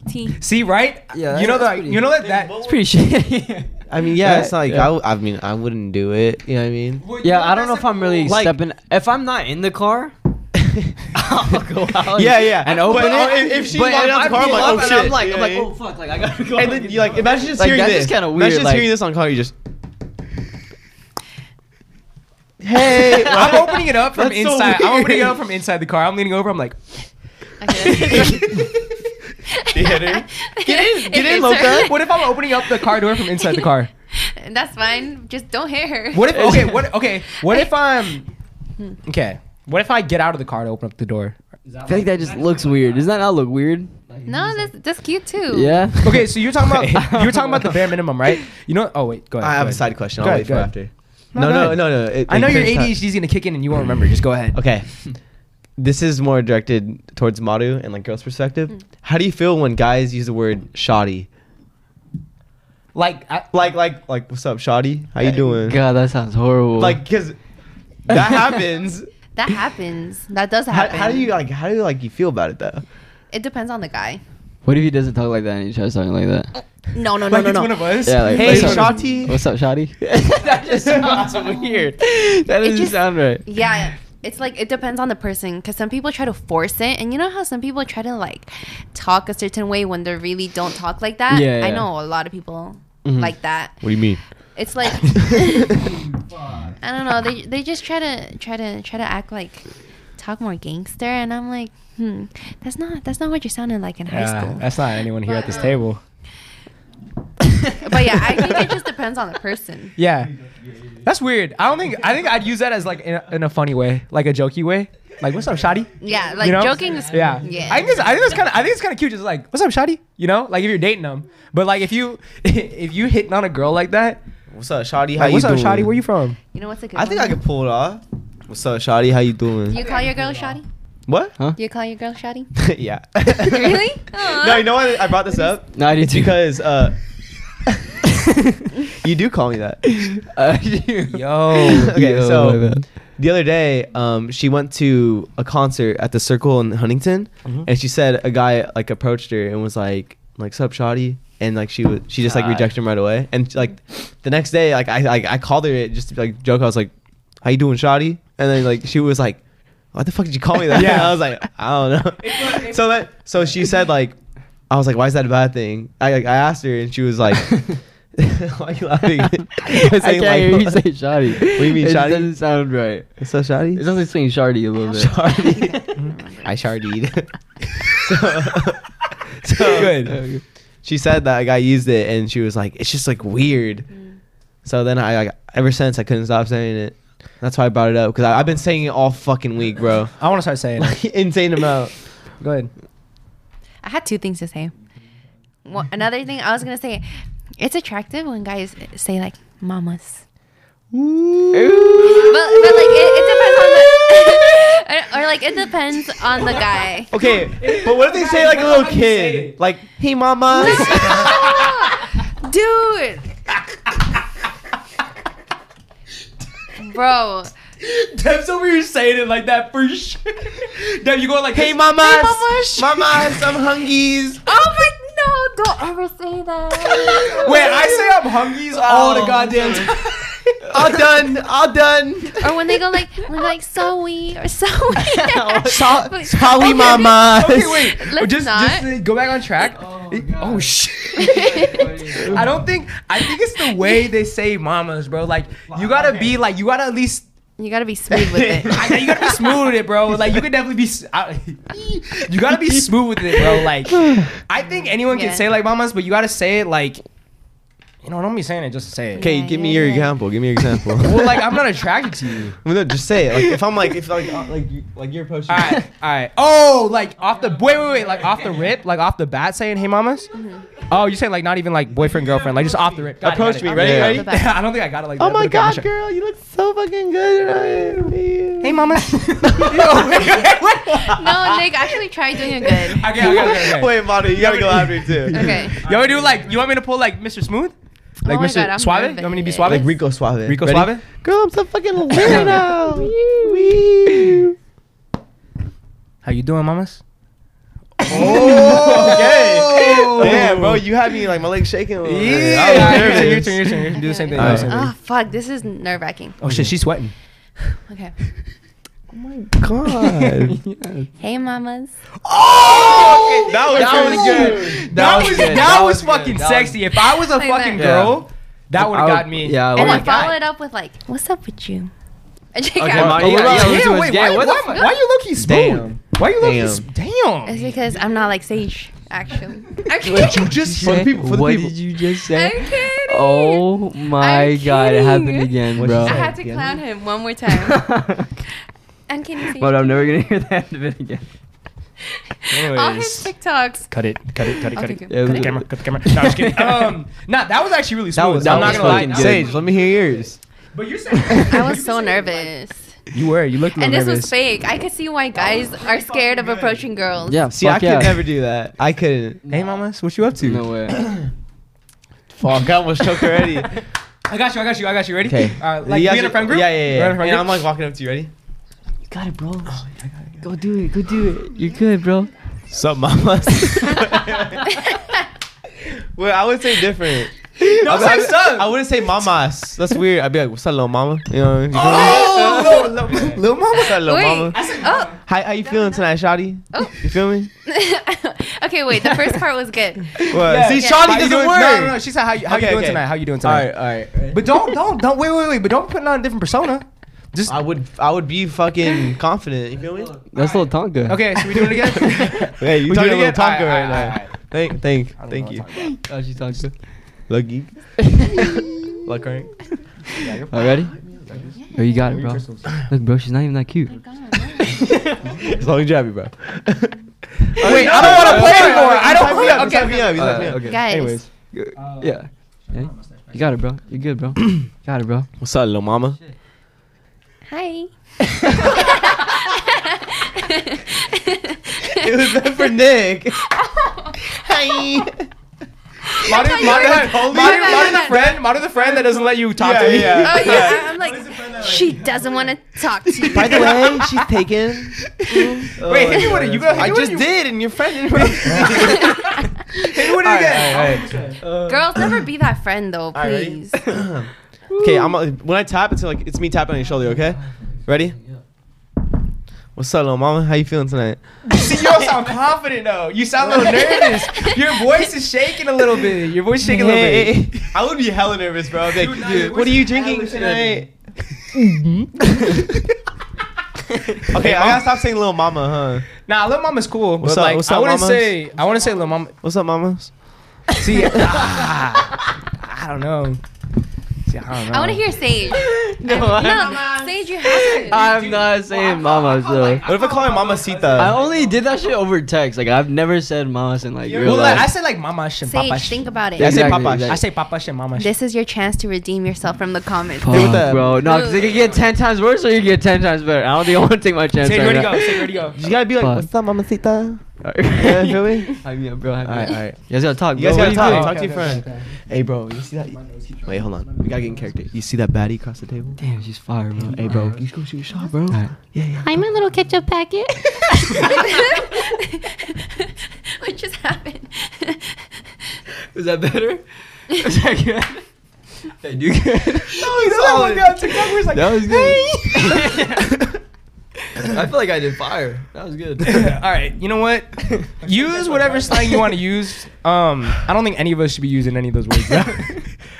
Speaker 1: T.
Speaker 2: See, right?
Speaker 4: Yeah,
Speaker 2: you know
Speaker 4: that's
Speaker 2: that
Speaker 4: pretty-
Speaker 2: you know that that.
Speaker 4: It's pretty shitty.
Speaker 3: <laughs> I mean, yeah,
Speaker 4: Right,
Speaker 3: it's not like
Speaker 4: yeah.
Speaker 3: I, w- I mean, I wouldn't do it. You know what I mean?
Speaker 4: yeah, I don't know if I'm really
Speaker 3: Like-
Speaker 4: stepping. If I'm not in the
Speaker 3: <laughs>
Speaker 4: car, I'll go out.
Speaker 3: Yeah, yeah.
Speaker 4: And open
Speaker 3: But,
Speaker 4: it.
Speaker 3: oh, if- if she's
Speaker 4: but
Speaker 3: locked out the
Speaker 4: I
Speaker 3: car, I'm
Speaker 4: pull
Speaker 3: like,
Speaker 4: up
Speaker 3: oh,
Speaker 4: and I'm
Speaker 3: shit.
Speaker 4: like,
Speaker 3: Yeah,
Speaker 4: I'm like,
Speaker 3: yeah.
Speaker 4: oh fuck, like I gotta go.
Speaker 3: And then you like imagine just
Speaker 4: Like,
Speaker 3: hearing
Speaker 4: that's
Speaker 3: this.
Speaker 4: just kinda weird,
Speaker 3: Imagine just
Speaker 4: like-
Speaker 3: hearing this on car. You <laughs> just.
Speaker 4: <laughs>
Speaker 3: Hey,
Speaker 2: I'm opening it up from
Speaker 3: That's so
Speaker 2: inside. I'm opening it
Speaker 3: weird.
Speaker 2: up from inside the car. I'm leaning over. I'm like,
Speaker 1: Okay.
Speaker 3: Theater.
Speaker 1: get in, <laughs>
Speaker 3: get in, Loka.
Speaker 2: what if I'm opening up the car door from inside the car?
Speaker 1: That's fine. Just don't hit her.
Speaker 2: What if okay, what okay, what if I'm
Speaker 1: Hmm.
Speaker 2: okay? What if I get out of the car to open up the door?
Speaker 4: I feel like that just looks weird. Does that not look weird?
Speaker 1: No, that's that's cute too.
Speaker 3: <laughs>
Speaker 4: Yeah.
Speaker 2: Okay, so you're talking about <laughs> you're talking about the bare minimum, right? You know? Oh wait, go ahead.
Speaker 3: I
Speaker 2: go
Speaker 3: have a
Speaker 2: ahead.
Speaker 3: side question.
Speaker 2: Go
Speaker 3: I'll
Speaker 2: ahead,
Speaker 3: wait
Speaker 2: go
Speaker 3: for
Speaker 2: ahead.
Speaker 3: after.
Speaker 2: No,
Speaker 3: No,
Speaker 2: go
Speaker 3: no,
Speaker 2: ahead.
Speaker 3: no, no. it-
Speaker 2: I
Speaker 3: it
Speaker 2: know your
Speaker 3: finished
Speaker 2: ADHD is gonna kick in and you won't remember. Just go ahead.
Speaker 3: Okay. <laughs> This is more directed towards Madu and like girls' perspective. How do you feel when guys use the word shoddy?
Speaker 2: Like, I,
Speaker 3: Like, like, like, what's up, shoddy? How you
Speaker 4: <laughs>
Speaker 3: doing?
Speaker 4: God, that sounds horrible.
Speaker 3: Like, cause <laughs> that happens.
Speaker 1: That happens. That does
Speaker 3: How,
Speaker 1: happen.
Speaker 3: how do you like? How do you like? You feel about it though?
Speaker 1: It depends on the guy.
Speaker 4: what if he doesn't talk like that and he tries talking like that?
Speaker 1: No, no, no,
Speaker 2: like
Speaker 1: no,
Speaker 2: it's
Speaker 1: no.
Speaker 2: one of us.
Speaker 4: Yeah, like,
Speaker 3: Hey,
Speaker 4: what's up-
Speaker 3: shoddy.
Speaker 4: What's up, Shoddy?
Speaker 3: <laughs>
Speaker 4: <laughs> that just sounds weird. That doesn't
Speaker 1: just-
Speaker 4: sound right.
Speaker 1: Yeah, it's like it depends on the person because some people try to force it, and you know how some people try to like talk a certain way when they really don't talk like that.
Speaker 4: Yeah,
Speaker 1: I
Speaker 4: yeah.
Speaker 1: know a lot of people
Speaker 2: Mm-hmm.
Speaker 1: like that.
Speaker 3: What do you mean?
Speaker 1: It's
Speaker 2: <laughs>
Speaker 1: like I don't know. They they just try to try to try to act like talk more gangster, and I'm like, hmm, that's not that's not what you're sounding like in high school.
Speaker 2: that's not anyone here at this table.
Speaker 1: But yeah, I think
Speaker 2: <laughs>
Speaker 1: it just depends on the person.
Speaker 2: Yeah, that's weird. I don't think I think I'd use that as like in a, in a funny way, like a jokey way. Like, what's up, shoddy?
Speaker 1: Yeah, like
Speaker 2: You know?
Speaker 1: joking is
Speaker 2: Yeah.
Speaker 1: yeah.
Speaker 2: I think it's, I think it's kind of I think it's kind of cute. Just like, what's up, shotty? You know, like if you're dating them, but like if you <laughs> if you hitting on a girl like that,
Speaker 3: What's up, shoddy? How
Speaker 2: like,
Speaker 3: you
Speaker 2: what's up,
Speaker 3: doing?
Speaker 2: shotty? Where you from?
Speaker 1: you know what's a good?
Speaker 3: I think
Speaker 1: one?
Speaker 3: I could pull it off. What's up, shoddy? How you doing?
Speaker 1: Do you call your girl shoddy?
Speaker 3: what?
Speaker 1: Do you call your girl shoddy?
Speaker 3: <laughs> yeah. <laughs>
Speaker 1: Really? Aw.
Speaker 3: no, you know what? I brought this
Speaker 4: <laughs>
Speaker 3: up
Speaker 4: No, I did too.
Speaker 3: because uh, <laughs> you do call
Speaker 4: <laughs>
Speaker 3: me that.
Speaker 4: Uh, you-
Speaker 2: Yo.
Speaker 3: <laughs> Okay,
Speaker 4: Yo,
Speaker 3: so-
Speaker 4: my bad.
Speaker 3: The other day, um, she went to a concert at the Circle in Huntington,
Speaker 4: Mm-hmm.
Speaker 2: Mhm.
Speaker 3: and she said a guy like approached her and was like, "Like, sup, shawty?" And like she was, she just like
Speaker 2: God.
Speaker 3: rejected him right away. And like the next day, like I like I called her it just to, like joke. I was like, "How you doing, shawty?" And then like she was like, "Why the fuck did you call me that?"
Speaker 2: Yeah.
Speaker 3: And <laughs> I was like, "I don't know." so that so she said like, I was like, "Why is that a bad thing?" I like, I asked her, and she was like. <laughs> <laughs> Why are you laughing? <laughs>
Speaker 4: <laughs> I
Speaker 3: was saying,
Speaker 4: can't hear
Speaker 3: like- <laughs>
Speaker 4: you say shoddy. What
Speaker 3: do you mean,
Speaker 4: it
Speaker 3: shoddy?
Speaker 4: It doesn't sound right.
Speaker 3: It's so shoddy.
Speaker 4: It sounds like saying shardy a little bit.
Speaker 3: <laughs>
Speaker 1: <laughs>
Speaker 4: <laughs>
Speaker 3: Shardy. I shardied. <laughs> so, so
Speaker 2: Good.
Speaker 3: She said that like, I used it, and she was like, "It's just like weird."
Speaker 1: Mm.
Speaker 3: So then I, like, ever since I couldn't stop saying it. That's why I brought it up because I've been saying it all fucking week, bro. <laughs>
Speaker 2: I want to start saying <laughs> it.
Speaker 3: Like insane amount.
Speaker 2: Go ahead.
Speaker 1: I had two things to say. One, another thing I was gonna say, it's attractive when guys say like mamas. But, but like it, it depends on the <laughs> or, or, like it depends on the guy.
Speaker 3: <laughs> Okay, but what if they say like a little kid, like, "Hey, mama."
Speaker 1: <laughs> <laughs> Dude. Bro.
Speaker 2: Dev's over here saying it like that for sure. <laughs> Dev, you going like,
Speaker 3: <laughs> Hey, mamas, mamas, I'm hungies.
Speaker 1: Oh my no, don't ever say that.
Speaker 2: Wait, Oh. I say I'm hungry all
Speaker 1: Oh,
Speaker 2: the goddamn time. <laughs>
Speaker 3: All done, all done.
Speaker 1: Or when they go like when they're like soey or <laughs>
Speaker 2: <laughs>
Speaker 3: <laughs>
Speaker 1: soey.
Speaker 3: So-
Speaker 1: Wait.
Speaker 3: Sorry,
Speaker 1: Okay,
Speaker 3: mamas.
Speaker 2: Okay, wait.
Speaker 1: Let's
Speaker 2: just,
Speaker 1: not.
Speaker 2: just uh, go back on track. Oh, shit. <laughs> I don't think. I think it's the way they say mamas, bro. Like you gotta be like you gotta at least.
Speaker 1: <laughs> you gotta be smooth with it.
Speaker 2: <laughs> I, you gotta be smooth with it, bro. Like you could definitely be. s- I- <laughs> you gotta be smooth with it,
Speaker 1: <sighs>
Speaker 2: bro. Like I think anyone
Speaker 1: Yeah.
Speaker 2: can say like mamas, but you gotta say it like. You know, don't be saying it just to say it.
Speaker 3: Okay,
Speaker 1: Yeah,
Speaker 3: give
Speaker 1: yeah,
Speaker 3: me your
Speaker 1: yeah.
Speaker 3: example. Give me your
Speaker 2: <laughs>
Speaker 3: example.
Speaker 2: Well, like I'm not attracted to you.
Speaker 3: Well, <laughs> no, just say it. Like if I'm like if like uh, like you, like you're approaching.
Speaker 2: All right, all right. Oh, like off the wait, wait, wait, like off the rip, like off the bat, saying "Hey, mamas." Oh, you saying like not even like boyfriend, girlfriend, like just off the rip. Got it,
Speaker 3: Mm-hmm. Approach
Speaker 2: got it.
Speaker 3: me, ready,
Speaker 1: Yeah.
Speaker 3: ready.
Speaker 1: Off the bat.
Speaker 2: <laughs> I don't think I got it like.
Speaker 3: <laughs> Oh
Speaker 2: that,
Speaker 3: my
Speaker 2: but got
Speaker 3: god,
Speaker 2: it.
Speaker 3: girl, you look so fucking good. right?
Speaker 2: Hey,
Speaker 3: <laughs>
Speaker 2: mamas. Yo, <laughs> wait, wait, wait.
Speaker 1: <laughs> No, Nick, actually try doing it good.
Speaker 2: Okay, okay, okay, okay.
Speaker 3: Wait, Monty, you gotta go after me
Speaker 1: <laughs>
Speaker 3: too.
Speaker 1: Okay. Oh
Speaker 2: You want me to do like? You want me to pull like Mr. Smooth? Like
Speaker 1: my
Speaker 2: Mr.
Speaker 1: God, I'm
Speaker 2: Suave? You want me to be
Speaker 1: nervous.
Speaker 2: Suave?
Speaker 3: Like Rico Suave.
Speaker 2: Rico
Speaker 3: Ready?
Speaker 2: Suave?
Speaker 3: Girl, I'm so fucking
Speaker 2: <laughs>
Speaker 3: lit now. Wee, wee.
Speaker 2: How you doing, mamas? Oh, <laughs>
Speaker 3: Oh, <laughs> Okay. Damn, bro, you had me like my legs shaking. a little bit. I was
Speaker 2: Yeah. Your turn, your
Speaker 3: nervous.
Speaker 2: turn, your turn. Your turn. Do the same thing.
Speaker 3: All
Speaker 2: do the
Speaker 3: right.
Speaker 2: same thing.
Speaker 1: Oh fuck, this is nerve wracking.
Speaker 2: Oh shit, she's sweating.
Speaker 1: Okay.
Speaker 2: <laughs>
Speaker 3: God.
Speaker 1: Hey mamas.
Speaker 2: Oh,
Speaker 3: That was
Speaker 2: that was
Speaker 3: pretty good.
Speaker 2: good. That was
Speaker 4: good.
Speaker 2: that,
Speaker 4: That
Speaker 2: was,
Speaker 4: was good.
Speaker 2: fucking
Speaker 4: That was-
Speaker 2: sexy. If I was a
Speaker 1: Like
Speaker 2: fucking
Speaker 1: that.
Speaker 2: girl,
Speaker 4: I
Speaker 2: that would have
Speaker 4: would-
Speaker 2: got me.
Speaker 4: yeah, I
Speaker 2: Oh
Speaker 4: would've-
Speaker 1: and
Speaker 2: my
Speaker 1: then follow
Speaker 2: God.
Speaker 1: it up with like, what's up with you? And check
Speaker 4: Okay,
Speaker 1: out.
Speaker 4: Monty,
Speaker 3: Oh,
Speaker 4: you
Speaker 3: yeah,
Speaker 4: got- you
Speaker 3: yeah,
Speaker 4: got-
Speaker 2: wait,
Speaker 4: yeah,
Speaker 2: why,
Speaker 4: what the
Speaker 2: why, why you looking smooth?
Speaker 3: Damn.
Speaker 2: Why you looking
Speaker 3: Damn.
Speaker 2: s- damn?
Speaker 1: It's because I'm not like Sage, actually. <laughs> I'm
Speaker 4: What you
Speaker 2: <laughs>
Speaker 1: kidding.
Speaker 4: just
Speaker 3: For the
Speaker 4: said?
Speaker 3: people, for the
Speaker 4: what
Speaker 3: people.
Speaker 4: did you just
Speaker 1: I'm
Speaker 4: say?
Speaker 1: kidding.
Speaker 4: Oh my
Speaker 1: I'm
Speaker 4: god, it happened
Speaker 1: kidding.
Speaker 4: again,
Speaker 3: What'd
Speaker 4: bro.
Speaker 3: she
Speaker 1: I
Speaker 3: say?
Speaker 1: had to clown him one more time.
Speaker 2: <laughs>
Speaker 1: and can you see?
Speaker 4: <laughs> but I'm
Speaker 1: <laughs>
Speaker 2: um,
Speaker 4: never gonna hear that <laughs> of it again.
Speaker 1: all his TikToks.
Speaker 2: Cut it, cut it, cut it, cut
Speaker 1: Okay,
Speaker 2: it.
Speaker 1: good.
Speaker 4: Yeah,
Speaker 2: Cut the camera, cut the camera. No, I'm just
Speaker 3: <laughs>
Speaker 2: kidding. Um, nah, that was actually really smooth.
Speaker 4: was-
Speaker 2: I'm
Speaker 4: that
Speaker 2: not
Speaker 4: was
Speaker 2: gonna lie.
Speaker 4: fucking
Speaker 2: That
Speaker 4: good.
Speaker 3: Sage, let me hear yours.
Speaker 2: was- But you're saying
Speaker 1: I was <laughs> so nervous.
Speaker 2: You were. You looked a
Speaker 1: And
Speaker 2: little
Speaker 1: this was
Speaker 2: nervous.
Speaker 1: fake. I could see why guys
Speaker 3: Oh,
Speaker 1: are scared of approaching girls.
Speaker 4: Yeah,
Speaker 3: See, I
Speaker 4: fuck
Speaker 3: could
Speaker 4: yeah.
Speaker 3: never do that. I couldn't.
Speaker 2: <laughs> Hey, mamas, what you up to?
Speaker 4: No way.
Speaker 3: Fuck, I almost
Speaker 2: <laughs>
Speaker 3: choked already.
Speaker 2: I got you. I got you. I got you. Ready?
Speaker 4: Okay.
Speaker 2: All right. Like we
Speaker 3: You guys
Speaker 2: in a
Speaker 3: are-
Speaker 2: friend group.
Speaker 3: Yeah, yeah,
Speaker 2: We're
Speaker 3: yeah.
Speaker 2: in a friend
Speaker 3: And
Speaker 2: group?
Speaker 3: I'm like walking up to you. Ready?
Speaker 4: Got it, bro. Go do it. Go do it. You're good, bro.
Speaker 2: <laughs>
Speaker 3: Sup, mama? <laughs> well, I would say different.
Speaker 2: Don't
Speaker 3: I,
Speaker 2: say
Speaker 3: would-
Speaker 2: suck.
Speaker 3: I wouldn't say mamas. That's weird. I'd be like, what's up, little mama? You know, you
Speaker 2: Oh,
Speaker 3: feel me? <laughs> little, mama. What's up, little
Speaker 1: Wait.
Speaker 3: mama?
Speaker 1: Oh.
Speaker 3: How, how you feeling tonight, Shotty?
Speaker 1: Oh.
Speaker 3: You feel me?
Speaker 1: <laughs> okay, wait. The first part was good.
Speaker 3: <laughs> What?
Speaker 2: Yeah.
Speaker 3: See,
Speaker 1: Yeah.
Speaker 3: Shotty
Speaker 2: How you
Speaker 3: doesn't
Speaker 2: doing-
Speaker 3: work.
Speaker 2: No, no, no. She said, "How you, how
Speaker 3: Okay,
Speaker 2: you doing
Speaker 3: okay.
Speaker 2: tonight? How you doing
Speaker 3: All
Speaker 2: tonight?"
Speaker 3: right, all right. all right.
Speaker 2: But don't, don't, don't. Wait, wait, wait. But don't put on a different persona. Just
Speaker 3: I would, I would be fucking confident. You feel me?
Speaker 4: That's little Tonka.
Speaker 2: okay. Should we do it again?
Speaker 3: Hey, you
Speaker 2: We
Speaker 3: talking
Speaker 2: doing
Speaker 3: a little
Speaker 2: it? All right, all right,
Speaker 3: Tonka right
Speaker 2: all right,
Speaker 3: now?
Speaker 2: all right.
Speaker 3: Thank, thank,
Speaker 2: I don't
Speaker 3: thank
Speaker 2: know
Speaker 3: you.
Speaker 2: what I'm talking about.
Speaker 4: Oh, she's Tonka.
Speaker 3: Lucky. Luck <laughs> right?
Speaker 4: All ready? Oh, you got it, bro. Look, bro, she's not even that cute.
Speaker 3: As long as you <laughs> happy, bro.
Speaker 2: Wait, I don't want to play
Speaker 3: Wait, wait,
Speaker 2: anymore.
Speaker 3: wait,
Speaker 2: I
Speaker 3: he's hyping me
Speaker 2: don't.
Speaker 3: up,
Speaker 2: Okay.
Speaker 3: he's hyping me up, he's hyping me
Speaker 4: Uh,
Speaker 3: up.
Speaker 4: okay.
Speaker 1: Guys.
Speaker 3: Anyways.
Speaker 4: Yeah. Hey, You got it, bro. You're good, <coughs> bro. got it, bro.
Speaker 3: What's up, little mama?
Speaker 1: <laughs> Hi. <laughs> <laughs>
Speaker 3: it was meant for Nick. Hi.
Speaker 2: Modern,
Speaker 1: thought you
Speaker 2: modern,
Speaker 1: were-
Speaker 2: modern, modern,
Speaker 1: No, no, no,
Speaker 2: modern
Speaker 1: no.
Speaker 2: the friend, modern the friend that doesn't let you talk to me.
Speaker 3: yeah.
Speaker 1: Oh yeah, I- I'm like, she doesn't want to talk to you. <laughs>
Speaker 3: By the way, she's taken.
Speaker 2: Wait,
Speaker 3: Oh,
Speaker 2: hit me with it. You go.
Speaker 3: I just did, and your
Speaker 2: <laughs>
Speaker 3: friend didn't.
Speaker 2: Hit me with it again.
Speaker 1: girls, never be that friend though,
Speaker 3: right, ready? <laughs>
Speaker 1: please.
Speaker 3: Okay, I'm when I tap, it's like it's me tapping on your shoulder. Okay, ready? What's up, little mama? How you feeling tonight?
Speaker 2: See, you don't sound confident though. You sound
Speaker 3: <laughs>
Speaker 2: a little nervous. Your voice is shaking a little bit. Your voice is shaking a little bit.
Speaker 3: Hey. I would be hella nervous, bro. I'd be like,
Speaker 2: Dude, your
Speaker 3: what
Speaker 2: voice
Speaker 3: are you
Speaker 2: is hella
Speaker 3: drinking tonight? Mm-hmm.
Speaker 2: shaking.
Speaker 3: <laughs> okay, I gotta stop saying little mama, huh?
Speaker 2: Nah, Lil Mama's cool,
Speaker 3: What's
Speaker 2: but
Speaker 3: up-
Speaker 2: like
Speaker 3: what's
Speaker 2: I
Speaker 3: up,
Speaker 2: wouldn't
Speaker 3: mamas?
Speaker 2: say I wouldn't say Lil Mama. <laughs>
Speaker 3: What's up, mamas?
Speaker 2: See, ah, I don't know. See, I don't know.
Speaker 1: I want to hear Sage.
Speaker 4: No,
Speaker 1: No, Sage, you have to.
Speaker 4: I'm not saying mama, so.
Speaker 3: What if I call her Mama
Speaker 4: I
Speaker 3: Sita?
Speaker 4: only did that shit over text. Like I've never said mamas in like real
Speaker 2: Well, like, I
Speaker 4: life.
Speaker 2: say like Mama sh and Papa
Speaker 1: Sage,
Speaker 2: sh.
Speaker 1: think about
Speaker 3: I
Speaker 1: it.
Speaker 3: say
Speaker 4: Exactly,
Speaker 3: Papa.
Speaker 4: exactly.
Speaker 3: sh-
Speaker 2: I say Papa sh and Mama sh.
Speaker 1: This is your chance to redeem yourself from the comments.
Speaker 3: Fuck. with that.
Speaker 4: bro. No, because it could get ten times worse or you get ten times better. I don't think I want to take my chance.
Speaker 2: Sage,
Speaker 4: right
Speaker 2: where to
Speaker 4: now.
Speaker 2: go? Sage, where to go?
Speaker 3: You gotta be like,
Speaker 4: Fuck.
Speaker 3: what's up, Mama Sita? <laughs> Yeah,
Speaker 4: <laughs> Alright.
Speaker 3: feel <laughs> me?
Speaker 4: Hype me up, bro. Hype me
Speaker 3: Alright,
Speaker 4: up.
Speaker 3: alright.
Speaker 4: <laughs> You guys gotta talk.
Speaker 3: You guys
Speaker 4: bro.
Speaker 3: gotta
Speaker 4: What are
Speaker 3: talk.
Speaker 4: doing?
Speaker 3: Talk to your friend. Hey, bro, you see that? Wait, hold on. We gotta get in character. You see that baddie across the table?
Speaker 4: Damn, she's fire, bro.
Speaker 3: Hey, bro, you just go shoot a shot, bro.
Speaker 4: Alright.
Speaker 3: Yeah, yeah.
Speaker 5: I'm a little ketchup packet.
Speaker 1: <laughs> what just happened?
Speaker 4: Is
Speaker 2: <laughs>
Speaker 4: that better? Is that good? That do good.
Speaker 2: Oh, yeah, TikTok was like,
Speaker 4: That was good. <laughs> I feel like I did fire. That was good.
Speaker 2: <laughs> All right, you know
Speaker 4: <laughs>
Speaker 2: what? Use whatever slang you want to use. Um, I don't think any of us should be using any of those words.
Speaker 4: <laughs>
Speaker 2: bro.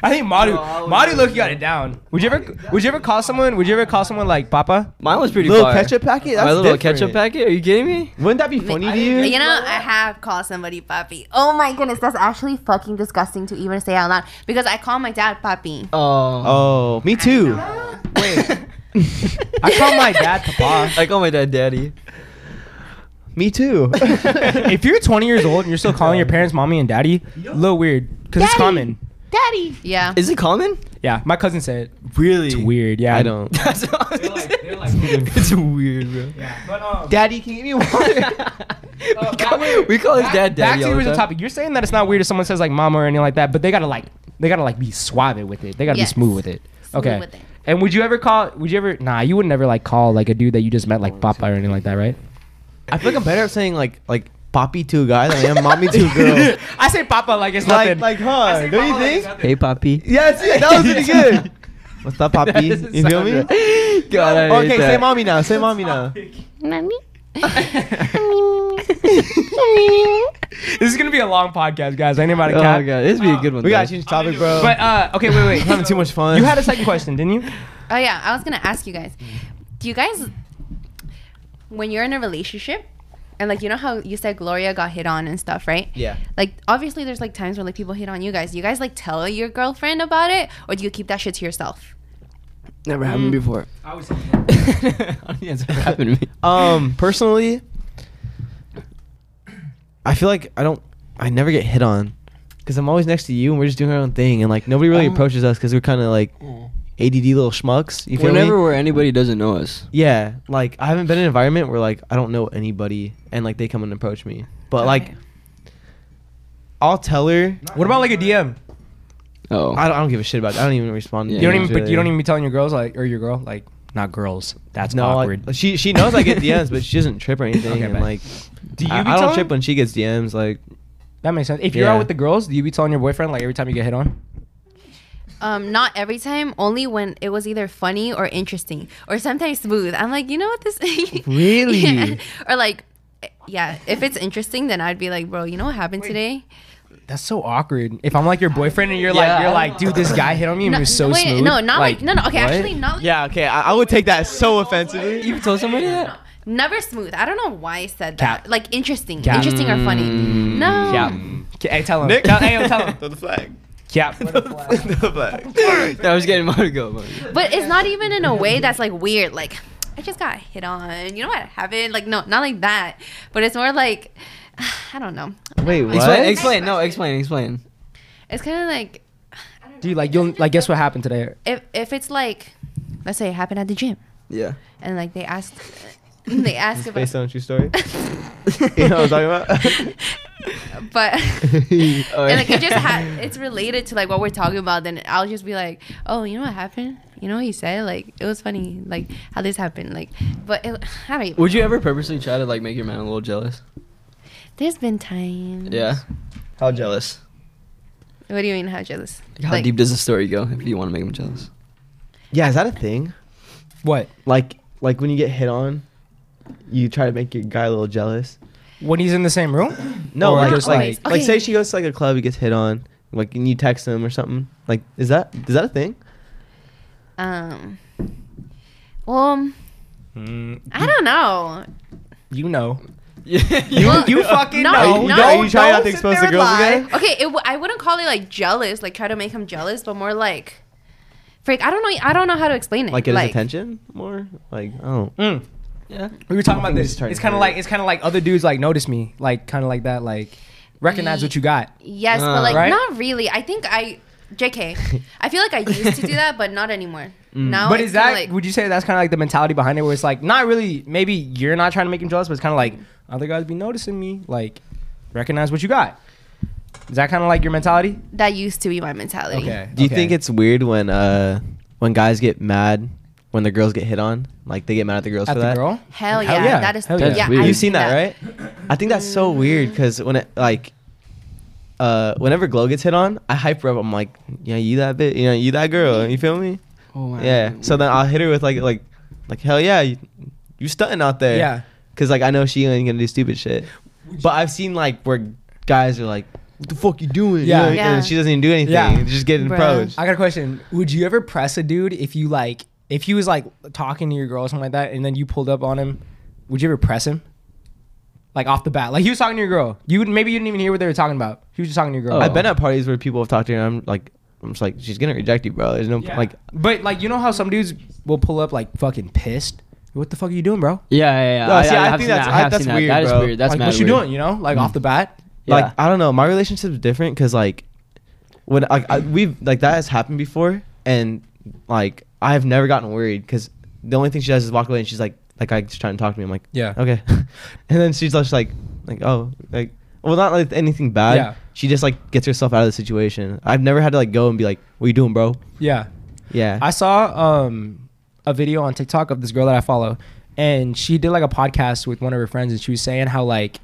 Speaker 2: I think Madu,
Speaker 4: No, I would-
Speaker 2: Madu, look, you got it down. Would you ever, would you ever call someone? Would you ever call someone like Papa?
Speaker 4: Mine was pretty
Speaker 3: Little
Speaker 4: fire.
Speaker 3: ketchup packet? That's
Speaker 4: My little
Speaker 3: different.
Speaker 4: ketchup packet? Are you kidding me?
Speaker 3: Wouldn't that be funny to you?
Speaker 1: You know, I have called somebody papi. Oh my goodness, that's actually fucking disgusting to even say out loud because I call my dad papi.
Speaker 4: Oh.
Speaker 3: Oh, me too. <laughs>
Speaker 2: I call my dad Papa.
Speaker 4: I call my dad daddy.
Speaker 3: Me <laughs> too.
Speaker 2: <laughs> if you're 20 years old and you're still calling your parents mommy and daddy, a little weird because it's
Speaker 5: Daddy.
Speaker 2: common.
Speaker 5: Daddy.
Speaker 1: Yeah.
Speaker 4: Is it common?
Speaker 2: Yeah, my cousin said it.
Speaker 3: really?
Speaker 2: weird. Yeah,
Speaker 3: I <laughs> don't.
Speaker 4: That's what I was
Speaker 3: <laughs>
Speaker 4: saying. It's weird, bro.
Speaker 2: But, um,
Speaker 3: Daddy, can you give me <laughs> water?
Speaker 4: we, call, we call his dad
Speaker 2: back
Speaker 4: daddy.
Speaker 2: to the
Speaker 4: all the
Speaker 2: original
Speaker 4: time.
Speaker 2: topic. You're saying that it's not weird if someone says like mama or anything like that, but they gotta like they gotta like be suave with it. They gotta
Speaker 1: Yes.
Speaker 2: be smooth with it. okay.
Speaker 1: with it.
Speaker 2: And would you ever call? Would you ever? Nah, you would never like call like a dude that you just met like Papa or anything like that,
Speaker 3: <laughs>
Speaker 2: right?
Speaker 3: I feel like I'm better at saying like like poppy to a guy than I am mommy to <laughs> a girl.
Speaker 2: I say Papa like it's
Speaker 3: like
Speaker 2: nothing.
Speaker 3: like huh? Don't you think?
Speaker 4: Hey, Poppy. <laughs>
Speaker 3: <laughs> yeah, that's it. That
Speaker 2: <laughs>
Speaker 3: was pretty good. <laughs> What's up, poppy? You feel me? <laughs>
Speaker 4: God, I hate
Speaker 3: Okay,
Speaker 4: that.
Speaker 3: say mommy now. Say mommy now.
Speaker 5: Mommy.
Speaker 4: Oh,
Speaker 2: this is gonna be a long podcast, guys. I ain't about to
Speaker 4: Oh,
Speaker 2: cap.
Speaker 4: God. This would be a good one.
Speaker 3: We
Speaker 4: though.
Speaker 3: gotta change the topic, bro.
Speaker 2: But uh, okay,
Speaker 3: <laughs>
Speaker 2: wait, wait.
Speaker 3: I'm having
Speaker 2: <laughs>
Speaker 3: too much fun.
Speaker 2: you had a second question, didn't you?
Speaker 1: Oh yeah, I was gonna ask you guys. Do you guys, when you're in a relationship, and like you know how you said Gloria got hit on and stuff, right?
Speaker 3: <laughs> Yeah.
Speaker 2: <laughs>
Speaker 1: Like obviously, there's like times where like people hit on you guys. Do you guys like tell your girlfriend about it, or do you keep that shit to yourself?
Speaker 4: Never
Speaker 3: Mm.
Speaker 4: happened
Speaker 3: <laughs>
Speaker 4: before.
Speaker 2: I <laughs> was.
Speaker 4: it's never happened to me.
Speaker 3: Um, personally, I feel like I don't. I never get hit on because I'm always next to you, and we're just doing our own thing, and like nobody really approaches us because we're kind of like ADD little schmucks. You feel
Speaker 4: Whenever
Speaker 3: me?
Speaker 4: where anybody doesn't know us.
Speaker 3: Yeah, like I haven't been in an environment where like I don't know anybody, and like they come and approach me. But like, I'll tell her.
Speaker 2: What about like a DM?
Speaker 4: Oh.
Speaker 3: I don't, I don't give a shit about. That. I don't even respond. to
Speaker 4: Yeah.
Speaker 2: You don't
Speaker 3: DMs
Speaker 2: even. But
Speaker 3: really.
Speaker 2: you don't even be telling your girls like or your girl like not girls. That's
Speaker 3: No,
Speaker 2: awkward.
Speaker 3: like, she she knows I get DMs, but she doesn't <laughs> trip or anything.
Speaker 2: Okay,
Speaker 3: and,
Speaker 2: bet.
Speaker 3: like,
Speaker 2: do you?
Speaker 3: I,
Speaker 2: be
Speaker 3: I don't
Speaker 2: telling-
Speaker 3: trip when she gets DMs. Like,
Speaker 2: That makes sense. If you're
Speaker 3: Yeah.
Speaker 2: out with the girls, do you be telling your boyfriend like every time you get hit on?
Speaker 1: Um, not every time, only when it was either funny or interesting, or sometimes smooth. I'm like, you know what this? <laughs>
Speaker 3: Really?
Speaker 1: yeah. Or like, yeah, if it's interesting, then I'd be like, bro, you know what happened today?
Speaker 2: That's so awkward. If I'm like your boyfriend and you're
Speaker 4: Yeah,
Speaker 2: like you're
Speaker 4: I
Speaker 2: like, dude, this guy hit on me and he was so
Speaker 1: wait,
Speaker 2: smooth.
Speaker 1: no, not like, no, no. Okay,
Speaker 2: what?
Speaker 1: actually, not like
Speaker 3: yeah, okay, I, I would take that so offensively.
Speaker 4: You told somebody that?
Speaker 1: Never smooth. I don't know why I said that.
Speaker 2: Cap.
Speaker 1: Like interesting,
Speaker 2: Cap. Mm.
Speaker 1: interesting or funny. No.
Speaker 2: Yeah. Okay, Hey, tell him. Tell, hey, yo, tell him.
Speaker 3: <laughs> Throw the flag.
Speaker 2: Yeah.
Speaker 3: Throw the
Speaker 4: <laughs>
Speaker 3: flag.
Speaker 4: I was getting mine to go. Mine to go.
Speaker 1: But it's not even in a way that's like weird. Like I just got hit on. You know what happened? Like no, not like that. But it's more like <sighs> I don't know.
Speaker 3: Wait, what?
Speaker 4: Explain, explain. No, explain, explain.
Speaker 1: It's kind of like
Speaker 2: Dude, like you'll like guess what happened today?
Speaker 1: if if it's like let's say it happened at the gym
Speaker 4: Yeah.
Speaker 1: and like they asked <laughs> they asked about <laughs>
Speaker 3: <laughs> Based on a true story. you know what I'm talking about?
Speaker 1: <laughs>
Speaker 3: <laughs>
Speaker 4: <laughs>
Speaker 1: but
Speaker 4: Oh,
Speaker 1: and, like
Speaker 4: yeah.
Speaker 1: it just ha- it's related to like what we're talking about. Then I'll just be like, oh, you know what happened? You know what he said? Like it was funny, like how this happened. Like, but it, <sighs> I don't. Even,
Speaker 4: Would you ever purposely try to like make your man a little jealous?
Speaker 1: There's been times.
Speaker 4: Yeah. How jealous?
Speaker 1: What do you mean? How jealous?
Speaker 4: How
Speaker 1: Like-
Speaker 4: deep does the story go if you want to make him
Speaker 3: <laughs>
Speaker 4: jealous?
Speaker 3: Yeah, is that a thing?
Speaker 2: What?
Speaker 3: Like, like when you get hit on, you try to make your guy a little jealous.
Speaker 2: When he's in the same room?
Speaker 3: No,
Speaker 2: Or
Speaker 3: like,
Speaker 2: just
Speaker 3: like,
Speaker 1: always.
Speaker 3: like,
Speaker 1: Okay.
Speaker 3: say she goes to like a club, he gets hit on, like, and you text him or something. Like, is that is that a thing?
Speaker 1: Um. Well,
Speaker 2: Mm,
Speaker 1: I don't know.
Speaker 2: you know.
Speaker 4: you,
Speaker 3: <laughs>
Speaker 1: Well,
Speaker 2: you fucking
Speaker 1: no,
Speaker 2: know.
Speaker 1: no.
Speaker 3: Are you-
Speaker 1: Don't-
Speaker 3: are you trying not to
Speaker 2: sit
Speaker 3: expose
Speaker 2: there
Speaker 3: the girls
Speaker 2: and lie.
Speaker 3: again?
Speaker 1: Okay, it w- I wouldn't call it like jealous, like try to make him jealous, but more like, freak. I don't know. I don't know how to explain it.
Speaker 3: Like, get his attention more? Like, oh,
Speaker 2: Mm.
Speaker 4: Yeah.
Speaker 2: We were talking
Speaker 3: I
Speaker 2: about
Speaker 3: think we
Speaker 2: this.
Speaker 3: just tried
Speaker 2: It's
Speaker 3: to
Speaker 2: kind of
Speaker 3: figure
Speaker 2: like
Speaker 3: it
Speaker 2: it's kind of like other dudes like notice me, like kind of like that, like recognize
Speaker 1: Ye-
Speaker 2: what you got.
Speaker 1: Yes,
Speaker 4: Uh,
Speaker 1: but like
Speaker 2: Right?
Speaker 1: not really. I think I,
Speaker 3: <laughs>
Speaker 1: JK, I feel like I used to do that, but not anymore.
Speaker 3: Mm.
Speaker 1: Now,
Speaker 2: But
Speaker 1: it's
Speaker 2: is that
Speaker 1: kinda like,
Speaker 2: would you say that's kind of like the mentality behind it, where it's like not really maybe you're not trying to make him jealous, but it's kind of like other guys be noticing me, like recognize what you got. Is that kind of like your mentality?
Speaker 1: that used to be my mentality?
Speaker 3: do you think it's weird when uh when guys get mad when the girls get hit on? Like, they get mad at the girls
Speaker 2: at
Speaker 3: for
Speaker 2: the
Speaker 3: that.
Speaker 2: girl?
Speaker 1: Hell yeah,
Speaker 2: Hell yeah.
Speaker 1: that is
Speaker 2: Hell
Speaker 1: yeah.
Speaker 2: yeah.
Speaker 4: That's weird.
Speaker 1: I
Speaker 3: You've
Speaker 4: I've
Speaker 1: do
Speaker 3: seen that,
Speaker 1: that,
Speaker 3: right? I think that's so weird because when it like uh whenever Glow gets hit on, I hype her up. I'm like, yeah, you that bit, you know, you that girl. You feel me?
Speaker 4: Oh my
Speaker 3: Yeah. So then I'll hit her with like like like hell yeah, you, you stunting out there.
Speaker 2: Yeah.
Speaker 3: Cause like I know she ain't gonna do stupid shit. But I've seen like where guys are like, what the fuck you doing? You
Speaker 2: Yeah.
Speaker 3: know,
Speaker 1: Yeah.
Speaker 3: And she doesn't even do anything.
Speaker 2: Yeah.
Speaker 3: Yeah. Just getting
Speaker 1: Bruh.
Speaker 3: approached.
Speaker 2: I got a question. Would you ever press a dude if you like if he was like talking to your girl or something like that, and then you pulled up on him? Would you ever press him? Like off the bat, like he was talking to your girl. You would maybe you didn't even hear what they were talking about. He was just talking to your girl.
Speaker 4: Oh.
Speaker 3: I've been at parties where people have talked to her and I'm like I'm just like, she's gonna reject you, bro. There's no like
Speaker 2: but like you know how some dudes will pull up like fucking pissed. What the fuck are you doing, bro?
Speaker 4: Yeah, yeah, yeah.
Speaker 3: No, see, I
Speaker 4: have
Speaker 3: think
Speaker 4: seen
Speaker 3: that's-
Speaker 4: that.
Speaker 3: I-
Speaker 4: have
Speaker 3: that's
Speaker 4: seen
Speaker 3: weird,
Speaker 4: That, that
Speaker 3: bro.
Speaker 4: is weird. That's
Speaker 2: like
Speaker 4: mad
Speaker 2: what you
Speaker 4: weird. Mm.
Speaker 2: doing? You know, like off the bat.
Speaker 3: like i don't know my relationship's different because like when like I, we've like that has happened before and like i've never gotten worried because the only thing she does is walk away and she's like like i just trying to talk to me i'm like
Speaker 2: Yeah.
Speaker 3: okay <laughs> and then she's just like like oh like well not like anything bad
Speaker 2: Yeah.
Speaker 3: she just like gets herself out of the situation i've never had to like go and be like what you doing bro
Speaker 2: Yeah,
Speaker 3: yeah
Speaker 2: I saw um a video on TikTok of this girl that I follow, and she did like a podcast with one of her friends, and she was saying how like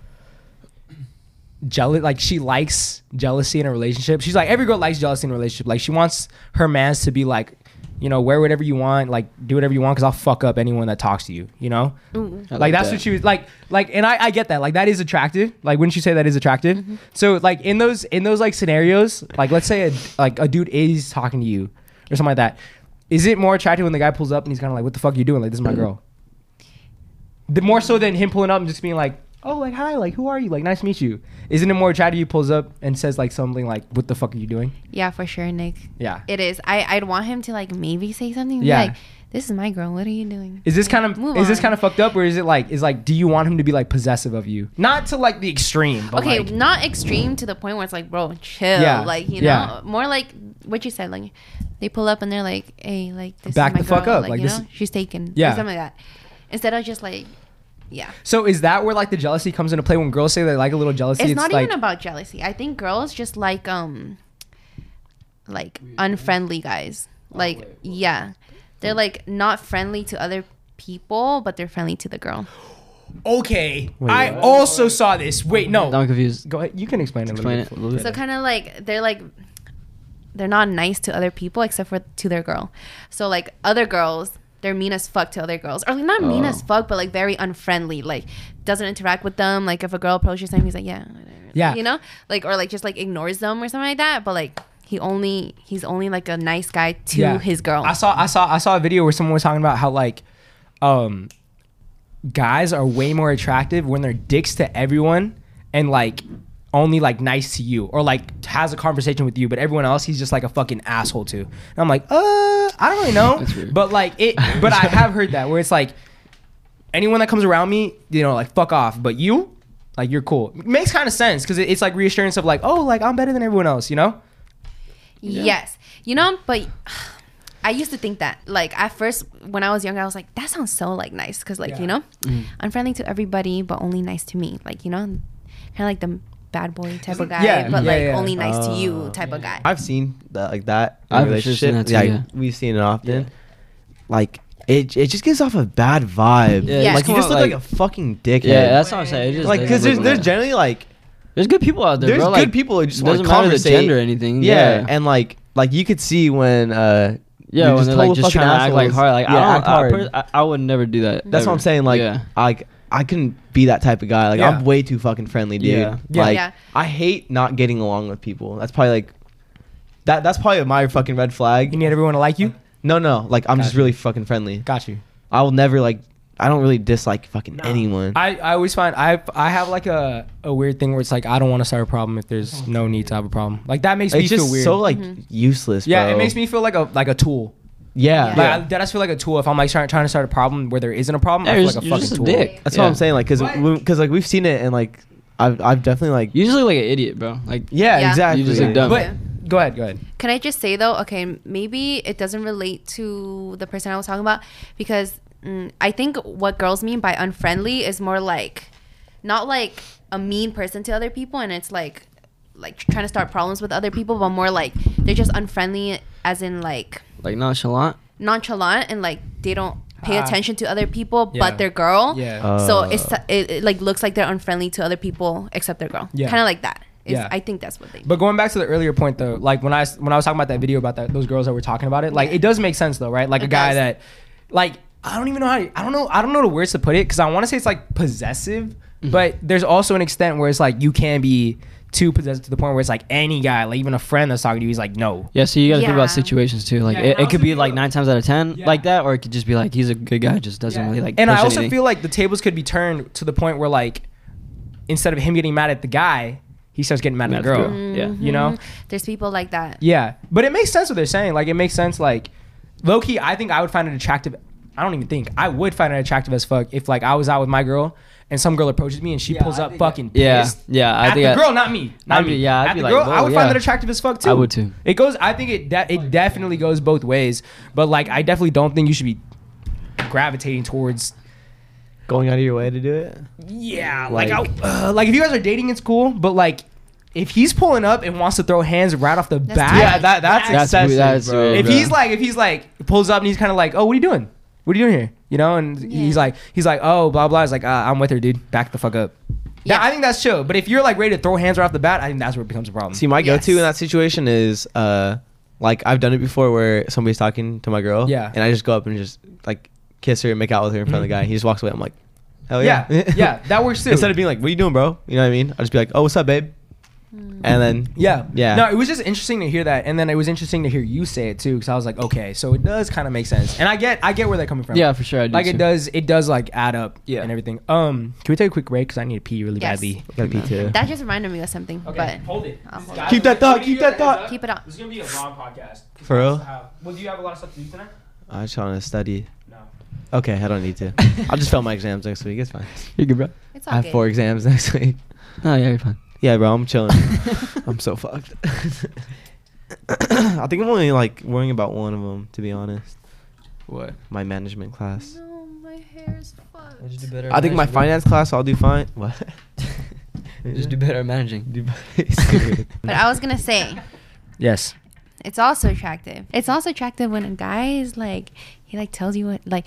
Speaker 2: jealous, like she likes jealousy in a relationship. She's like every girl likes jealousy in a relationship. Like she wants her man's to be like, you know, wear whatever you want, like do whatever you want, because I'll fuck up anyone that talks to you. You know,
Speaker 4: I
Speaker 2: like, that's
Speaker 4: that.
Speaker 2: what she was like like and I, I get that like that is attractive like wouldn't you say that is attractive so like in those in those like scenarios like let's say a, like a dude is talking to you or something like that is it more attractive when the guy pulls up and he's kind of like what the fuck you doing like this is
Speaker 4: Mm-hmm.
Speaker 2: my girl the more so than him pulling up and just being like oh like hi like who are you like nice to meet you isn't it more attractive he pulls up and says like something like what the fuck are you doing
Speaker 1: Yeah, for sure, Nick.
Speaker 2: yeah
Speaker 1: It is. I I'd want him to like maybe say something.
Speaker 2: Yeah.
Speaker 1: Yeah. Like, this is my girl. What are you doing?
Speaker 2: Is this kind of
Speaker 1: Move
Speaker 2: is this
Speaker 1: on.
Speaker 2: kind of fucked up or is it like is like do you want him to be like possessive of you? Not to like the extreme. But
Speaker 1: okay,
Speaker 2: like-
Speaker 1: not extreme to the point where it's like, bro, chill.
Speaker 2: Yeah,
Speaker 1: Like, you know,
Speaker 2: yeah.
Speaker 1: more like what you said. Like, they pull up and they're like, hey, like, this
Speaker 2: Back
Speaker 1: is my
Speaker 2: the fuck
Speaker 1: girl,
Speaker 2: up,
Speaker 1: Like,
Speaker 2: like,
Speaker 1: you
Speaker 2: this-
Speaker 1: know, she's taken.
Speaker 2: Yeah.
Speaker 1: Yeah. Or something like that. Instead of just like, yeah.
Speaker 2: So is that where like the jealousy comes into play when girls say they like a little jealousy?
Speaker 1: it's not
Speaker 2: like,
Speaker 1: even about jealousy. I think girls just like, um, like unfriendly guys. Like, yeah. They're like not friendly to other people, but they're friendly to the girl.
Speaker 2: okay. I also saw this. Wait, no.
Speaker 4: I'm confused.
Speaker 2: Go ahead. You can explain it. a little
Speaker 4: Explain
Speaker 2: bit
Speaker 4: it a little
Speaker 1: So
Speaker 4: bit.
Speaker 1: kind of like they're like they're not nice to other people except for to their girl. So like other girls, they're mean as fuck to other girls, or like not mean
Speaker 4: Oh.
Speaker 1: as fuck, but like very unfriendly. Like doesn't interact with them. Like if a girl approaches him, he's like yeah, whatever.
Speaker 2: Yeah.
Speaker 1: you know, like or like just like ignores them or something like that. But like he only he's only like a nice guy to
Speaker 2: Yeah.
Speaker 1: his girl.
Speaker 2: I saw I saw I saw a video where someone was talking about how like um guys are way more attractive when they're dicks to everyone and like only like nice to you or like has a conversation with you but everyone else he's just like a fucking asshole to. And I'm like, "Uh, I don't really know."
Speaker 4: That's weird.
Speaker 2: But like it but I have heard that where it's like anyone that comes around me, you know, like fuck off, but you like you're cool. Makes kind of sense cuz it's like reassurance of like, "Oh, like I'm better than everyone else," you know?
Speaker 1: Yes. You know, but <sighs> I used to think that. Like at first when I was younger, I was like, that sounds so like nice because like,
Speaker 2: Yeah. Mm.
Speaker 1: you know, I'm friendly to everybody but only nice to me. Like, you know, kind of like the bad boy type of guy,
Speaker 2: Yeah,
Speaker 1: but
Speaker 2: yeah,
Speaker 1: like
Speaker 2: yeah.
Speaker 1: only nice to you
Speaker 3: Oh.
Speaker 1: type of guy.
Speaker 3: I've seen that like that in
Speaker 6: I've
Speaker 3: a
Speaker 6: actually seen
Speaker 3: relationship.
Speaker 6: that too,
Speaker 3: like,
Speaker 6: yeah.
Speaker 3: we've seen it often. Like it, it just gives off a bad vibe.
Speaker 6: Yeah,
Speaker 1: Yeah.
Speaker 3: Like
Speaker 1: just
Speaker 3: you
Speaker 6: come
Speaker 3: just
Speaker 6: out
Speaker 3: look like,
Speaker 6: like-
Speaker 3: a fucking dickhead.
Speaker 6: Yeah, that's what I'm saying. It's just
Speaker 3: like because there's there's generally like
Speaker 6: there's good people out there.
Speaker 3: there's
Speaker 6: bro.
Speaker 3: good
Speaker 6: like,
Speaker 3: people who just want
Speaker 6: doesn't
Speaker 3: to
Speaker 6: matter the
Speaker 3: conversate.
Speaker 6: gender or anything.
Speaker 3: yeah,
Speaker 6: Yeah,
Speaker 3: and like like you could see when uh
Speaker 6: yeah.
Speaker 3: you're
Speaker 6: when
Speaker 3: just
Speaker 6: they're like
Speaker 3: total
Speaker 6: just
Speaker 3: fucking
Speaker 6: trying to act like
Speaker 3: assholes.
Speaker 6: hard. Like
Speaker 3: Yeah,
Speaker 6: I, don't,
Speaker 3: act
Speaker 6: I
Speaker 3: hard.
Speaker 6: pers- I, I would never do that.
Speaker 3: that's what I'm
Speaker 6: ever.
Speaker 3: saying. Like
Speaker 6: yeah.
Speaker 3: I like I couldn't be that type of guy. Like
Speaker 2: Yeah.
Speaker 3: I'm way too fucking friendly, dude.
Speaker 6: Yeah.
Speaker 2: Yeah.
Speaker 3: Like
Speaker 1: Yeah.
Speaker 3: I hate not getting along with people. That's probably like that. That's probably my fucking red
Speaker 2: You
Speaker 3: flag.
Speaker 2: need everyone to like you.
Speaker 3: No, no. Like I'm just
Speaker 2: Gotcha.
Speaker 3: really fucking friendly.
Speaker 2: Got you.
Speaker 3: I will never like. I don't really dislike fucking anyone.
Speaker 2: I, I always find I I have like a, a weird thing where it's like I don't want to start a problem if there's no need to have a problem. Like that makes me
Speaker 3: it's
Speaker 2: feel
Speaker 3: just
Speaker 2: weird.
Speaker 3: so like useless.
Speaker 2: yeah, it
Speaker 3: bro.
Speaker 2: makes me feel like a like a tool.
Speaker 3: Yeah,
Speaker 2: Like I, that does feel like a tool. If I'm like trying, trying to start a problem where there isn't a problem, I
Speaker 6: Yeah,
Speaker 2: feel
Speaker 6: you're
Speaker 2: like a
Speaker 6: just, you're
Speaker 2: fucking
Speaker 6: just a
Speaker 2: tool.
Speaker 6: dick.
Speaker 3: that's
Speaker 6: Yeah.
Speaker 3: what I'm saying. Like, cause because like we've seen it and like I've I've definitely like
Speaker 6: You just look like an idiot, bro. Like
Speaker 3: yeah,
Speaker 1: Yeah.
Speaker 3: exactly.
Speaker 6: You just look dumb.
Speaker 2: But go ahead, go ahead.
Speaker 1: Can I just say though? Okay, maybe it doesn't relate to the person I was talking about because mm, I think what girls mean by unfriendly is more like not like a mean person to other people, and it's like like trying to start problems with other people, but more like they're just unfriendly, as in like
Speaker 6: like nonchalant.
Speaker 1: nonchalant and like they don't pay
Speaker 2: Ah.
Speaker 1: attention to other people
Speaker 2: Yeah.
Speaker 1: but their girl.
Speaker 2: Yeah.
Speaker 1: so
Speaker 3: Uh.
Speaker 1: it's it, it like looks like they're unfriendly to other people except their girl.
Speaker 2: Yeah.
Speaker 1: Kind of like that. Is,
Speaker 2: Yeah.
Speaker 1: I think that's what they.
Speaker 2: But going back to the earlier point though, like when I s- when I was talking about that video about that those girls that were talking about it, like it does make sense though, right? Like a
Speaker 1: It
Speaker 2: guy
Speaker 1: does.
Speaker 2: that, like I don't even know how to, I don't know I don't know the words to put it because I want to say it's like possessive,
Speaker 1: Mm-hmm.
Speaker 2: but there's also an extent where it's like you can be too possessive to the point where it's like any guy, like even a friend that's talking to you, he's like no.
Speaker 6: Yeah, so you gotta think
Speaker 1: Yeah.
Speaker 6: about situations too. Like
Speaker 2: Yeah,
Speaker 6: it,
Speaker 2: and
Speaker 6: it could
Speaker 2: also
Speaker 6: be
Speaker 2: feel-
Speaker 6: like nine times out of ten
Speaker 2: Yeah.
Speaker 6: like that, or it could just be like he's a good guy, just doesn't really like.
Speaker 2: and I
Speaker 6: push
Speaker 2: also
Speaker 6: anything.
Speaker 2: feel like the tables could be turned to the point where like instead of him getting mad at the guy, he starts getting mad,
Speaker 6: Mad
Speaker 2: at the girl.
Speaker 6: Yeah.
Speaker 2: You
Speaker 1: Mm-hmm.
Speaker 2: know?
Speaker 1: There's people like that.
Speaker 2: Yeah, but it makes sense what they're saying. Like it makes sense. Like low key, I think I would find it attractive. I don't even think I would find it attractive as fuck if like I was out with my girl and some girl approaches me and she pulls up fucking
Speaker 6: Yeah,
Speaker 2: pissed.
Speaker 6: yeah. I
Speaker 2: at
Speaker 6: think
Speaker 2: the
Speaker 6: I-
Speaker 2: girl, not me. Not
Speaker 6: I'd be-
Speaker 2: me.
Speaker 6: yeah, I'd
Speaker 2: At
Speaker 6: be
Speaker 2: the
Speaker 6: like,
Speaker 2: girl, I
Speaker 6: whoa,
Speaker 2: would find
Speaker 6: yeah.
Speaker 2: that attractive as fuck too.
Speaker 6: I would too.
Speaker 2: It goes. I think it de- it definitely goes both ways. But like, I definitely don't think you should be gravitating towards
Speaker 3: going out of your way to do it.
Speaker 2: yeah, like like, I, uh, like if you guys are dating, it's cool. But like, if he's pulling up and wants to throw hands right off the
Speaker 1: That's
Speaker 2: bat,
Speaker 1: too Yeah, much.
Speaker 3: that- that's
Speaker 6: that's
Speaker 3: excessive,
Speaker 6: weird, that's
Speaker 3: bro.
Speaker 6: weird,
Speaker 2: if
Speaker 6: bro.
Speaker 2: he's like, if he's like pulls up and he's kind of like, oh, what are you doing? What are you doing here? You know, and
Speaker 1: Yeah.
Speaker 2: he's like, he's like, oh, blah blah. He's like, uh, I'm with her, dude. Back the fuck up. Yeah,
Speaker 1: Yeah.
Speaker 2: I think that's chill. But if you're like ready to throw hands right off the bat, I think that's where it becomes a problem.
Speaker 3: See, my go-to in
Speaker 1: Yes.
Speaker 3: that situation is uh, like I've done it before, where somebody's talking to my girl,
Speaker 2: Yeah.
Speaker 3: and I just go up and just like kiss her and make out with her in front of the guy. He just walks away. I'm like, hell yeah,
Speaker 2: yeah,
Speaker 3: <laughs>
Speaker 2: yeah, that works too.
Speaker 3: Instead of being like, "What are you doing, bro?" You know what I mean? I'll just be like, "Oh, what's up, babe?" And then
Speaker 2: yeah,
Speaker 3: yeah.
Speaker 2: No, it was just interesting to hear that, and then it was interesting to hear you say it too, because I was like, okay, so it does kind of make sense, and I get, I get where they're coming from.
Speaker 6: yeah, for sure. I do
Speaker 2: like
Speaker 6: too.
Speaker 2: it does it does like add up
Speaker 3: Yeah.
Speaker 2: and everything um can we take a quick break because i need to pee really
Speaker 1: Yes.
Speaker 2: badly
Speaker 3: gotta pee too.
Speaker 1: That just reminded me of something. But
Speaker 2: hold it
Speaker 1: I'll hold
Speaker 3: Keep that thought, keep that thought.
Speaker 1: keep it up.
Speaker 2: this is gonna be a long podcast
Speaker 3: For real?
Speaker 2: well do you have a lot of stuff to do tonight
Speaker 3: I just want to study.
Speaker 2: no
Speaker 3: Okay, I don't need to. I'll just fail my exams next week. It's fine.
Speaker 6: You
Speaker 3: <laughs>
Speaker 6: good, bro?
Speaker 1: It's
Speaker 3: I
Speaker 1: all
Speaker 3: have
Speaker 1: good.
Speaker 3: four exams next week.
Speaker 6: No, yeah, you're
Speaker 3: <laughs>
Speaker 6: fine.
Speaker 3: Yeah, bro, I'm chilling. I'm so fucked. <laughs> I think I'm only like worrying about one of them, to be honest.
Speaker 6: What?
Speaker 3: My management class.
Speaker 1: No, my hair's fucked.
Speaker 6: better.
Speaker 3: I think my finance class, I'll do fine. What?
Speaker 6: <laughs> Just
Speaker 3: <laughs>
Speaker 6: do better at managing.
Speaker 3: Do better.
Speaker 1: But I was gonna say,
Speaker 2: yes
Speaker 1: it's also attractive. It's also attractive when a guy is like, he like tells you what, like.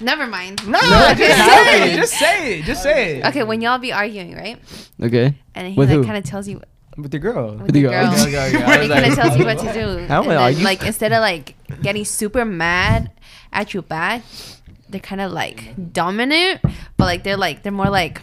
Speaker 1: Never mind. <laughs> No,
Speaker 2: say it just say it just say it
Speaker 1: Okay, when y'all be arguing, right?
Speaker 6: Okay.
Speaker 1: And he
Speaker 6: With
Speaker 1: like
Speaker 6: who?
Speaker 1: kind of tells you
Speaker 2: with the girl
Speaker 1: with the
Speaker 6: the girl.
Speaker 1: <laughs> girl.
Speaker 6: Okay, okay, okay. I
Speaker 1: He
Speaker 6: was
Speaker 1: kind
Speaker 6: like-
Speaker 1: of tells you what to do. And
Speaker 3: How am I
Speaker 1: then,
Speaker 3: arguing?
Speaker 1: like instead of like getting super mad at you back, they're kind of like dominant, but like they're like they're more like,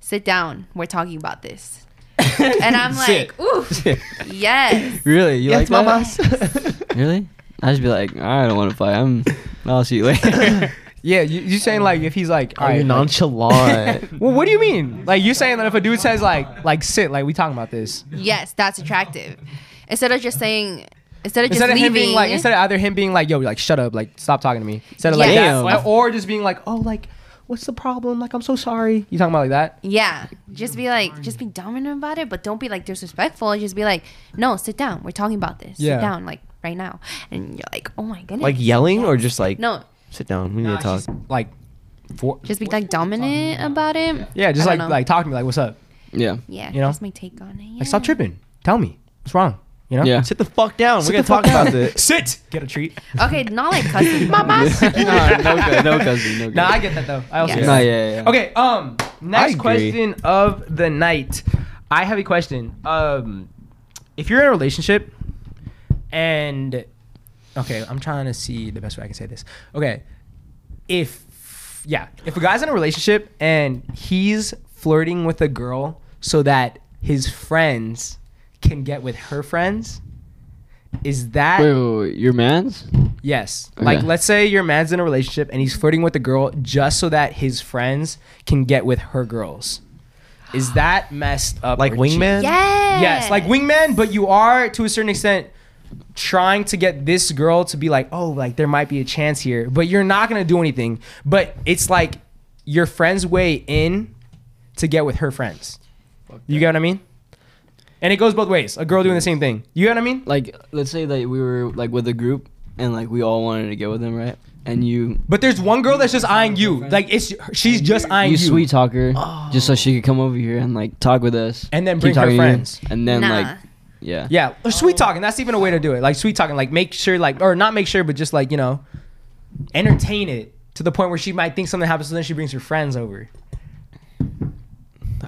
Speaker 1: sit down. We're talking about this. And
Speaker 2: <laughs>
Speaker 1: I'm like,
Speaker 3: <laughs>
Speaker 1: ooh, <laughs> yes.
Speaker 6: Really? You
Speaker 3: yes,
Speaker 6: like that?
Speaker 3: mamas. <laughs>
Speaker 2: <laughs>
Speaker 6: Really? I just be like, I don't want to fight. I'm. I'll see you
Speaker 3: <laughs>
Speaker 6: later. <laughs>
Speaker 2: yeah you, you're saying like if he's like
Speaker 3: Oh,
Speaker 2: all
Speaker 3: you're
Speaker 2: right, like, <laughs>
Speaker 3: nonchalant.
Speaker 2: well what do you mean like you're saying that if a dude says like like sit like we talking about this
Speaker 1: Yes, that's attractive. Instead of just saying, instead of just
Speaker 2: instead of
Speaker 1: leaving,
Speaker 2: him being like instead of either him being like yo like shut up like stop talking to me instead of like
Speaker 1: Yes.
Speaker 2: that or just being like oh like what's the problem like i'm so sorry you talking about like that
Speaker 1: yeah, just be like, just be dominant about it, but don't be like disrespectful. Just be like, no, sit down. We're talking about this.
Speaker 2: Yeah.
Speaker 1: Sit down, like right now. And you're like, oh my goodness.
Speaker 3: like yelling or just like,
Speaker 1: no,
Speaker 3: sit down. We need to
Speaker 2: Nah,
Speaker 3: talk.
Speaker 2: she's, like for
Speaker 1: just be like dominant about it.
Speaker 2: yeah just
Speaker 1: I
Speaker 2: like
Speaker 1: don't know.
Speaker 2: like talk to me like what's up
Speaker 6: Yeah.
Speaker 1: Yeah,
Speaker 2: You know?
Speaker 1: that's my take on it. Yeah.
Speaker 2: Like, stop tripping. Tell me what's wrong. You know?
Speaker 6: Yeah.
Speaker 3: Sit the fuck down.
Speaker 2: Sit
Speaker 3: We're
Speaker 2: the
Speaker 3: gonna talk
Speaker 2: fuck
Speaker 3: about
Speaker 2: down. <laughs>
Speaker 3: this.
Speaker 2: Sit. Get a treat.
Speaker 1: Okay, not like
Speaker 2: <laughs>
Speaker 6: <laughs>
Speaker 1: cussing.
Speaker 6: no, no, no, cousin, no,
Speaker 2: Nah, I get that though. I also
Speaker 1: Yeah.
Speaker 2: get
Speaker 6: No,
Speaker 2: that.
Speaker 6: yeah, yeah, yeah.
Speaker 2: Okay. Um.
Speaker 3: I
Speaker 2: Next
Speaker 3: agree.
Speaker 2: question of the night. I have a question. Um, if you're in a relationship, and okay, I'm trying to see the best way I can say this. Okay, if yeah, if a guy's in a relationship and he's flirting with a girl so that his friends can get with her friends, is that
Speaker 6: Wait, wait, wait, your man's?
Speaker 2: Yes. Like,
Speaker 6: Okay.
Speaker 2: let's say your man's in a relationship and he's flirting with a girl just so that his friends can get with her girls. Is that messed up?
Speaker 3: Like
Speaker 2: or
Speaker 3: wingman?
Speaker 1: yeah.
Speaker 2: cheating? Yes, like wingman, but you are to a certain extent trying to get this girl to be like, oh, like there might be a chance here, but you're not gonna do anything. But it's like your friend's way in to get with her friends. You get what I mean? And it goes both ways. A girl doing the same thing. You get what I mean?
Speaker 6: Like, let's say that we were like with a group and like we all wanted to get with him, right? And you,
Speaker 2: But there's one girl that's just eyeing you. Like it's she's just
Speaker 6: you,
Speaker 2: eyeing you.
Speaker 6: sweet talk her just so she could come over here and like talk with us.
Speaker 2: And then
Speaker 6: keep
Speaker 2: bring her
Speaker 6: talking to you,
Speaker 2: friends.
Speaker 6: And then
Speaker 1: Nah.
Speaker 6: like, yeah.
Speaker 2: Yeah, or sweet talking. That's even a way to do it. Like sweet talking. Like make sure, like or not make sure, but just like you know, entertain it to the point where she might think something happens. So then she brings her friends over.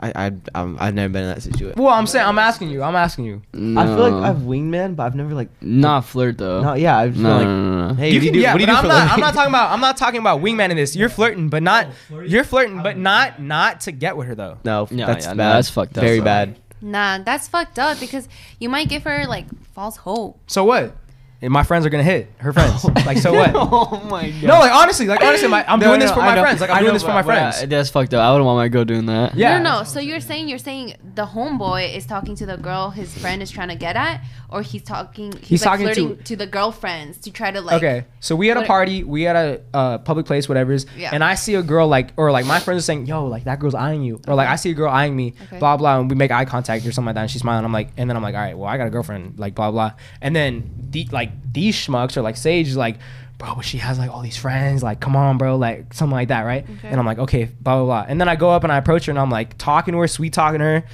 Speaker 3: I, I I'm, I've never been in that situation.
Speaker 2: Well, I'm saying I'm asking you. I'm asking you.
Speaker 6: No.
Speaker 3: I feel like I've wingman, but I've never like.
Speaker 6: not flirt though.
Speaker 3: No, yeah, I've just
Speaker 6: No,
Speaker 3: been like.
Speaker 6: no, no, no.
Speaker 3: Hey,
Speaker 2: You
Speaker 3: what do you
Speaker 2: can-
Speaker 3: do?
Speaker 2: yeah,
Speaker 3: what do you
Speaker 2: but
Speaker 3: do
Speaker 2: I'm
Speaker 3: for a
Speaker 2: not.
Speaker 3: living?
Speaker 2: I'm not
Speaker 3: <laughs>
Speaker 2: talking about. I'm not talking about wingman in this. You're flirting, but not. You're Oh, flirting, but not not to get with her though.
Speaker 3: No,
Speaker 6: Yeah,
Speaker 3: that's
Speaker 6: yeah,
Speaker 3: bad.
Speaker 6: no, that's fucked up.
Speaker 3: Very
Speaker 6: Sorry. <laughs>
Speaker 3: bad.
Speaker 1: Nah, that's fucked up because you might give her like false hope.
Speaker 2: So what? And my friends are gonna hit
Speaker 6: <laughs>
Speaker 2: her friends. like so what? No,
Speaker 4: oh my god.
Speaker 2: like honestly, like honestly, my, I'm
Speaker 6: No,
Speaker 2: doing this
Speaker 6: no,
Speaker 2: for
Speaker 6: I
Speaker 2: my
Speaker 6: know-
Speaker 2: friends. Like
Speaker 6: I
Speaker 2: I'm
Speaker 6: know,
Speaker 2: doing this for
Speaker 6: but-
Speaker 2: my
Speaker 6: but
Speaker 2: friends.
Speaker 6: I- that's fucked up. I wouldn't want my girl doing that.
Speaker 2: Yeah.
Speaker 1: No, no, no. So you're saying you're saying the homeboy is talking to the girl his friend is trying to get at, or he's talking he's,
Speaker 2: He's
Speaker 1: like,
Speaker 2: talking to-
Speaker 1: flirting to, the girlfriends to try to like
Speaker 2: okay so we had a
Speaker 1: what-
Speaker 2: party we had a uh, public place whatever's
Speaker 1: Yeah.
Speaker 2: and i see a girl like or like my friends are saying yo like that girl's eyeing you or like i see a girl eyeing me
Speaker 1: Okay.
Speaker 2: blah blah and we make eye contact or something like that and she's smiling i'm like and then i'm like all right well i got a girlfriend like blah blah and then the, like these schmucks or like sage is like bro but she has like all these friends like come on bro like something like that right and i'm like okay blah blah blah and then i go up and i approach her and i'm like talking to her sweet talking to her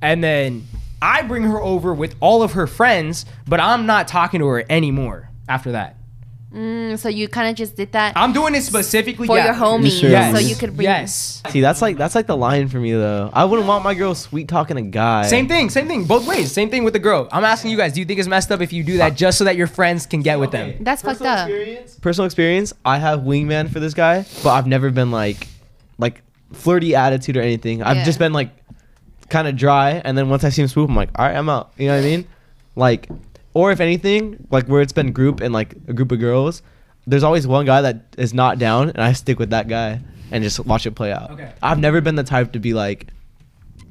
Speaker 2: and then i bring her over with all of her friends but i'm not talking to her anymore after that
Speaker 1: Mm, so you kind of just did that
Speaker 2: I'm doing it specifically
Speaker 1: for
Speaker 2: yeah.
Speaker 1: your homies,
Speaker 6: Sure.
Speaker 2: Yes.
Speaker 1: so you could bring
Speaker 2: yes.
Speaker 3: See, that's like that's like the line for me though. I wouldn't want my girl sweet talking a guy.
Speaker 2: Same thing, same thing, both ways. Same thing with the girl. I'm asking you guys, do you think it's messed up if you do that just so that your friends can get with them?
Speaker 1: That's fucked up.
Speaker 3: Personal experience, I have wingman for this guy, but I've never been like like flirty attitude or anything. I've
Speaker 1: Yeah.
Speaker 3: just been like kind of dry, and then once I see him swoop, I'm like, all right, I'm out. You know what I mean? Like, or if anything, like where it's been group and like a group of girls, there's always one guy that is not down, and I stick with that guy and just watch it play out.
Speaker 2: Okay.
Speaker 3: I've never been the type to be like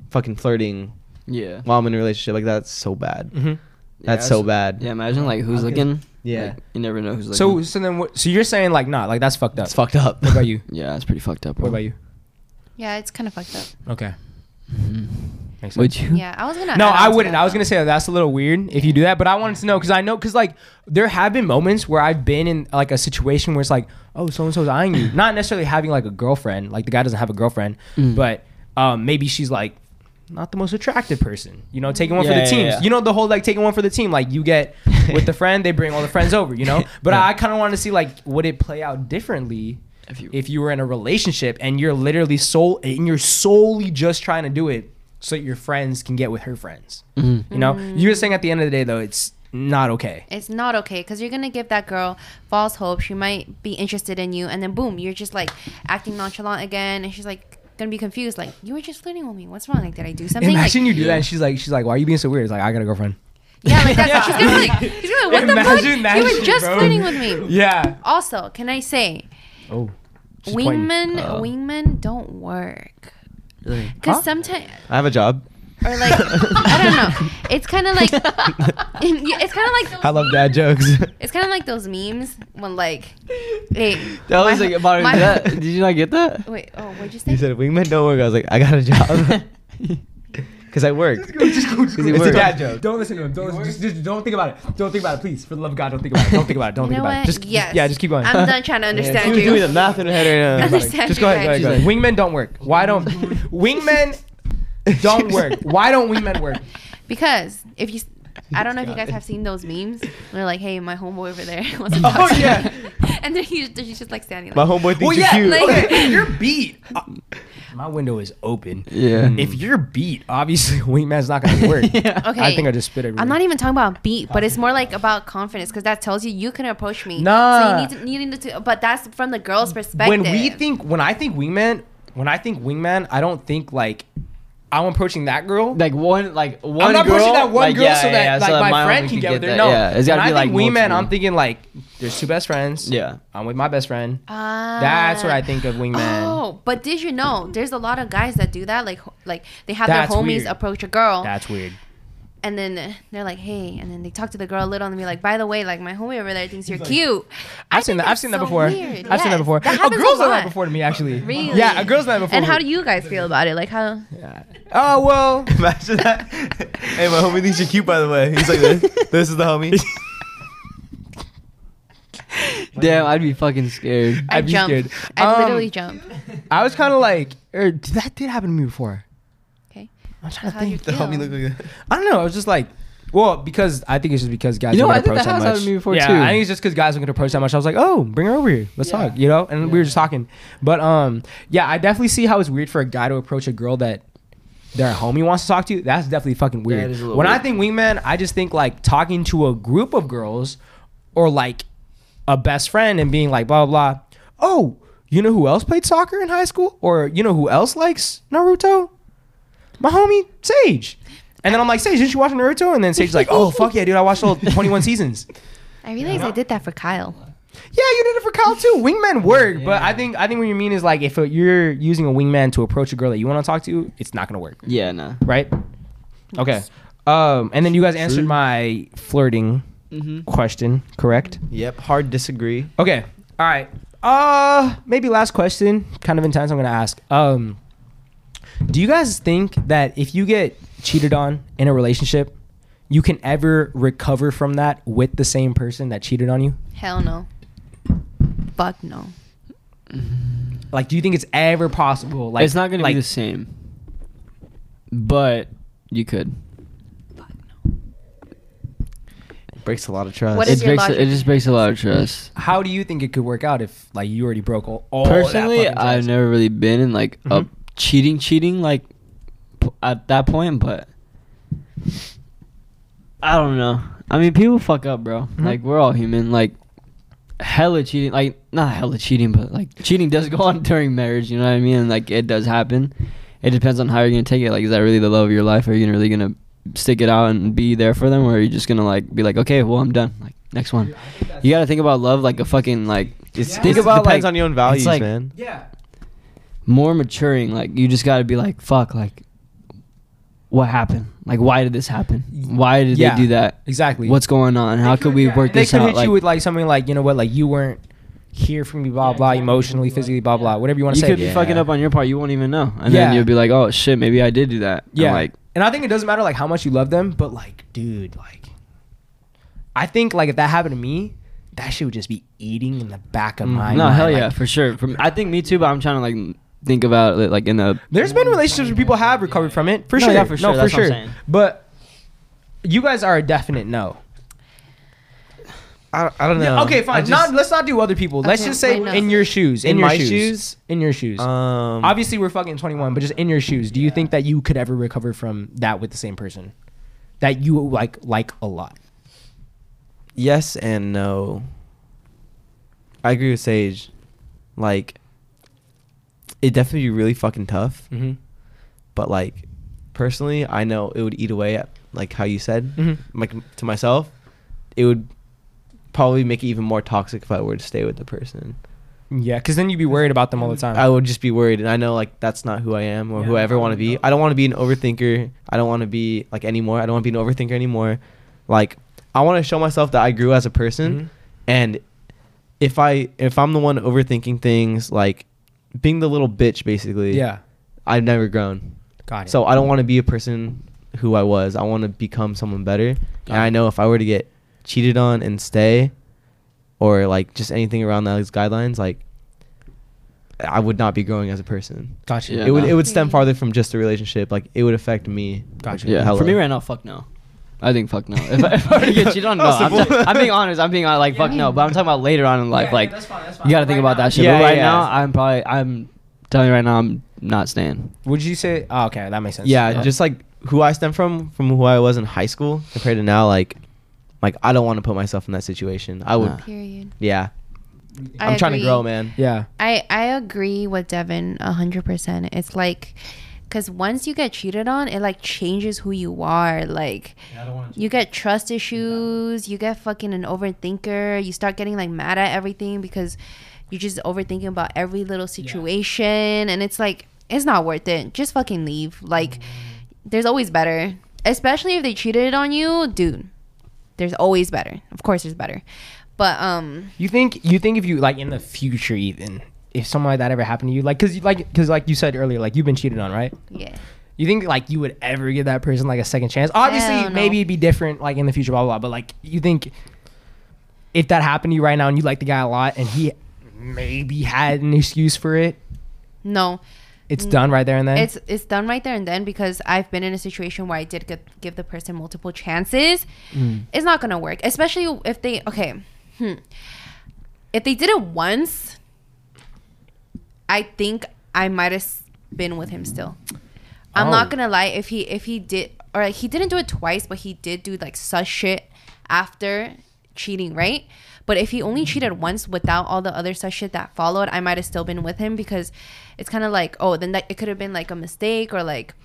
Speaker 3: fucking flirting
Speaker 6: Yeah.
Speaker 3: while I'm in a relationship. Like that's so bad.
Speaker 2: Mm-hmm.
Speaker 3: That's
Speaker 6: Yeah,
Speaker 3: so bad.
Speaker 6: Yeah, imagine like who's looking.
Speaker 3: Yeah.
Speaker 6: Like, you never know who's
Speaker 2: So
Speaker 6: looking.
Speaker 2: so then what, so you're saying like not like that's fucked up.
Speaker 3: It's fucked up.
Speaker 2: What about you?
Speaker 6: yeah, that's pretty fucked up.
Speaker 2: What
Speaker 6: bro.
Speaker 2: about you?
Speaker 1: Yeah, it's kind of fucked up.
Speaker 2: Okay.
Speaker 3: Mm-hmm.
Speaker 2: Makes sense.
Speaker 6: Would you? <laughs>
Speaker 1: Yeah, I was gonna.
Speaker 2: Hmm? no,
Speaker 1: add on
Speaker 2: I
Speaker 1: to
Speaker 2: wouldn't.
Speaker 1: that,
Speaker 2: I was
Speaker 1: though.
Speaker 2: gonna say that's a little weird if you do that, but I wanted to know because I know because like there have been moments where I've been in like a situation where it's like, oh, so and so's eyeing you, not necessarily having like a girlfriend, like the guy doesn't have a girlfriend,
Speaker 6: Mm.
Speaker 2: but um, maybe she's like not the most attractive person, you know, taking one for
Speaker 6: Yeah,
Speaker 2: the
Speaker 6: yeah,
Speaker 2: teams.
Speaker 6: yeah.
Speaker 2: You know, the whole like taking one for the team, like you get
Speaker 6: <laughs>
Speaker 2: with the friend, they bring all the friends over, you know. But I, I kind of wanted to see like would it play out differently
Speaker 6: If you,
Speaker 2: if you were in a relationship and you're literally soul and you're solely just trying to do it so that your friends can get with her friends. You know,
Speaker 1: Mm.
Speaker 2: you were saying at the end of the day though, it's not okay.
Speaker 1: It's not okay because you're gonna give that girl false hope. She might be interested in you, and then boom, you're just like acting nonchalant again, and she's like gonna be confused. Like you were just flirting with me. What's wrong? Like did I do something? Like,
Speaker 2: Imagine you do that and she's like, she's like, why are you being so weird? It's like I got a girlfriend.
Speaker 1: yeah, like
Speaker 2: <laughs>
Speaker 1: that's she's gonna be like, she's gonna be like, what the fuck?
Speaker 2: Imagine that
Speaker 1: You were
Speaker 2: shit,
Speaker 1: just
Speaker 2: bro.
Speaker 1: flirting with me.
Speaker 2: Yeah.
Speaker 1: Also, can I say,
Speaker 2: Oh. she's pointing.
Speaker 1: wingmen, wingmen don't work.
Speaker 6: Really?
Speaker 1: Because
Speaker 2: Huh?
Speaker 1: sometimes,
Speaker 3: <laughs> I have a job.
Speaker 1: or like, I don't know. It's kind of like, <laughs> Yeah, it's kind
Speaker 2: <laughs>
Speaker 1: of like
Speaker 3: I love dad jokes.
Speaker 1: <laughs> It's kind of like those memes when like, hey,
Speaker 6: that was
Speaker 1: my-
Speaker 6: like about
Speaker 1: my-
Speaker 6: that. Did you not get that?
Speaker 1: Wait, oh, what'd you say?
Speaker 3: you said wingman don't work. I was like, I got a <laughs> job
Speaker 6: <laughs>
Speaker 2: <laughs>
Speaker 3: because I work.
Speaker 2: <laughs> It's a
Speaker 3: work?
Speaker 2: dad joke. Don't listen to him. Don't just, just don't think about it. Don't think about it, please. For the love of God, don't think about it. Don't think about it. Don't
Speaker 1: You
Speaker 2: think
Speaker 1: know
Speaker 2: about
Speaker 1: what?
Speaker 2: it. Just
Speaker 1: yes.
Speaker 2: yeah, just keep going.
Speaker 1: I'm done trying to understand
Speaker 3: She was doing
Speaker 1: you.
Speaker 3: the math in her head right
Speaker 1: <laughs>
Speaker 3: now.
Speaker 1: Understand
Speaker 2: Just
Speaker 1: you
Speaker 2: go ahead, go
Speaker 1: guys. <laughs>
Speaker 2: ahead, go ahead. Wingmen don't work. Why don't wingmen? don't work. Why don't we men work?
Speaker 1: <laughs> Because if you, I don't know if you guys have seen those memes. They're like, "Hey, my homeboy over
Speaker 2: <laughs>
Speaker 1: there." <laughs> Wants to
Speaker 2: Oh,
Speaker 1: talk to
Speaker 2: yeah.
Speaker 1: you." <laughs> and then he's, then he's just like standing.
Speaker 3: My
Speaker 1: Like,
Speaker 3: homeboy thinks
Speaker 2: Well,
Speaker 3: you're
Speaker 2: yeah,
Speaker 3: cute.
Speaker 1: like-
Speaker 2: if you're beat. uh, my window is open.
Speaker 4: Yeah. Mm.
Speaker 2: If you're beat, obviously <laughs> wingman's not gonna <laughs> work.
Speaker 4: <laughs>
Speaker 1: okay.
Speaker 2: I think I just spit everywhere.
Speaker 1: I'm not even talking about beat, but it's more like about confidence because that tells you you can approach me.
Speaker 2: Nah.
Speaker 1: So you need to, you need to, but that's from the girl's perspective.
Speaker 2: when we think when I think wingman, when I think wingman, I don't think like I'm approaching that girl.
Speaker 7: Like one, like one
Speaker 2: I'm not
Speaker 7: girl,
Speaker 2: pushing that one
Speaker 7: like,
Speaker 2: girl
Speaker 7: yeah,
Speaker 2: so
Speaker 7: yeah,
Speaker 2: that
Speaker 7: yeah,
Speaker 2: like
Speaker 7: so that
Speaker 2: my friend
Speaker 7: homie
Speaker 2: can get with her.
Speaker 7: that.
Speaker 2: No,
Speaker 4: Yeah, it's gotta
Speaker 2: when
Speaker 4: be,
Speaker 2: I
Speaker 4: like,
Speaker 2: think wingman,
Speaker 4: multiple.
Speaker 2: I'm thinking like there's two best friends.
Speaker 4: Yeah.
Speaker 2: I'm with my best friend.
Speaker 1: Ah.
Speaker 2: That's what I think of wingman.
Speaker 1: Oh, but did you know there's a lot of guys that do that? Like, ho- like they have
Speaker 2: That's
Speaker 1: their homies
Speaker 2: weird.
Speaker 1: approach a girl,
Speaker 2: That's weird.
Speaker 1: and then they're like, "Hey," and then they talk to the girl a little, and be like, "By the way, like my homie over there thinks you're cute." I
Speaker 2: I've seen
Speaker 1: think
Speaker 2: that. I've
Speaker 1: that's
Speaker 2: seen that
Speaker 1: so
Speaker 2: before.
Speaker 1: weird.
Speaker 2: I've seen that
Speaker 1: Yes,
Speaker 2: before. a
Speaker 1: happens
Speaker 2: girl's done
Speaker 1: lot.
Speaker 2: that before to me actually.
Speaker 1: Really?
Speaker 2: Yeah, a girl's done that before.
Speaker 1: And how
Speaker 2: to
Speaker 1: do
Speaker 2: me.
Speaker 1: you guys feel about it? Like how?
Speaker 2: Oh well.
Speaker 3: <laughs> Imagine that. hey, my homie thinks you're cute, by the way. He's like, this, this is the homie.
Speaker 4: Damn, I'd be fucking scared.
Speaker 1: I
Speaker 2: I'd be
Speaker 1: jump.
Speaker 2: scared.
Speaker 1: I
Speaker 2: Um,
Speaker 1: literally jump.
Speaker 2: I was kind of like, er, that did happen to me before.
Speaker 1: Okay.
Speaker 2: I'm trying to
Speaker 1: How'd you
Speaker 2: think.
Speaker 3: The homie
Speaker 1: feel?
Speaker 3: look like that.
Speaker 2: I don't know. I was just like, well, because I think it's just because guys
Speaker 4: You know,
Speaker 2: don't
Speaker 4: I
Speaker 2: get
Speaker 4: think that
Speaker 2: approached
Speaker 4: has
Speaker 2: that much.
Speaker 4: happened to me before,
Speaker 2: yeah,
Speaker 4: too.
Speaker 2: I think it's just because guys don't get approached that much. I was like, oh, bring her over here. Let's
Speaker 7: Yeah.
Speaker 2: talk. You know, and we were just talking. But um, yeah, I definitely see how it's weird for a guy to approach a girl that their homie wants to talk to. That's definitely fucking weird.
Speaker 7: That is a little
Speaker 2: when I
Speaker 7: weird.
Speaker 2: think wingman, I just think like talking to a group of girls, or like a best friend and being like blah blah. blah. Oh, you know who else played soccer in high school, or you know who else likes Naruto? my homie Sage. And then I'm like, Sage, didn't you watch Naruto? And then Sage's like, oh, fuck yeah, dude, I watched
Speaker 7: <laughs>
Speaker 2: all 21 seasons.
Speaker 1: I realized I did that for Kyle.
Speaker 2: Yeah, you did it for Kyle too. Wingmen work, but I think I think what you mean is like if you're using a wingman to approach a girl that you want to talk to, it's not gonna work,
Speaker 4: Yeah, nah.
Speaker 2: right? Okay. Um, and then you guys answered my flirting
Speaker 4: Mm-hmm.
Speaker 2: question, correct?
Speaker 3: <laughs> Yep, hard disagree.
Speaker 2: Okay. All right. Uh, maybe last question, kind of intense. I'm gonna ask. Um, do you guys think that if you get cheated on in a relationship, you can ever recover from that with the same person that cheated on you?
Speaker 1: Hell no. Fuck no.
Speaker 2: Like, do you think it's ever possible? Like,
Speaker 4: it's not gonna
Speaker 2: like,
Speaker 4: be the same. But you could.
Speaker 3: Breaks a lot of trust.
Speaker 1: What
Speaker 4: It
Speaker 1: is your
Speaker 4: breaks.
Speaker 1: logic?
Speaker 4: It just breaks a lot of trust.
Speaker 2: How do you think it could work out if like you already broke all? all
Speaker 4: Personally,
Speaker 2: that fucking
Speaker 4: I've
Speaker 2: trust?
Speaker 4: never really been in like
Speaker 2: Mhm.
Speaker 4: a cheating, cheating like p- at that point. But I don't know. I mean, people fuck up, bro. Like we're all human. Like hella cheating. Like not hella cheating, but like cheating does go <laughs> on during marriage. You know what I mean? And, like it does happen. It depends on how you're gonna take it. Like, is that really the love of your life? Are you really gonna stick it out and be there for them, or are you just gonna like be like, okay, well, I'm done. Like next one. You gotta think about love like a fucking like.
Speaker 3: It's,
Speaker 4: Think
Speaker 3: it
Speaker 4: about,
Speaker 3: depends
Speaker 4: like-
Speaker 3: on your own
Speaker 4: it's
Speaker 3: values,
Speaker 4: like-
Speaker 3: man.
Speaker 2: Yeah.
Speaker 4: more maturing. Like you just got to be like, fuck, like what happened? Like why did this happen? Why did
Speaker 2: Yeah.
Speaker 4: they do that?
Speaker 2: Exactly.
Speaker 4: What's going on? How could we work
Speaker 2: they
Speaker 4: this
Speaker 2: could
Speaker 4: out?
Speaker 2: hit
Speaker 4: Like,
Speaker 2: you with like something like you know what like you weren't here for me blah blah emotionally physically blah blah whatever you want to
Speaker 4: you
Speaker 2: say
Speaker 4: could
Speaker 3: Yeah.
Speaker 4: be fucking up on your part. You won't even know, and
Speaker 2: Yeah.
Speaker 4: then you'll be like, oh shit, maybe I did do that. And,
Speaker 2: Yeah.
Speaker 4: like
Speaker 2: and I think it doesn't matter like how much you love them, but like, dude, like I think like if that happened to me, that shit would just be eating in the back of my
Speaker 4: Mm. no,
Speaker 2: mind.
Speaker 4: hell
Speaker 2: Like,
Speaker 4: yeah, for sure. From I think me too, but I'm trying to like think about it like in the
Speaker 2: there's been relationships where people have recovered from it. For
Speaker 4: No,
Speaker 2: sure.
Speaker 4: yeah, for sure,
Speaker 2: No, for
Speaker 4: that's what
Speaker 2: sure.
Speaker 4: I'm saying.
Speaker 2: But you guys are a definite no.
Speaker 3: I, I don't
Speaker 4: Um,
Speaker 3: know.
Speaker 2: okay,
Speaker 3: I
Speaker 2: fine.
Speaker 3: just-
Speaker 2: not let's not do other people. Let's
Speaker 1: Okay,
Speaker 2: just say
Speaker 1: why not?
Speaker 2: in your shoes. In,
Speaker 3: In
Speaker 2: your
Speaker 3: my
Speaker 2: shoes.
Speaker 3: shoes?
Speaker 2: In your shoes.
Speaker 3: um,
Speaker 2: Obviously, we're fucking 21, but just in your shoes, do you think that you could ever recover from that with the same person that you like like a lot?
Speaker 3: yes and no. I agree with Sage. Like, it definitely be really fucking tough.
Speaker 2: Mm-hmm.
Speaker 3: But like, personally, I know it would eat away at like how you said,
Speaker 2: Mhm.
Speaker 3: like to myself. It would probably make it even more toxic if I were to stay with the person.
Speaker 2: Yeah, because then you'd be worried about them all the time.
Speaker 3: I would just be worried, and I know like that's not who I am or who I ever want to be. I don't want to be an overthinker. I don't want to be like anymore. I don't want to be an overthinker anymore. Like I want to show myself that I grew as a person,
Speaker 2: Mhm.
Speaker 3: and if I if I'm the one overthinking things, like being the little bitch basically,
Speaker 2: yeah,
Speaker 3: I've never grown.
Speaker 2: got it.
Speaker 3: So I don't want to be a person who I was. I want to become someone better. and I know if I were to get cheated on and stay, or like just anything around those guidelines, like I would not be growing as a person.
Speaker 2: Gotcha.
Speaker 6: Yeah.
Speaker 3: it would
Speaker 6: no.
Speaker 3: it would stem farther from just the relationship. Like it would affect me.
Speaker 2: Gotcha.
Speaker 6: Yeah.
Speaker 3: Hello.
Speaker 6: For me right now, fuck no. I think fuck no. <laughs> If I, if I were to get cheated on, no. I'm,
Speaker 3: Possible.
Speaker 6: just- I'm being honest. I'm being honest. Like fuck no. But I'm talking about later on in life. like you gotta think about that shit.
Speaker 3: Yeah,
Speaker 6: but right
Speaker 3: yeah.
Speaker 6: now, I'm probably I'm telling you right now, I'm not staying.
Speaker 2: Would you say? Oh, okay, that makes sense.
Speaker 3: yeah,
Speaker 6: Yeah.
Speaker 3: just like who I stem from, from who I was in high school compared to now. Like, like I don't want to put myself in that situation. I would.
Speaker 6: Nah.
Speaker 1: Period.
Speaker 3: Yeah,
Speaker 1: I
Speaker 3: I'm trying to
Speaker 1: agree.
Speaker 3: grow, man.
Speaker 2: Yeah.
Speaker 1: I I agree with Devin a hundred percent. It's like, cause once you get cheated on, it like changes who you are. Like, you get trust issues. You get fucking an overthinker. You start getting like mad at everything because you're just overthinking about every little situation, and it's like it's not worth it. Just fucking leave. Like, there's always better. Especially if they cheated on you, dude. There's always better. Of course, there's better. But um,
Speaker 2: You think you think if you like in the future even if something like that ever happened to you like because like because like you said earlier like you've been cheated on right
Speaker 1: yeah.
Speaker 2: you think like you would ever give that person like a second chance obviously
Speaker 1: Hell no.
Speaker 2: maybe it'd be different like in the future blah blah blah but like you think if that happened to you right now and you like the guy a lot and he maybe had an excuse for it
Speaker 1: No,
Speaker 2: it's done right there and then
Speaker 1: Mm. it's it's done right there and then because I've been in a situation where I did get, give the person multiple chances.
Speaker 2: Mm.
Speaker 1: It's not gonna work, especially if they okay. Hmm. If they did it once, I think I might have been with him still. I'm
Speaker 2: Oh.
Speaker 1: not gonna lie. If he if he did or like, he didn't do it twice, but he did do like such shit after cheating, right? But if he only
Speaker 2: Mm.
Speaker 1: cheated once without all the other such shit that followed, I might have still been with him because it's kind of like oh, then that it could have been like a mistake or like.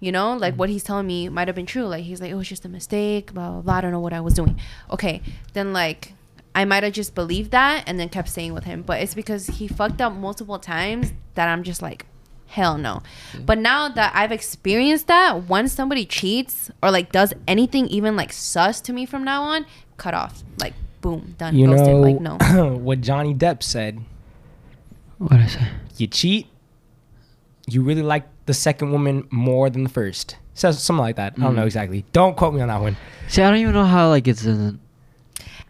Speaker 1: You know,
Speaker 2: Mm.
Speaker 1: like what he's telling me might have been true. Like he's like, "Oh, it's just a mistake." Blah blah. blah. I don't know what I was doing. Okay, then like I might have just believed that and then kept staying with him. But it's because he fucked up multiple times that I'm just like, hell no. But now that I've experienced that, once somebody cheats or like does anything even like sus to me from now on, cut off. Like boom, done.
Speaker 2: you
Speaker 1: ghosted.
Speaker 2: know
Speaker 1: Like no.
Speaker 2: <clears throat> what Johnny Depp said
Speaker 6: What I say?
Speaker 2: you cheat you really like the second woman more than the first so something like that I
Speaker 1: Mm.
Speaker 2: don't know exactly don't quote me on that one
Speaker 6: See, I don't even know how like it's an,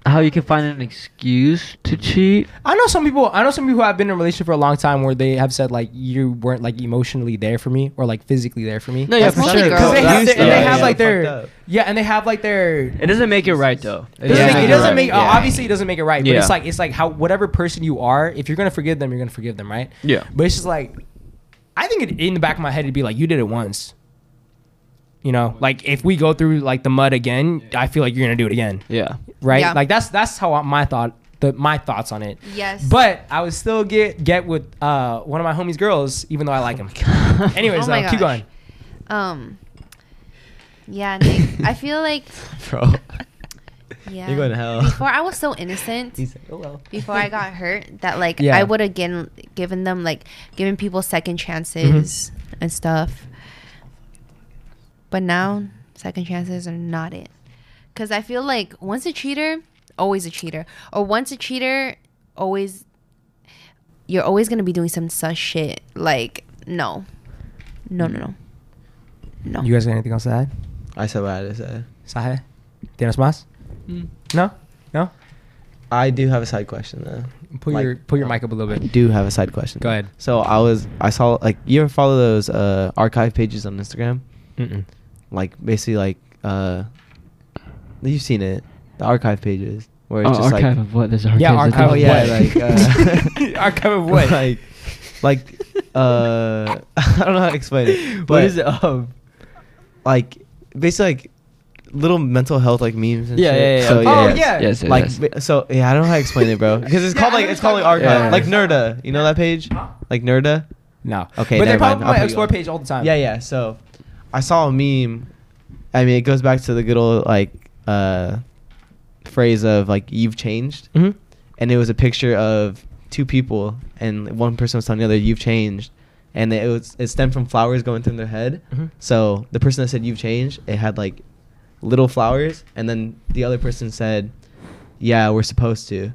Speaker 6: how you can find an excuse to cheat.
Speaker 2: I know some people. I know some people who have been in a relationship for a long time where they have said like you weren't like emotionally there for me or like physically there for me.
Speaker 6: No, yeah,
Speaker 1: That's
Speaker 6: for
Speaker 1: mostly
Speaker 6: sure.
Speaker 1: girls.
Speaker 4: Oh,
Speaker 2: 'Cause they have,
Speaker 3: That's-
Speaker 2: their, and
Speaker 3: yeah,
Speaker 2: they have
Speaker 3: yeah.
Speaker 2: like
Speaker 3: Fucked
Speaker 2: their
Speaker 3: up.
Speaker 2: yeah, and they have like their.
Speaker 6: It doesn't make it right though.
Speaker 2: It doesn't
Speaker 3: Yeah.
Speaker 2: make, it
Speaker 3: you're
Speaker 2: doesn't
Speaker 3: right.
Speaker 2: make
Speaker 6: Yeah.
Speaker 2: obviously it doesn't make it right, but
Speaker 6: Yeah.
Speaker 2: it's like it's like how whatever person you are, if you're gonna forgive them, you're gonna forgive them, right?
Speaker 6: Yeah.
Speaker 2: But it's just like, I think it, in the back of my head it'd be like, you did it once. You know, like if we go through like the mud again, I feel like you're gonna do it again,
Speaker 6: Yeah.
Speaker 2: right?
Speaker 1: Yeah.
Speaker 2: Like that's that's how I- my thought the my thoughts on it.
Speaker 1: yes.
Speaker 2: But I would still get get with uh, one of my homies' girls, even though I like him. Anyways,
Speaker 6: <laughs>
Speaker 1: Oh my
Speaker 2: though,
Speaker 1: gosh.
Speaker 2: keep going.
Speaker 1: um yeah, Nick, I feel like
Speaker 3: bro.
Speaker 1: yeah.
Speaker 3: You're going to hell.
Speaker 1: Before I was
Speaker 3: <laughs>
Speaker 1: so innocent.
Speaker 3: He's like, oh well.
Speaker 1: before I got hurt that like
Speaker 2: Yeah.
Speaker 1: I would have given given them like given people second chances and stuff. But now second chances are not it. Cuz I feel like once a cheater, always a cheater. Or once a cheater, always you're always going to be doing some such shit like no. No, no, no. No.
Speaker 2: You guys got anything else to add?
Speaker 3: I said what I had to say.
Speaker 2: Sahe? Tienes más? No? No?
Speaker 3: I do have a side question though.
Speaker 2: Put
Speaker 3: Like-
Speaker 2: your put your mic up a little
Speaker 3: I
Speaker 2: bit.
Speaker 3: do have a side question.
Speaker 2: Go ahead.
Speaker 3: So I was I saw like you ever follow those uh archive pages on Instagram?
Speaker 2: Mm-mm.
Speaker 3: Like basically like uh you've seen it. The archive pages where it's
Speaker 6: Oh,
Speaker 3: just
Speaker 6: archive
Speaker 3: like
Speaker 6: of what? There's
Speaker 2: Yeah,
Speaker 6: archives
Speaker 2: archive
Speaker 3: Oh,
Speaker 2: of
Speaker 3: yeah,
Speaker 2: what?
Speaker 3: like, uh,
Speaker 2: archive
Speaker 6: <laughs>
Speaker 3: <laughs>
Speaker 2: of what?
Speaker 3: like like uh <laughs> I don't know how to explain it. But
Speaker 6: what is it Oh, of?
Speaker 3: like basically like little mental health like memes and
Speaker 6: Yeah,
Speaker 3: shit.
Speaker 6: yeah, yeah.
Speaker 3: So,
Speaker 6: okay.
Speaker 2: Oh,
Speaker 3: yeah.
Speaker 2: yeah.
Speaker 6: Yes, yes,
Speaker 3: Like
Speaker 6: yes.
Speaker 3: ba- so, yeah. I don't know how to explain it, bro. Because it's
Speaker 2: Yeah,
Speaker 3: called
Speaker 2: I
Speaker 3: like
Speaker 2: know
Speaker 3: it's
Speaker 2: what
Speaker 3: called like
Speaker 2: you're talking
Speaker 3: archive,
Speaker 6: about.
Speaker 3: like
Speaker 6: Yeah.
Speaker 3: Nerda. You know that page, like Nerda.
Speaker 2: No.
Speaker 3: Okay,
Speaker 2: But they
Speaker 3: never mind.
Speaker 2: probably
Speaker 3: I'll put you
Speaker 2: explore
Speaker 3: on.
Speaker 2: page all the time.
Speaker 3: Yeah, yeah. So, I saw a meme. I mean, it goes back to the good old like uh, phrase of like you've changed,
Speaker 2: Mhm.
Speaker 3: and it was a picture of two people, and one person was telling the other you've changed, and it was it stemmed from flowers going through their head.
Speaker 2: Mhm.
Speaker 3: So the person that said you've changed, it had like little flowers, and then the other person said, "Yeah, we're supposed to."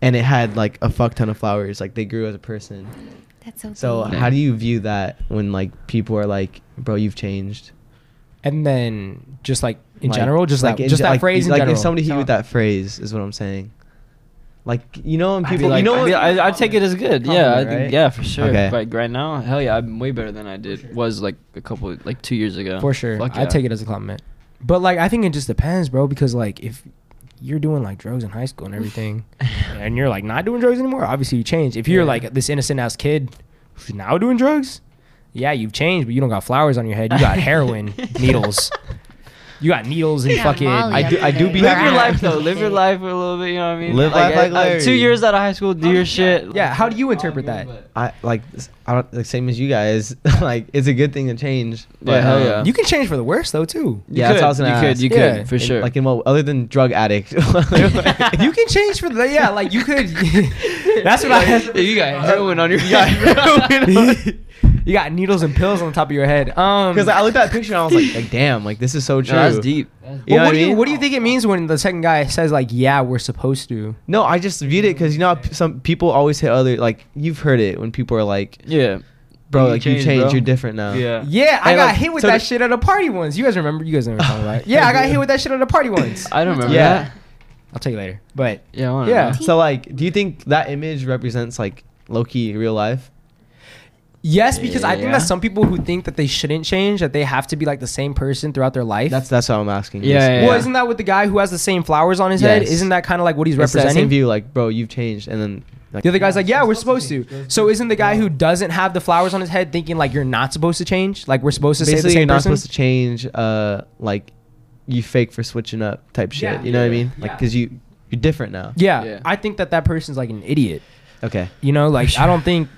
Speaker 3: And it had like a fuck ton of flowers, like they grew as a person.
Speaker 1: That's so
Speaker 3: So
Speaker 6: Mm-hmm.
Speaker 1: funny.
Speaker 3: how do you view that when like people are like, "Bro, you've changed."
Speaker 2: And then just like in
Speaker 3: Like-
Speaker 2: general, just like,
Speaker 3: in
Speaker 2: just
Speaker 3: ge-
Speaker 2: that phrase in
Speaker 3: like
Speaker 2: general.
Speaker 3: if somebody hit you
Speaker 2: So-
Speaker 3: with that phrase is what I'm saying. Like you know, when
Speaker 6: I'd be
Speaker 3: people
Speaker 6: like-
Speaker 3: you know
Speaker 6: I'd
Speaker 3: what
Speaker 6: be- I, I take it as good.
Speaker 3: Compliment,
Speaker 6: yeah, I think,
Speaker 3: right?
Speaker 6: yeah, for sure.
Speaker 3: Okay.
Speaker 6: Like right now, hell yeah, I'm way better than I did was like a couple, like two years ago.
Speaker 2: For sure.
Speaker 6: Fuck <laughs>
Speaker 2: I take it as a compliment. But like I think it just depends, bro, because like if you're doing like drugs in high school
Speaker 6: <laughs>
Speaker 2: and everything and you're like not doing drugs anymore, obviously you change. If you're
Speaker 6: Yeah.
Speaker 2: like this innocent ass kid who's now doing drugs, yeah, you've changed, but you don't got flowers on your head. You
Speaker 3: <laughs>
Speaker 2: got heroin needles. You got needles and
Speaker 1: Yeah,
Speaker 2: fucking
Speaker 1: Molly
Speaker 3: I do-
Speaker 1: every
Speaker 3: I do
Speaker 1: day.
Speaker 6: <laughs>
Speaker 3: be-
Speaker 6: Live your
Speaker 3: Yeah.
Speaker 6: life though. Live
Speaker 1: <laughs>
Speaker 6: your life for a little bit. You know what I mean?
Speaker 3: Live life like
Speaker 6: uh, uh, Two
Speaker 3: Larry.
Speaker 6: years out of high school, do your shit.
Speaker 2: Yeah, how do you interpret that?
Speaker 3: I like s- I don't like same as you guys. <laughs> like it's a good thing to change.
Speaker 6: Yeah, hell
Speaker 3: um,
Speaker 6: yeah.
Speaker 2: You can change for the worse though
Speaker 3: <laughs>
Speaker 2: too.
Speaker 6: You
Speaker 3: Yeah,
Speaker 6: could,
Speaker 3: that's what I was gonna
Speaker 6: you could,
Speaker 3: ask.
Speaker 6: you
Speaker 2: Yeah.
Speaker 6: could, for
Speaker 3: in-
Speaker 6: sure.
Speaker 3: Like in what other than drug addict?
Speaker 6: <laughs>
Speaker 3: <laughs>
Speaker 2: you can change for the yeah, like you could <laughs> That's what <laughs> I Uh,
Speaker 4: you got heroin on your
Speaker 3: <laughs>
Speaker 2: You got needles and pills on top of your head. Um
Speaker 3: Because I looked at that picture and I was like, like damn, like this is so true.
Speaker 6: No, that's deep.
Speaker 3: You know
Speaker 2: Well,
Speaker 3: what,
Speaker 2: what,
Speaker 3: I
Speaker 2: do you,
Speaker 3: mean?
Speaker 2: what do you think it means when the second guy says like, "Yeah, we're supposed to"?
Speaker 3: No, I just viewed it because you know how p- some people always hit other like you've heard it when people are like,
Speaker 6: Yeah.
Speaker 3: bro,
Speaker 6: You
Speaker 3: like you
Speaker 6: changed,
Speaker 3: changed,
Speaker 6: bro.
Speaker 3: you're different now.
Speaker 6: Yeah.
Speaker 2: Yeah, I
Speaker 3: And,
Speaker 2: got
Speaker 3: like,
Speaker 2: hit with
Speaker 3: so
Speaker 2: that
Speaker 3: the-
Speaker 2: shit at a party once. You guys remember? You guys know what I'm talking about? Yeah, I got hit with that shit at a party once.
Speaker 6: I don't remember
Speaker 3: Yeah.
Speaker 6: that.
Speaker 2: I'll tell you later. But
Speaker 6: Yeah. I wanna
Speaker 2: Yeah.
Speaker 6: know.
Speaker 3: So like, do you think that image represents like low key real life?
Speaker 2: yes, because I think
Speaker 6: Yeah.
Speaker 2: that some people who think that they shouldn't change, that they have to be like the same person throughout their life.
Speaker 3: That's that's what I'm asking.
Speaker 6: Yeah,
Speaker 3: Just-
Speaker 6: yeah,
Speaker 2: well,
Speaker 6: yeah.
Speaker 2: isn't that what the guy who has the same flowers on his head?
Speaker 3: Yes.
Speaker 2: Isn't that kind of like what he's
Speaker 3: It's that same
Speaker 2: representing?
Speaker 3: view, like, bro, you've changed, and then like
Speaker 2: The other guy's like, yeah, we're supposed to. So isn't the guy who doesn't have the flowers on his head thinking like you're not supposed to change? Like we're supposed to say the
Speaker 3: basically
Speaker 2: same
Speaker 3: you're not
Speaker 2: person?
Speaker 3: supposed to change. Uh, like you fake for switching up type shit.
Speaker 2: Yeah.
Speaker 3: you know what I mean?
Speaker 2: Yeah.
Speaker 3: Like, cause you you're different now.
Speaker 2: yeah,
Speaker 6: Yeah.
Speaker 2: I think that that person's like an idiot.
Speaker 3: Okay.
Speaker 2: You know, like I don't think,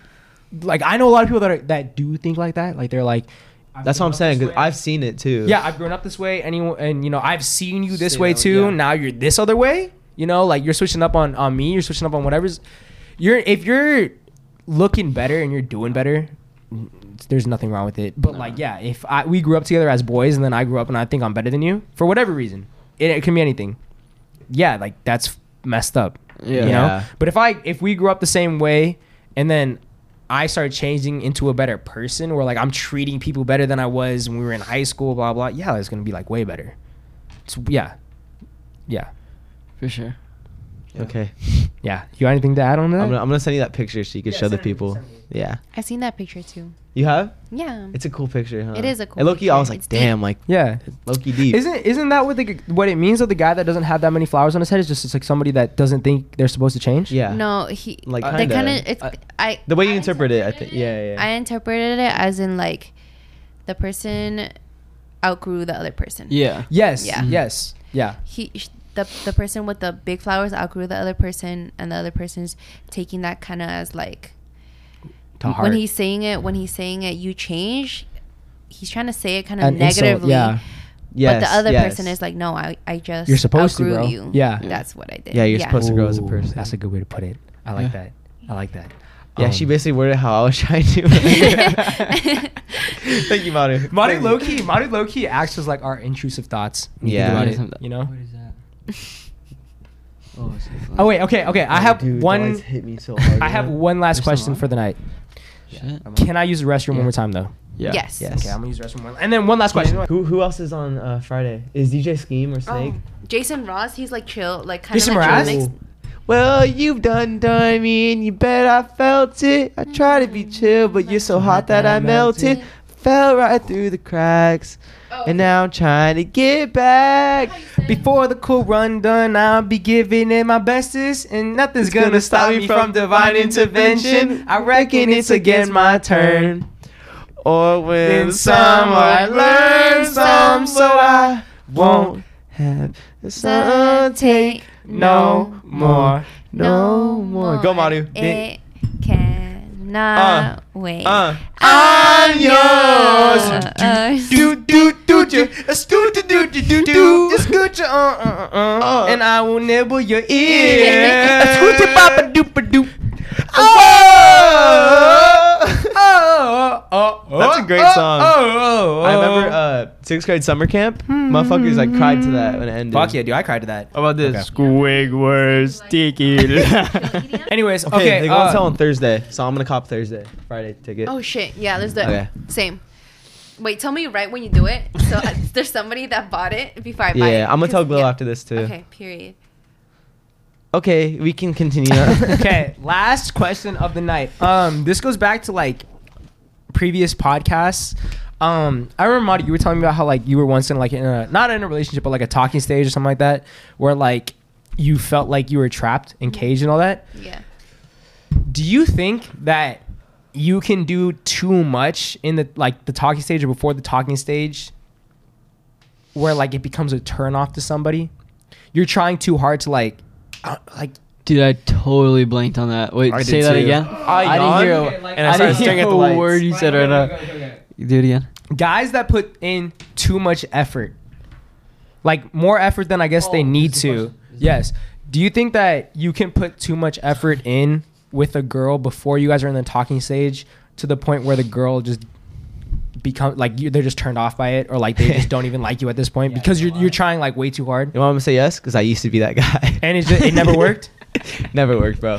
Speaker 2: like I know a lot of people that are, that do think like that. Like they're like,
Speaker 3: That's what I'm saying. Cause I've seen it too.
Speaker 2: yeah, I've grown up this way, anyone, and you know, I've seen you this
Speaker 6: Say
Speaker 2: way
Speaker 6: that,
Speaker 2: too.
Speaker 6: yeah.
Speaker 2: Now you're this other way. You know, like you're switching up on on me. You're switching up on whatever's. You're if you're looking better and you're doing better. n- There's nothing wrong with it, but like, yeah, if I we grew up together as boys, and then I grew up and I think I'm better than you for whatever reason, it, it can be anything. Yeah, like that's messed up.
Speaker 6: Yeah.
Speaker 2: You
Speaker 3: Yeah.
Speaker 2: know? But if I if we grew up the same way and then I started changing into a better person where like I'm treating people better than I was when we were in high school, blah blah, yeah, it's gonna be like way better. It's, yeah. Yeah.
Speaker 6: For sure.
Speaker 3: Okay.
Speaker 2: Yeah. You got anything to add on to that?
Speaker 3: I'm gonna, I'm gonna send you that picture so you can show the people. Yeah.
Speaker 1: I've seen that picture too.
Speaker 3: You have?
Speaker 1: Yeah.
Speaker 3: It's a cool picture, huh?
Speaker 1: It is a cool
Speaker 3: And Loki, I
Speaker 1: picture.
Speaker 3: was like,
Speaker 1: It's deep.
Speaker 3: damn, like
Speaker 2: yeah.
Speaker 3: Loki deep.
Speaker 2: Isn't isn't that what the what it means that the guy that doesn't have that many flowers on his head is just it's like somebody that doesn't think they're supposed to change?
Speaker 3: Yeah.
Speaker 1: No, he
Speaker 3: Like,
Speaker 1: like
Speaker 3: kinda.
Speaker 1: kind of. It's
Speaker 3: Uh,
Speaker 1: I.
Speaker 3: The way you
Speaker 1: I
Speaker 3: interpret it, I think. Yeah, yeah.
Speaker 1: I interpreted it as in like the person outgrew the other person.
Speaker 6: Yeah.
Speaker 2: Yes.
Speaker 1: Yeah.
Speaker 2: Yes. Yeah.
Speaker 1: He sh- the the person with the big flowers outgrew the other person, and the other person's taking that kind of as like
Speaker 2: To heart.
Speaker 1: when he's saying it. When he's saying it, you change. He's trying to say it kind of
Speaker 2: An insult,
Speaker 1: negatively.
Speaker 2: yeah.
Speaker 3: Yes,
Speaker 1: but the other
Speaker 3: yes.
Speaker 1: person is like, no, I, I just
Speaker 2: You're supposed to,
Speaker 1: outgrew
Speaker 2: bro.
Speaker 1: you.
Speaker 2: Yeah. Yeah.
Speaker 1: that's what I did.
Speaker 3: Yeah, you're supposed to grow as a
Speaker 2: Ooh,
Speaker 3: person.
Speaker 2: That's a good way to put it. I like
Speaker 6: Yeah.
Speaker 2: that. I like that.
Speaker 3: Yeah, she
Speaker 2: Um,
Speaker 3: basically worded how I was <laughs> trying to. Thank you, Manu.
Speaker 2: Manu
Speaker 3: Thank you.
Speaker 2: low key, Manu low key acts as like our intrusive thoughts. when you think
Speaker 3: Yeah.
Speaker 2: about
Speaker 6: Intrusive
Speaker 2: it,
Speaker 6: thought.
Speaker 2: you know.
Speaker 6: is that? Oh,
Speaker 2: Oh wait, okay, okay. I have
Speaker 3: Dude, dogs
Speaker 2: one.
Speaker 3: Hit me so hard,
Speaker 2: I have
Speaker 3: man.
Speaker 2: one last
Speaker 6: There's
Speaker 2: question
Speaker 6: someone?
Speaker 2: for the night.
Speaker 6: Shit.
Speaker 2: Can I use the restroom one
Speaker 3: Yeah.
Speaker 2: more time though?
Speaker 6: Yeah.
Speaker 1: Yes.
Speaker 3: Yeah.
Speaker 2: Okay, I'm gonna use the restroom one. And then one last question.
Speaker 3: Who who else is on uh, Friday? Is DJ Scheme or Snake?
Speaker 1: Oh, Jason Ross, he's like chill, like kind of
Speaker 2: Jason
Speaker 1: like
Speaker 2: Mraz?
Speaker 1: chill mix.
Speaker 3: Well, you've done done me, and you bet I felt it. I try to be chill, but you're so hot that I melted.
Speaker 2: Mm-hmm.
Speaker 3: Fell right through the cracks,
Speaker 1: Oh,
Speaker 3: and now I'm trying to get back.
Speaker 2: Before the cool run done, I'll be giving it my bestest, and nothing's
Speaker 3: It's gonna stop me from divine intervention. I reckon it's against my turn. Or when
Speaker 2: Then
Speaker 3: some I learn some, so I won't have some take no more, no more. Go, Manu.
Speaker 1: It cannot wait.
Speaker 3: Uh, I'm yours. do do do do let's do do do do do do
Speaker 2: Just
Speaker 3: do
Speaker 2: good, uh, uh, uh, uh,
Speaker 3: Uh.
Speaker 2: and I will nibble your
Speaker 3: <laughs>
Speaker 2: ear.
Speaker 3: yeah
Speaker 2: Scoochie papa doop.
Speaker 3: doop oh
Speaker 2: Oh, oh, oh,
Speaker 3: That's a great
Speaker 2: oh,
Speaker 3: song.
Speaker 2: Oh, oh, oh.
Speaker 3: I remember uh sixth grade summer camp motherfuckers like cried to that when it ended
Speaker 2: Fuck yeah, dude! I cried to that.
Speaker 6: How about this?
Speaker 2: Okay.
Speaker 6: Squidward's ticket.
Speaker 2: Anyways, okay,
Speaker 3: okay, they go
Speaker 2: uh,
Speaker 3: on sale on Thursday so I'm gonna cop Thursday Friday ticket
Speaker 1: Oh shit! Yeah, there's the
Speaker 3: Okay.
Speaker 1: same. Wait, tell me right when you do it. So uh, <laughs> there's somebody that bought it before I buy it.
Speaker 3: yeah I'm gonna tell
Speaker 1: Because-
Speaker 3: Glow
Speaker 1: yeah.
Speaker 3: after this too
Speaker 1: Okay. Period.
Speaker 3: Okay, we can continue. <laughs> now.
Speaker 2: okay, last question of the night. Um, this goes back to like previous podcasts. Um, I remember Madi, you were telling me about how like you were once in like in a not in a relationship but like a talking stage or something like that, where like you felt like you were trapped and caged and all that.
Speaker 1: Yeah.
Speaker 2: Do you think that you can do too much in the like the talking stage or before the talking stage, where like it becomes a turn off to somebody? You're trying too hard to like, uh, like
Speaker 6: <laughs> Dude, I totally blanked on that. Wait,
Speaker 3: I did
Speaker 6: say that
Speaker 3: too.
Speaker 6: again.
Speaker 3: I
Speaker 6: didn't
Speaker 3: yawned,
Speaker 6: hear. A,
Speaker 3: and I
Speaker 6: I,
Speaker 3: started
Speaker 6: didn't
Speaker 3: staring
Speaker 6: hear
Speaker 3: at
Speaker 6: a
Speaker 3: the lights.
Speaker 6: word you said right now. You do it again.
Speaker 2: guys that put in too much effort, like more effort than I guess they need to. Yes. Do you think that you can put too much effort in with a girl before you guys are in the talking stage to the point where the girl just become like you, they're just turned off by it or like they <laughs> just don't even like you at this point because you're you're trying like way too hard
Speaker 3: You want me to say yes? Because I used to be that guy.
Speaker 2: and it just, it never worked.
Speaker 3: <laughs> Never worked, bro.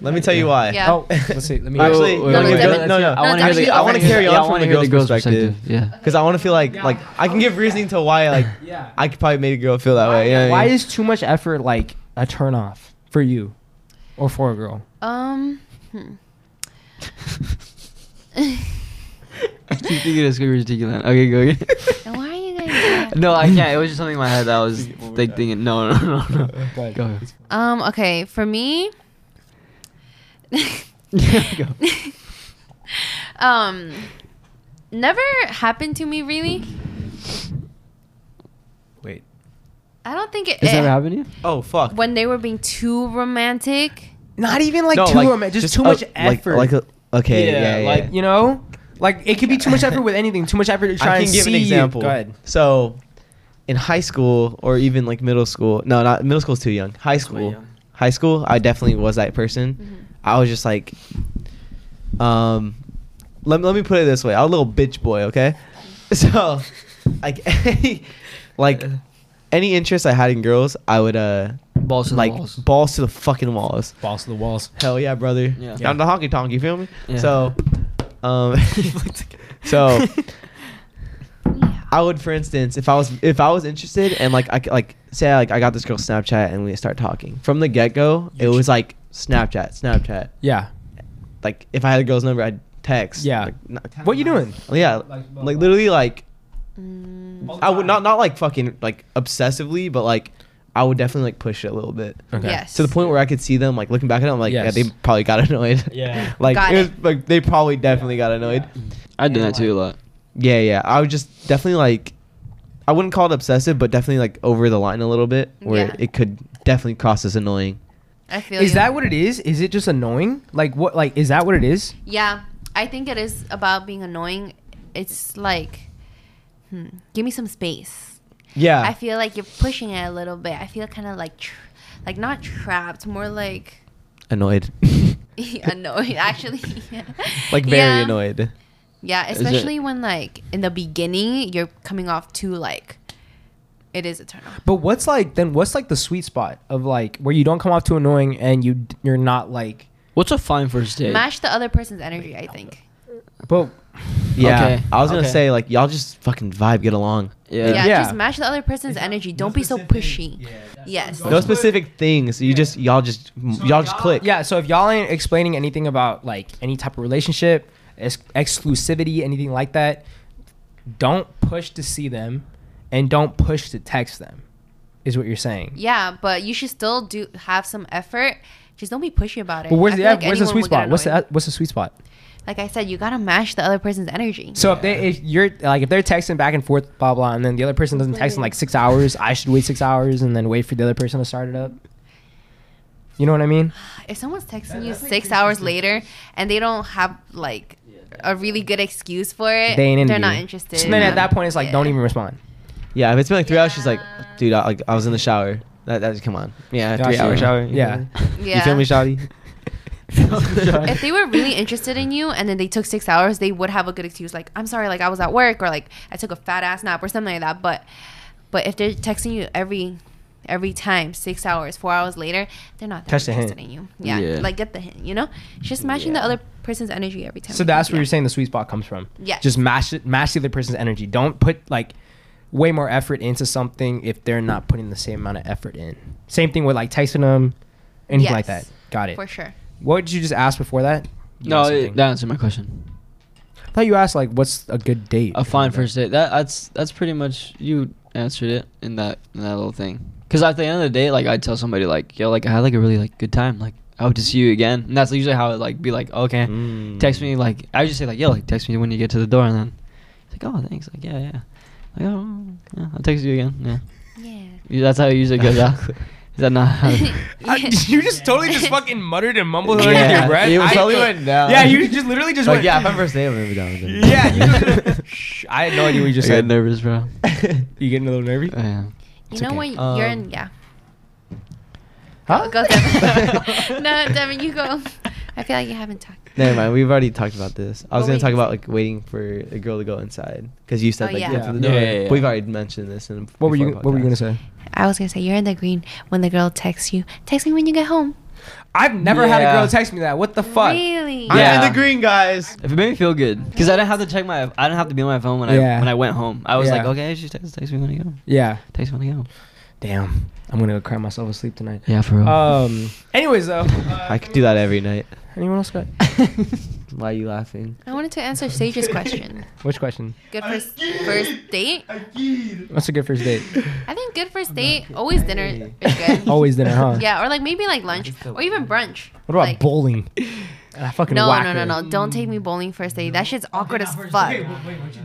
Speaker 3: Let me tell you why.
Speaker 1: Yeah.
Speaker 2: Oh, let's see. Let me.
Speaker 6: Wait,
Speaker 3: <laughs>
Speaker 6: wait,
Speaker 3: Actually, no,
Speaker 6: wait,
Speaker 3: no,
Speaker 6: wait,
Speaker 3: no,
Speaker 6: wait.
Speaker 3: no, no.
Speaker 6: I want
Speaker 1: it's
Speaker 6: to hear
Speaker 1: actually
Speaker 6: the.
Speaker 1: the
Speaker 6: I want to carry
Speaker 1: girl's
Speaker 6: on
Speaker 3: perspective.
Speaker 6: from the girl's perspective. Yeah.
Speaker 3: Because I want to feel like like I can give reasoning to why like
Speaker 2: yeah.
Speaker 3: I could probably made a girl feel that way. You know what I
Speaker 2: Why
Speaker 3: mean?
Speaker 2: is too much effort like a turn off for you or for a girl?
Speaker 1: Um. hmm.
Speaker 2: <laughs>
Speaker 6: I <laughs> keep thinking it's gonna be ridiculous. Okay, go again.
Speaker 1: And why are
Speaker 6: <laughs>
Speaker 1: you guys?
Speaker 6: no, I can't. It was just something in my head that I was like thinking. No, no, no, no.
Speaker 2: Go ahead.
Speaker 6: Go. ahead.
Speaker 1: Um. Okay. For me.
Speaker 6: Go.
Speaker 1: <laughs> um. Never happened to me really.
Speaker 2: Wait.
Speaker 1: I don't think it.
Speaker 6: Has
Speaker 1: it-
Speaker 6: that ever happened to you?
Speaker 3: oh fuck.
Speaker 1: when they were being too romantic.
Speaker 2: Not even like
Speaker 3: No,
Speaker 2: too
Speaker 3: like,
Speaker 2: romantic, just, too
Speaker 3: a-
Speaker 2: much
Speaker 3: like-
Speaker 2: effort.
Speaker 3: Like, a, okay, yeah, yeah,
Speaker 2: like you know, like it could be too much effort with anything. Too much effort to try
Speaker 3: I
Speaker 2: and
Speaker 3: can give
Speaker 2: see
Speaker 3: an example.
Speaker 2: You. Go ahead.
Speaker 3: So, in high school or even like middle school, no, not middle school's too young. High school,
Speaker 6: young.
Speaker 3: high school, I definitely was that person. I was just like, um, let, let me put it this way: I was a little bitch boy, okay? <laughs> So, like, any, like any interest I had in girls, I would uh
Speaker 6: Balls to the
Speaker 3: like
Speaker 6: walls.
Speaker 3: balls to the fucking walls.
Speaker 2: Balls to the walls.
Speaker 3: Hell yeah, brother.
Speaker 6: Yeah.
Speaker 3: Down the honky tonk, you feel me?
Speaker 6: Yeah.
Speaker 3: So, um, <laughs> so I would, for instance, if I was if I was interested and like I c- like say like I got this girl Snapchat and we start talking from the get go, it was like Snapchat, Snapchat.
Speaker 2: <laughs> Yeah.
Speaker 3: Like if I had a girl's number, I'd text.
Speaker 2: Yeah.
Speaker 3: Like, not-
Speaker 2: What you doing?
Speaker 3: yeah. Like literally, like
Speaker 1: Mm,
Speaker 3: I would not not like fucking like obsessively, but like I would definitely like push it a little bit.
Speaker 1: Yes.
Speaker 3: To the point where I could see them like looking back at them, like
Speaker 2: Yes.
Speaker 3: yeah, they probably got annoyed.
Speaker 2: Yeah.
Speaker 3: <laughs> like
Speaker 1: Got
Speaker 3: it
Speaker 1: it.
Speaker 3: was, like they probably definitely got annoyed.
Speaker 6: I did that too a lot.
Speaker 3: Yeah. yeah, I would just definitely like, I wouldn't call it obsessive, but definitely like over the line a little bit, where
Speaker 1: Yeah.
Speaker 3: it could definitely cross as annoying.
Speaker 1: I feel
Speaker 2: Is
Speaker 1: you.
Speaker 2: that what it is? Is it just annoying? Like what? Like is that what it is?
Speaker 1: Yeah, I think it is about being annoying. It's like, hmm, give me some space.
Speaker 3: Yeah,
Speaker 1: I feel like you're pushing it a little bit. I feel kind of like, tr- like not trapped, more like <laughs>
Speaker 3: annoyed,
Speaker 1: annoyed. Actually,
Speaker 3: <laughs> like very
Speaker 1: Yeah.
Speaker 3: annoyed.
Speaker 1: Yeah,
Speaker 6: it-
Speaker 1: especially when like in the beginning you're coming off too like, it is a turn off.
Speaker 2: But what's like then? What's like the sweet spot of like where you don't come off too annoying and you d- you're not like.
Speaker 6: What's a fine first date?
Speaker 1: Match the other person's energy. I think.
Speaker 2: But
Speaker 3: Yeah,
Speaker 6: Okay.
Speaker 3: I was gonna
Speaker 2: Okay.
Speaker 3: say like y'all just fucking vibe, get along.
Speaker 6: Yeah.
Speaker 1: Yeah,
Speaker 2: Yeah.
Speaker 1: just match the other person's energy. Don't be so pushy. yes.
Speaker 3: No specific things. You just y'all just y'all just click.
Speaker 2: yeah, so if y'all ain't explaining anything about like any type of relationship, ex- exclusivity, anything like that, don't push to see them, and don't push to text them, is what you're saying.
Speaker 1: Yeah, but you should still do have some effort. Just don't be pushy about it.
Speaker 2: But where's
Speaker 1: I
Speaker 2: the
Speaker 1: feel like
Speaker 2: where's the
Speaker 1: anyone
Speaker 2: sweet
Speaker 1: would get
Speaker 2: spot? What's
Speaker 1: annoyed.
Speaker 2: the what's the sweet spot?
Speaker 1: Like I said, you gotta match the other person's energy.
Speaker 2: So if they if you're like if they're texting back and forth blah blah, and then the other person doesn't text in like six hours, I should wait six hours and then wait for the other person to start it up. You know what I mean?
Speaker 1: If someone's texting you six hours later and they don't have like a really good excuse for it,
Speaker 2: They ain't into
Speaker 1: Eh, they're not
Speaker 2: you.
Speaker 1: interested.
Speaker 2: And then at that point, it's like don't
Speaker 1: <laughs>
Speaker 2: even <laughs> respond.
Speaker 3: Yeah, if it's been like three hours, she's like, dude, I, like I was in the shower. That, that come on. Yeah, three
Speaker 2: Gotcha.
Speaker 3: hour shower. you
Speaker 2: Yeah.
Speaker 3: feel me?
Speaker 1: Yeah.
Speaker 3: You feel me, <laughs> Shotty?
Speaker 1: If they were really interested in you and then they took six hours, they would have a good excuse like, I'm sorry, like I was at work or like I took a fat ass nap or something like that. But but if they're texting you every every time, six hours, four hours later, they're not that
Speaker 2: Catch the hint.
Speaker 1: interested in you. Yeah.
Speaker 6: Yeah.
Speaker 1: Like get the hint, you know? It's Just matching the other person's energy every time.
Speaker 2: So
Speaker 1: I
Speaker 2: that's
Speaker 1: think,
Speaker 2: where
Speaker 1: yeah.
Speaker 2: you're saying the sweet spot comes from.
Speaker 1: Yes.
Speaker 2: Just match it, match the other person's energy. Don't put like way more effort into something if they're not putting the same amount of effort in. Same thing with like texting them, um, anything
Speaker 1: Yes.
Speaker 2: like that. Got it.
Speaker 1: for sure.
Speaker 2: What did you just ask before that? You
Speaker 4: No,
Speaker 2: asked
Speaker 4: it-
Speaker 2: something.
Speaker 4: that answered my question.
Speaker 2: I thought you asked like, what's a good date?
Speaker 4: A fine
Speaker 1: <laughs>
Speaker 4: first date. That that's that's pretty much you answered it in that in that little thing. Because at the end of the day, like I tell somebody like, yo, like I had like a really like good time. Like I hope to see you again. And that's usually how it like be like, okay,
Speaker 3: Mm.
Speaker 4: text me like I just say like, yo, like text me when you get to the door, and then it's like, oh, thanks. Like yeah, yeah. Like oh, yeah, I'll text you again. Yeah.
Speaker 1: Yeah.
Speaker 4: Yeah, That's how it usually goes <laughs> out. Is that not? How
Speaker 2: I- <laughs> you just totally just fucking muttered and mumbled under
Speaker 4: Yeah.
Speaker 2: your breath.
Speaker 3: You
Speaker 2: I-
Speaker 3: totally went down.
Speaker 2: yeah, you just literally just
Speaker 3: Like,
Speaker 2: went.
Speaker 3: yeah, if I'm first name, I'm gonna be down with
Speaker 2: <laughs>
Speaker 3: it.
Speaker 2: Yeah, <laughs> you
Speaker 4: <laughs>
Speaker 2: just- Shh, I had no idea what you just
Speaker 4: I get
Speaker 2: said.
Speaker 4: nervous, <laughs> bro.
Speaker 2: You getting a little nervy?
Speaker 4: <laughs> I am.
Speaker 1: You
Speaker 2: It's
Speaker 1: know
Speaker 2: okay.
Speaker 1: when
Speaker 3: Um, oh.
Speaker 1: you're in, yeah.
Speaker 2: Huh?
Speaker 1: Go,
Speaker 3: <laughs>
Speaker 1: Devin. <laughs> no, Devin, you go. I feel like you haven't talked.
Speaker 3: <laughs> Never mind. We've already talked about this. I was
Speaker 1: What
Speaker 3: gonna
Speaker 1: were
Speaker 3: talk
Speaker 1: you
Speaker 3: about like waiting for a girl to go inside because you said
Speaker 1: Oh,
Speaker 3: like
Speaker 1: yeah.
Speaker 3: get to
Speaker 4: Yeah.
Speaker 3: the door.
Speaker 4: Yeah, yeah, yeah.
Speaker 3: We've already mentioned this. In
Speaker 2: What were you What were you gonna say?
Speaker 1: I was gonna say you're in the green when the girl texts you. Text me when you get home.
Speaker 2: I've never had a
Speaker 4: Yeah.
Speaker 2: girl text me that. What the fuck?
Speaker 1: Really?
Speaker 3: I'm
Speaker 4: Yeah.
Speaker 3: in the green, guys.
Speaker 4: If it made me feel good, because I didn't have to check my, I didn't have to be on my phone when
Speaker 2: Yeah.
Speaker 4: I when I went home. I was
Speaker 2: Yeah.
Speaker 4: like, okay, she text, text me when I go.
Speaker 2: Yeah.
Speaker 4: Text me when I go.
Speaker 2: Damn. I'm gonna go cry myself asleep tonight.
Speaker 4: Yeah, for real.
Speaker 2: Um. Anyways, <laughs> though. uh,
Speaker 3: I could do that every night.
Speaker 2: Anyone else <laughs> got?
Speaker 3: Why are you laughing?
Speaker 1: I wanted to answer Sage's question.
Speaker 2: Which question?
Speaker 1: Good first first date.
Speaker 2: What's a good first date?
Speaker 1: I think good first date. Always dinner is good.
Speaker 2: <laughs> Always dinner, huh?
Speaker 1: Yeah, or like maybe like lunch or even brunch.
Speaker 2: What about
Speaker 1: like,
Speaker 2: bowling? I fucking
Speaker 1: No,
Speaker 2: whack mm.
Speaker 1: no, no,
Speaker 2: her.
Speaker 1: no. Don't take me bowling first date. That shit's awkward as fuck.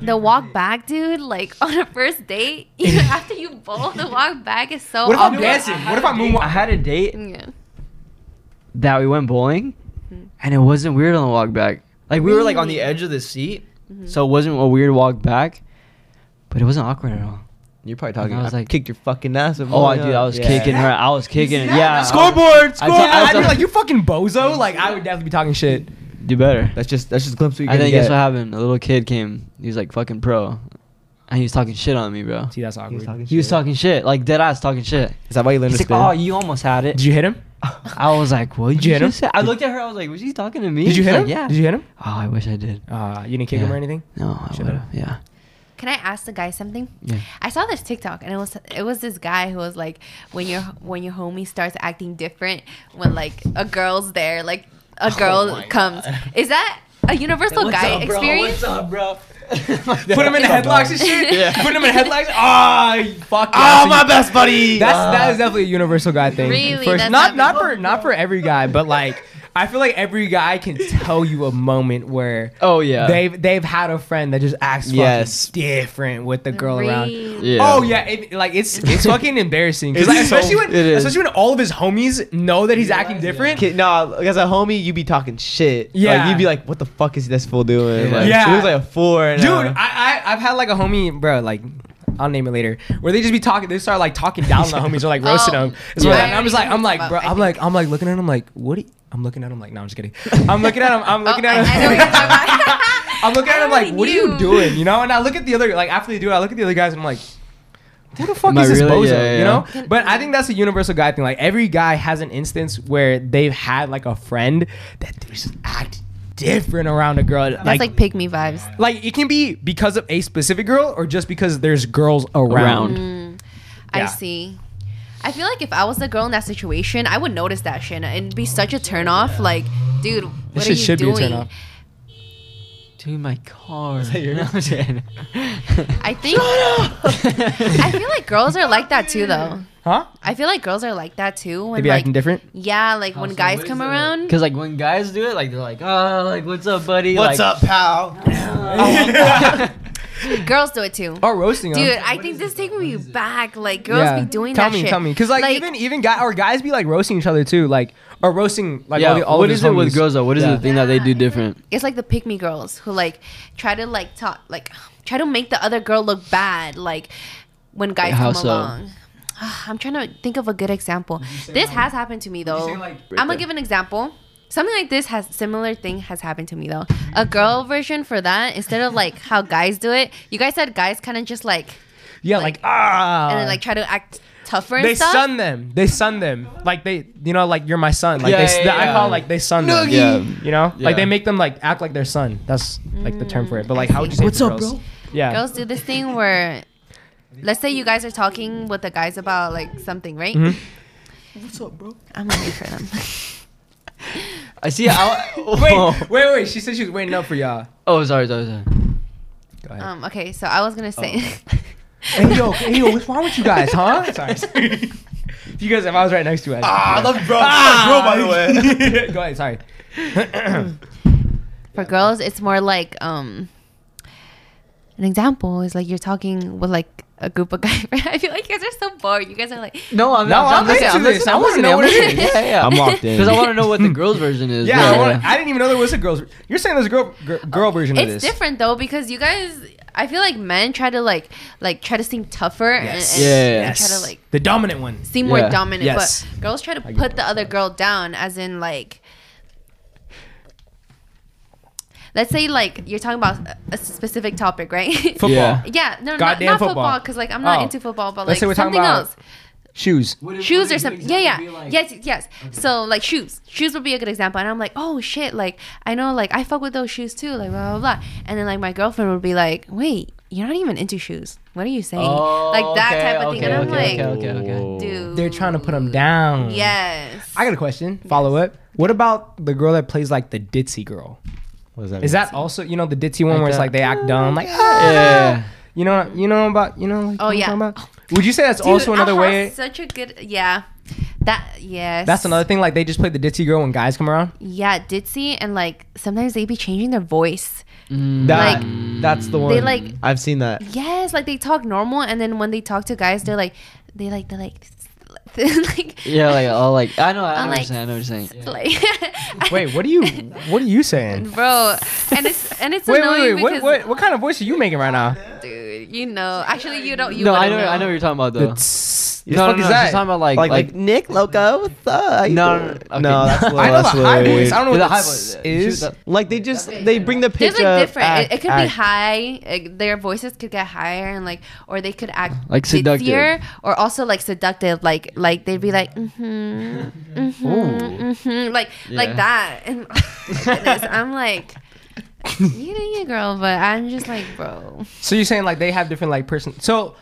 Speaker 1: The walk back, dude, like <laughs> on a first
Speaker 2: <laughs>
Speaker 1: date, even after you bowl, the walk back is so
Speaker 2: What if I'm
Speaker 1: awkward.
Speaker 2: dancing? What if I'm
Speaker 4: I
Speaker 2: moonwalking?
Speaker 4: had a date
Speaker 1: Yeah.
Speaker 4: that we went bowling, and it wasn't weird on the walk back. Like we were like on the edge of the seat, so it wasn't a weird walk back, but it wasn't awkward at all.
Speaker 3: You're probably talking.
Speaker 4: I
Speaker 3: I
Speaker 4: was like-
Speaker 3: kicked your fucking ass. with
Speaker 4: Oh, I
Speaker 3: Mario.
Speaker 4: dude, I was
Speaker 3: Yeah.
Speaker 4: kicking her. I was kicking. Yeah,
Speaker 2: Scoreboard,
Speaker 4: I- I-
Speaker 2: scoreboard.
Speaker 4: I-
Speaker 2: I'd be like, you fucking bozo. Like, I would definitely be talking shit.
Speaker 4: do better.
Speaker 3: <laughs> That's just that's just a glimpse we
Speaker 4: I
Speaker 3: can
Speaker 4: think
Speaker 3: get.
Speaker 4: guess what happened. A little kid came. He was like fucking pro, and he was talking shit on me, bro.
Speaker 2: See, that's
Speaker 3: He was
Speaker 2: awkward.
Speaker 3: talking
Speaker 4: He was
Speaker 3: shit.
Speaker 4: talking shit, like dead ass talking shit.
Speaker 3: Is that why you learned
Speaker 4: He's
Speaker 3: to
Speaker 4: like,
Speaker 3: spin?
Speaker 4: "Oh, you almost had it."
Speaker 2: Did you hit him? <laughs>
Speaker 4: I was like, "What did
Speaker 2: you
Speaker 4: you,
Speaker 2: hit him?
Speaker 4: just say?" I looked at her. I was like, "Was she talking to me?"
Speaker 2: Did you
Speaker 4: She's
Speaker 2: hit
Speaker 4: like,
Speaker 2: him?
Speaker 4: Yeah.
Speaker 2: Did you hit him?
Speaker 4: Oh, I wish I did.
Speaker 2: Uh, you didn't kick him
Speaker 4: Yeah.
Speaker 2: or anything?
Speaker 4: No, I
Speaker 2: Should've.
Speaker 4: would have. Yeah.
Speaker 1: Can I ask the guy something?
Speaker 4: Yeah.
Speaker 1: I saw this TikTok and it was it was this guy who was like when your when your homie starts acting different when like a girl's there like a girl comes is that a universal guy experience?
Speaker 4: up, bro?
Speaker 2: <laughs> Put him in headlocks and
Speaker 4: <laughs>
Speaker 2: shit. <laughs> Put him in headlocks. Ah, fuck.
Speaker 3: Oh,
Speaker 2: yeah.
Speaker 3: my best buddy.
Speaker 2: That's that is definitely a universal guy thing.
Speaker 1: Really?
Speaker 2: For-
Speaker 1: That's
Speaker 2: not
Speaker 1: not
Speaker 2: not for not for every guy, but like I feel like every guy can tell you a moment where
Speaker 4: Oh yeah.
Speaker 2: they've they've had a friend that just acts fucking
Speaker 3: Yes.
Speaker 2: different with the girl around.
Speaker 1: Really?
Speaker 4: <laughs> yeah.
Speaker 2: Oh yeah, it, like it's
Speaker 4: <laughs>
Speaker 2: it's fucking embarrassing. 'Cause,
Speaker 3: It's
Speaker 2: like,
Speaker 3: so-
Speaker 2: especially when
Speaker 4: it is.
Speaker 2: especially when all of his homies know that he's acting different.
Speaker 3: Kid, no, as a homie, you be talking shit.
Speaker 2: Yeah.
Speaker 3: like, you'd be like, "What the fuck is this fool doing?"
Speaker 4: Yeah.
Speaker 3: Like,
Speaker 2: Yeah.
Speaker 3: he looks like a uh, fool right
Speaker 2: Dude,
Speaker 3: now.
Speaker 2: I, I I've had like a homie, bro, like. I'll name it later. Where they just be talking, they start like talking down on the homies or like roasting
Speaker 1: Oh,
Speaker 2: them. It's like-
Speaker 1: yeah.
Speaker 2: and I'm just like, I'm like, bro, I'm like, I'm like looking at him like, what? Are you? I'm looking at him like, no, I'm just kidding. I'm looking at him. I'm looking
Speaker 1: <laughs> Oh, I- I
Speaker 2: at
Speaker 1: know what you're
Speaker 2: him.
Speaker 1: talking about.
Speaker 2: <laughs> I'm looking at
Speaker 1: I
Speaker 2: him like,
Speaker 1: already
Speaker 2: what are you
Speaker 1: knew.
Speaker 2: doing? You know? And I look at the other like after they do it, I look at the other guys and I'm like, who the fuck
Speaker 4: Am
Speaker 2: is
Speaker 4: I
Speaker 2: this
Speaker 4: really?
Speaker 2: bozo?
Speaker 4: Yeah, yeah,
Speaker 2: You know?
Speaker 1: yeah.
Speaker 2: But I think that's a universal guy thing. Like every guy has an instance where they've had like a friend that they just act different around a girl.
Speaker 1: That's like pick me vibes.
Speaker 2: Like it can be because of a specific girl or just because there's girls around.
Speaker 4: Around.
Speaker 1: I
Speaker 2: Yeah.
Speaker 1: see. I feel like if I was the girl in that situation, I would notice that shit and it'd be such a turn off. Like, dude, what
Speaker 2: This
Speaker 1: are
Speaker 2: shit
Speaker 1: you
Speaker 2: should be a
Speaker 1: doing?
Speaker 2: turn off.
Speaker 4: Dude, my car. Is <laughs> that <laughs>
Speaker 1: I think I feel like girls are like that too, though.
Speaker 2: Huh?
Speaker 1: I feel like girls are like that too. When
Speaker 2: They be
Speaker 1: like,
Speaker 2: acting different.
Speaker 1: yeah, like when guys come around,
Speaker 4: Cause like when guys do it, like they're like, oh, like what's up, buddy?
Speaker 3: What's
Speaker 4: like,
Speaker 3: up, pal?
Speaker 1: girls do it too.
Speaker 2: Or roasting them.
Speaker 1: Dude, I think this taking me back. Like girls
Speaker 2: Oh, Yeah.
Speaker 1: be doing
Speaker 2: tell
Speaker 1: that
Speaker 2: me,
Speaker 1: shit.
Speaker 2: Tell me, because like, even even guy or guys be like roasting each other too, like or roasting like all,
Speaker 4: Yeah.
Speaker 2: the, all
Speaker 4: what
Speaker 2: of his
Speaker 4: is it with
Speaker 2: homies.
Speaker 4: girls though? What is
Speaker 2: Yeah.
Speaker 4: the thing that they do different?
Speaker 1: it's like the pick me girls who like try to like talk like <sighs> try to make the other girl look bad like when guys
Speaker 4: Like, how
Speaker 1: come
Speaker 4: so?
Speaker 1: along <sighs> i'm trying to think of a good example this has happened to me though i'm gonna give an example something like this has similar thing has happened to me though a girl version for that instead of like how guys do it you guys said guys kind of just like
Speaker 2: Yeah, like, ah,
Speaker 1: and then like try to act tougher and
Speaker 2: they
Speaker 1: stuff
Speaker 2: sun them. They sun them. Like they, you know, like you're my son. Like
Speaker 4: Yeah,
Speaker 2: they,
Speaker 4: yeah,
Speaker 2: I
Speaker 4: yeah.
Speaker 2: call it, like they sun them.
Speaker 4: Yeah.
Speaker 2: You know,
Speaker 4: Yeah.
Speaker 2: like they make them like act like their son. That's like the term for it. But like, how would you say it
Speaker 4: What's
Speaker 2: for
Speaker 4: up,
Speaker 2: girls?
Speaker 4: bro?
Speaker 2: Yeah.
Speaker 1: girls do this thing where let's say you guys are talking with the guys about like something right
Speaker 2: Mm-hmm.
Speaker 4: What's up, bro?
Speaker 1: I'm ready for
Speaker 2: <laughs>
Speaker 1: them.
Speaker 6: I see. I, oh.
Speaker 2: Wait, wait, wait. She said she was waiting up for y'all.
Speaker 6: oh, sorry, sorry, sorry.
Speaker 2: Go ahead.
Speaker 1: um, okay, so I was gonna say.
Speaker 2: Oh.
Speaker 1: <laughs>
Speaker 2: hey yo, hey yo, what's wrong with you guys, huh? <laughs> Sorry. sorry. If you guys, if I was right next to you,
Speaker 3: Ah, I
Speaker 2: yeah.
Speaker 3: love you, bro. Ah. Bro, by the way.
Speaker 2: Go ahead. Sorry.
Speaker 1: For girls, it's more like um. An example is like you're talking with like a group of <laughs> guys. I feel like you guys are so bored. You guys are like,
Speaker 6: <laughs> No, I'm
Speaker 2: No, I'm
Speaker 6: listening,
Speaker 2: into
Speaker 6: I'm
Speaker 2: this.
Speaker 6: listening,
Speaker 2: I
Speaker 6: I'm
Speaker 2: wanna
Speaker 6: listening,
Speaker 2: know
Speaker 6: I'm
Speaker 2: what it
Speaker 6: listening.
Speaker 2: is.
Speaker 6: Yeah, yeah. <laughs>
Speaker 3: I'm locked
Speaker 4: <laughs>
Speaker 3: in.
Speaker 6: Because I want to know what the girls' version
Speaker 3: <laughs>
Speaker 6: is.
Speaker 2: Yeah, I, wanna, I didn't even know there was a girls. You're saying there's a girl girl, girl version of
Speaker 1: it's
Speaker 2: this.
Speaker 1: different though because you guys. I feel like men try to like like try to seem tougher
Speaker 2: Yes.
Speaker 1: and, and,
Speaker 6: Yeah.
Speaker 1: and try to like
Speaker 2: the dominant one.
Speaker 1: seem more
Speaker 6: Yeah.
Speaker 1: dominant,
Speaker 2: Yes.
Speaker 1: but girls try to
Speaker 2: get
Speaker 1: put the other girl down, as in like. Let's say like you're talking about a- a specific topic, right?
Speaker 2: Football.
Speaker 6: Yeah.
Speaker 1: <laughs> yeah, no, not,
Speaker 2: Goddamn
Speaker 1: not
Speaker 2: football.
Speaker 1: football because like I'm not
Speaker 2: Oh.
Speaker 1: into football, but
Speaker 2: Let's
Speaker 1: like
Speaker 2: say we're talking
Speaker 1: something
Speaker 2: about
Speaker 1: else,
Speaker 2: Shoes.
Speaker 1: shoes or something. Yeah, yeah, yes, yes. So like shoes, shoes would be a good example, and I'm like, oh shit, like I know, like I fuck with those shoes too, like blah blah blah, and then like my girlfriend would be like, wait, you're not even into shoes. What are you saying? like that
Speaker 2: Oh,
Speaker 1: type of thing, and I'm
Speaker 6: okay,
Speaker 1: like,
Speaker 6: okay, okay, okay.
Speaker 1: dude,
Speaker 2: They're trying to put them down.
Speaker 1: Yes.
Speaker 2: Hmm. I got a question. Follow up. What about the girl that plays like the ditzy girl?
Speaker 3: What does that
Speaker 2: Is that also you know the ditzy one
Speaker 6: Like
Speaker 2: where it's
Speaker 6: that.
Speaker 2: like they act dumb like ah!
Speaker 6: Yeah.
Speaker 2: you know you know about you know like,
Speaker 1: Oh,
Speaker 2: what I'm
Speaker 1: yeah.
Speaker 2: talking about? Would you say that's
Speaker 1: Dude,
Speaker 2: also another
Speaker 1: uh-huh,
Speaker 2: way?
Speaker 1: Such a good yeah. That yes.
Speaker 2: That's another thing. Like they just play the ditzy girl when guys come around.
Speaker 1: Yeah, ditzy and like sometimes they be changing their voice.
Speaker 3: That, that's the one.
Speaker 2: Hmm.
Speaker 1: They like
Speaker 3: I've seen that.
Speaker 1: yes, like they talk normal and then when they talk to guys, they're like they like they're like <laughs> they're like
Speaker 6: Yeah, like all like I know, I
Speaker 1: I'm
Speaker 6: know what you're
Speaker 1: like-
Speaker 6: saying, I know what you're saying.
Speaker 1: like <laughs>
Speaker 2: <laughs> Wait, what are you what are you saying?
Speaker 1: bro and it's and it's
Speaker 2: Wait,
Speaker 1: annoying
Speaker 2: wait, wait. What,
Speaker 1: because
Speaker 2: what what kind of voice are you making right now?
Speaker 1: dude you know actually you don't you
Speaker 6: No, I
Speaker 1: wouldn't
Speaker 6: know, I know what you're talking about though.
Speaker 2: It's,
Speaker 6: No, no, no, she's talking about like
Speaker 3: Like,
Speaker 6: like,
Speaker 3: like, Nick Loco, what's up? How you
Speaker 6: No,
Speaker 3: doing?
Speaker 6: no, no, okay.
Speaker 4: <laughs>
Speaker 3: no, that's low.
Speaker 2: I know
Speaker 3: that's
Speaker 2: the high
Speaker 3: low.
Speaker 2: voice. I don't know what
Speaker 6: The
Speaker 2: the
Speaker 6: high
Speaker 2: high
Speaker 6: voice, uh,
Speaker 2: is.
Speaker 6: shoot that-
Speaker 3: Like they just they bring the pitch
Speaker 1: there's like
Speaker 3: up.
Speaker 1: different
Speaker 3: act-
Speaker 1: it, it could be
Speaker 3: act.
Speaker 1: high like, their voices could get higher and like or they could act
Speaker 6: Like seductive.
Speaker 1: ditzier or also like seductive like like they'd be like mm-hmm mm-hmm, mm-hmm like
Speaker 6: Yeah.
Speaker 1: like that and oh goodness, i'm like you know you girl but i'm just like bro
Speaker 2: So you're saying like they have different like person. So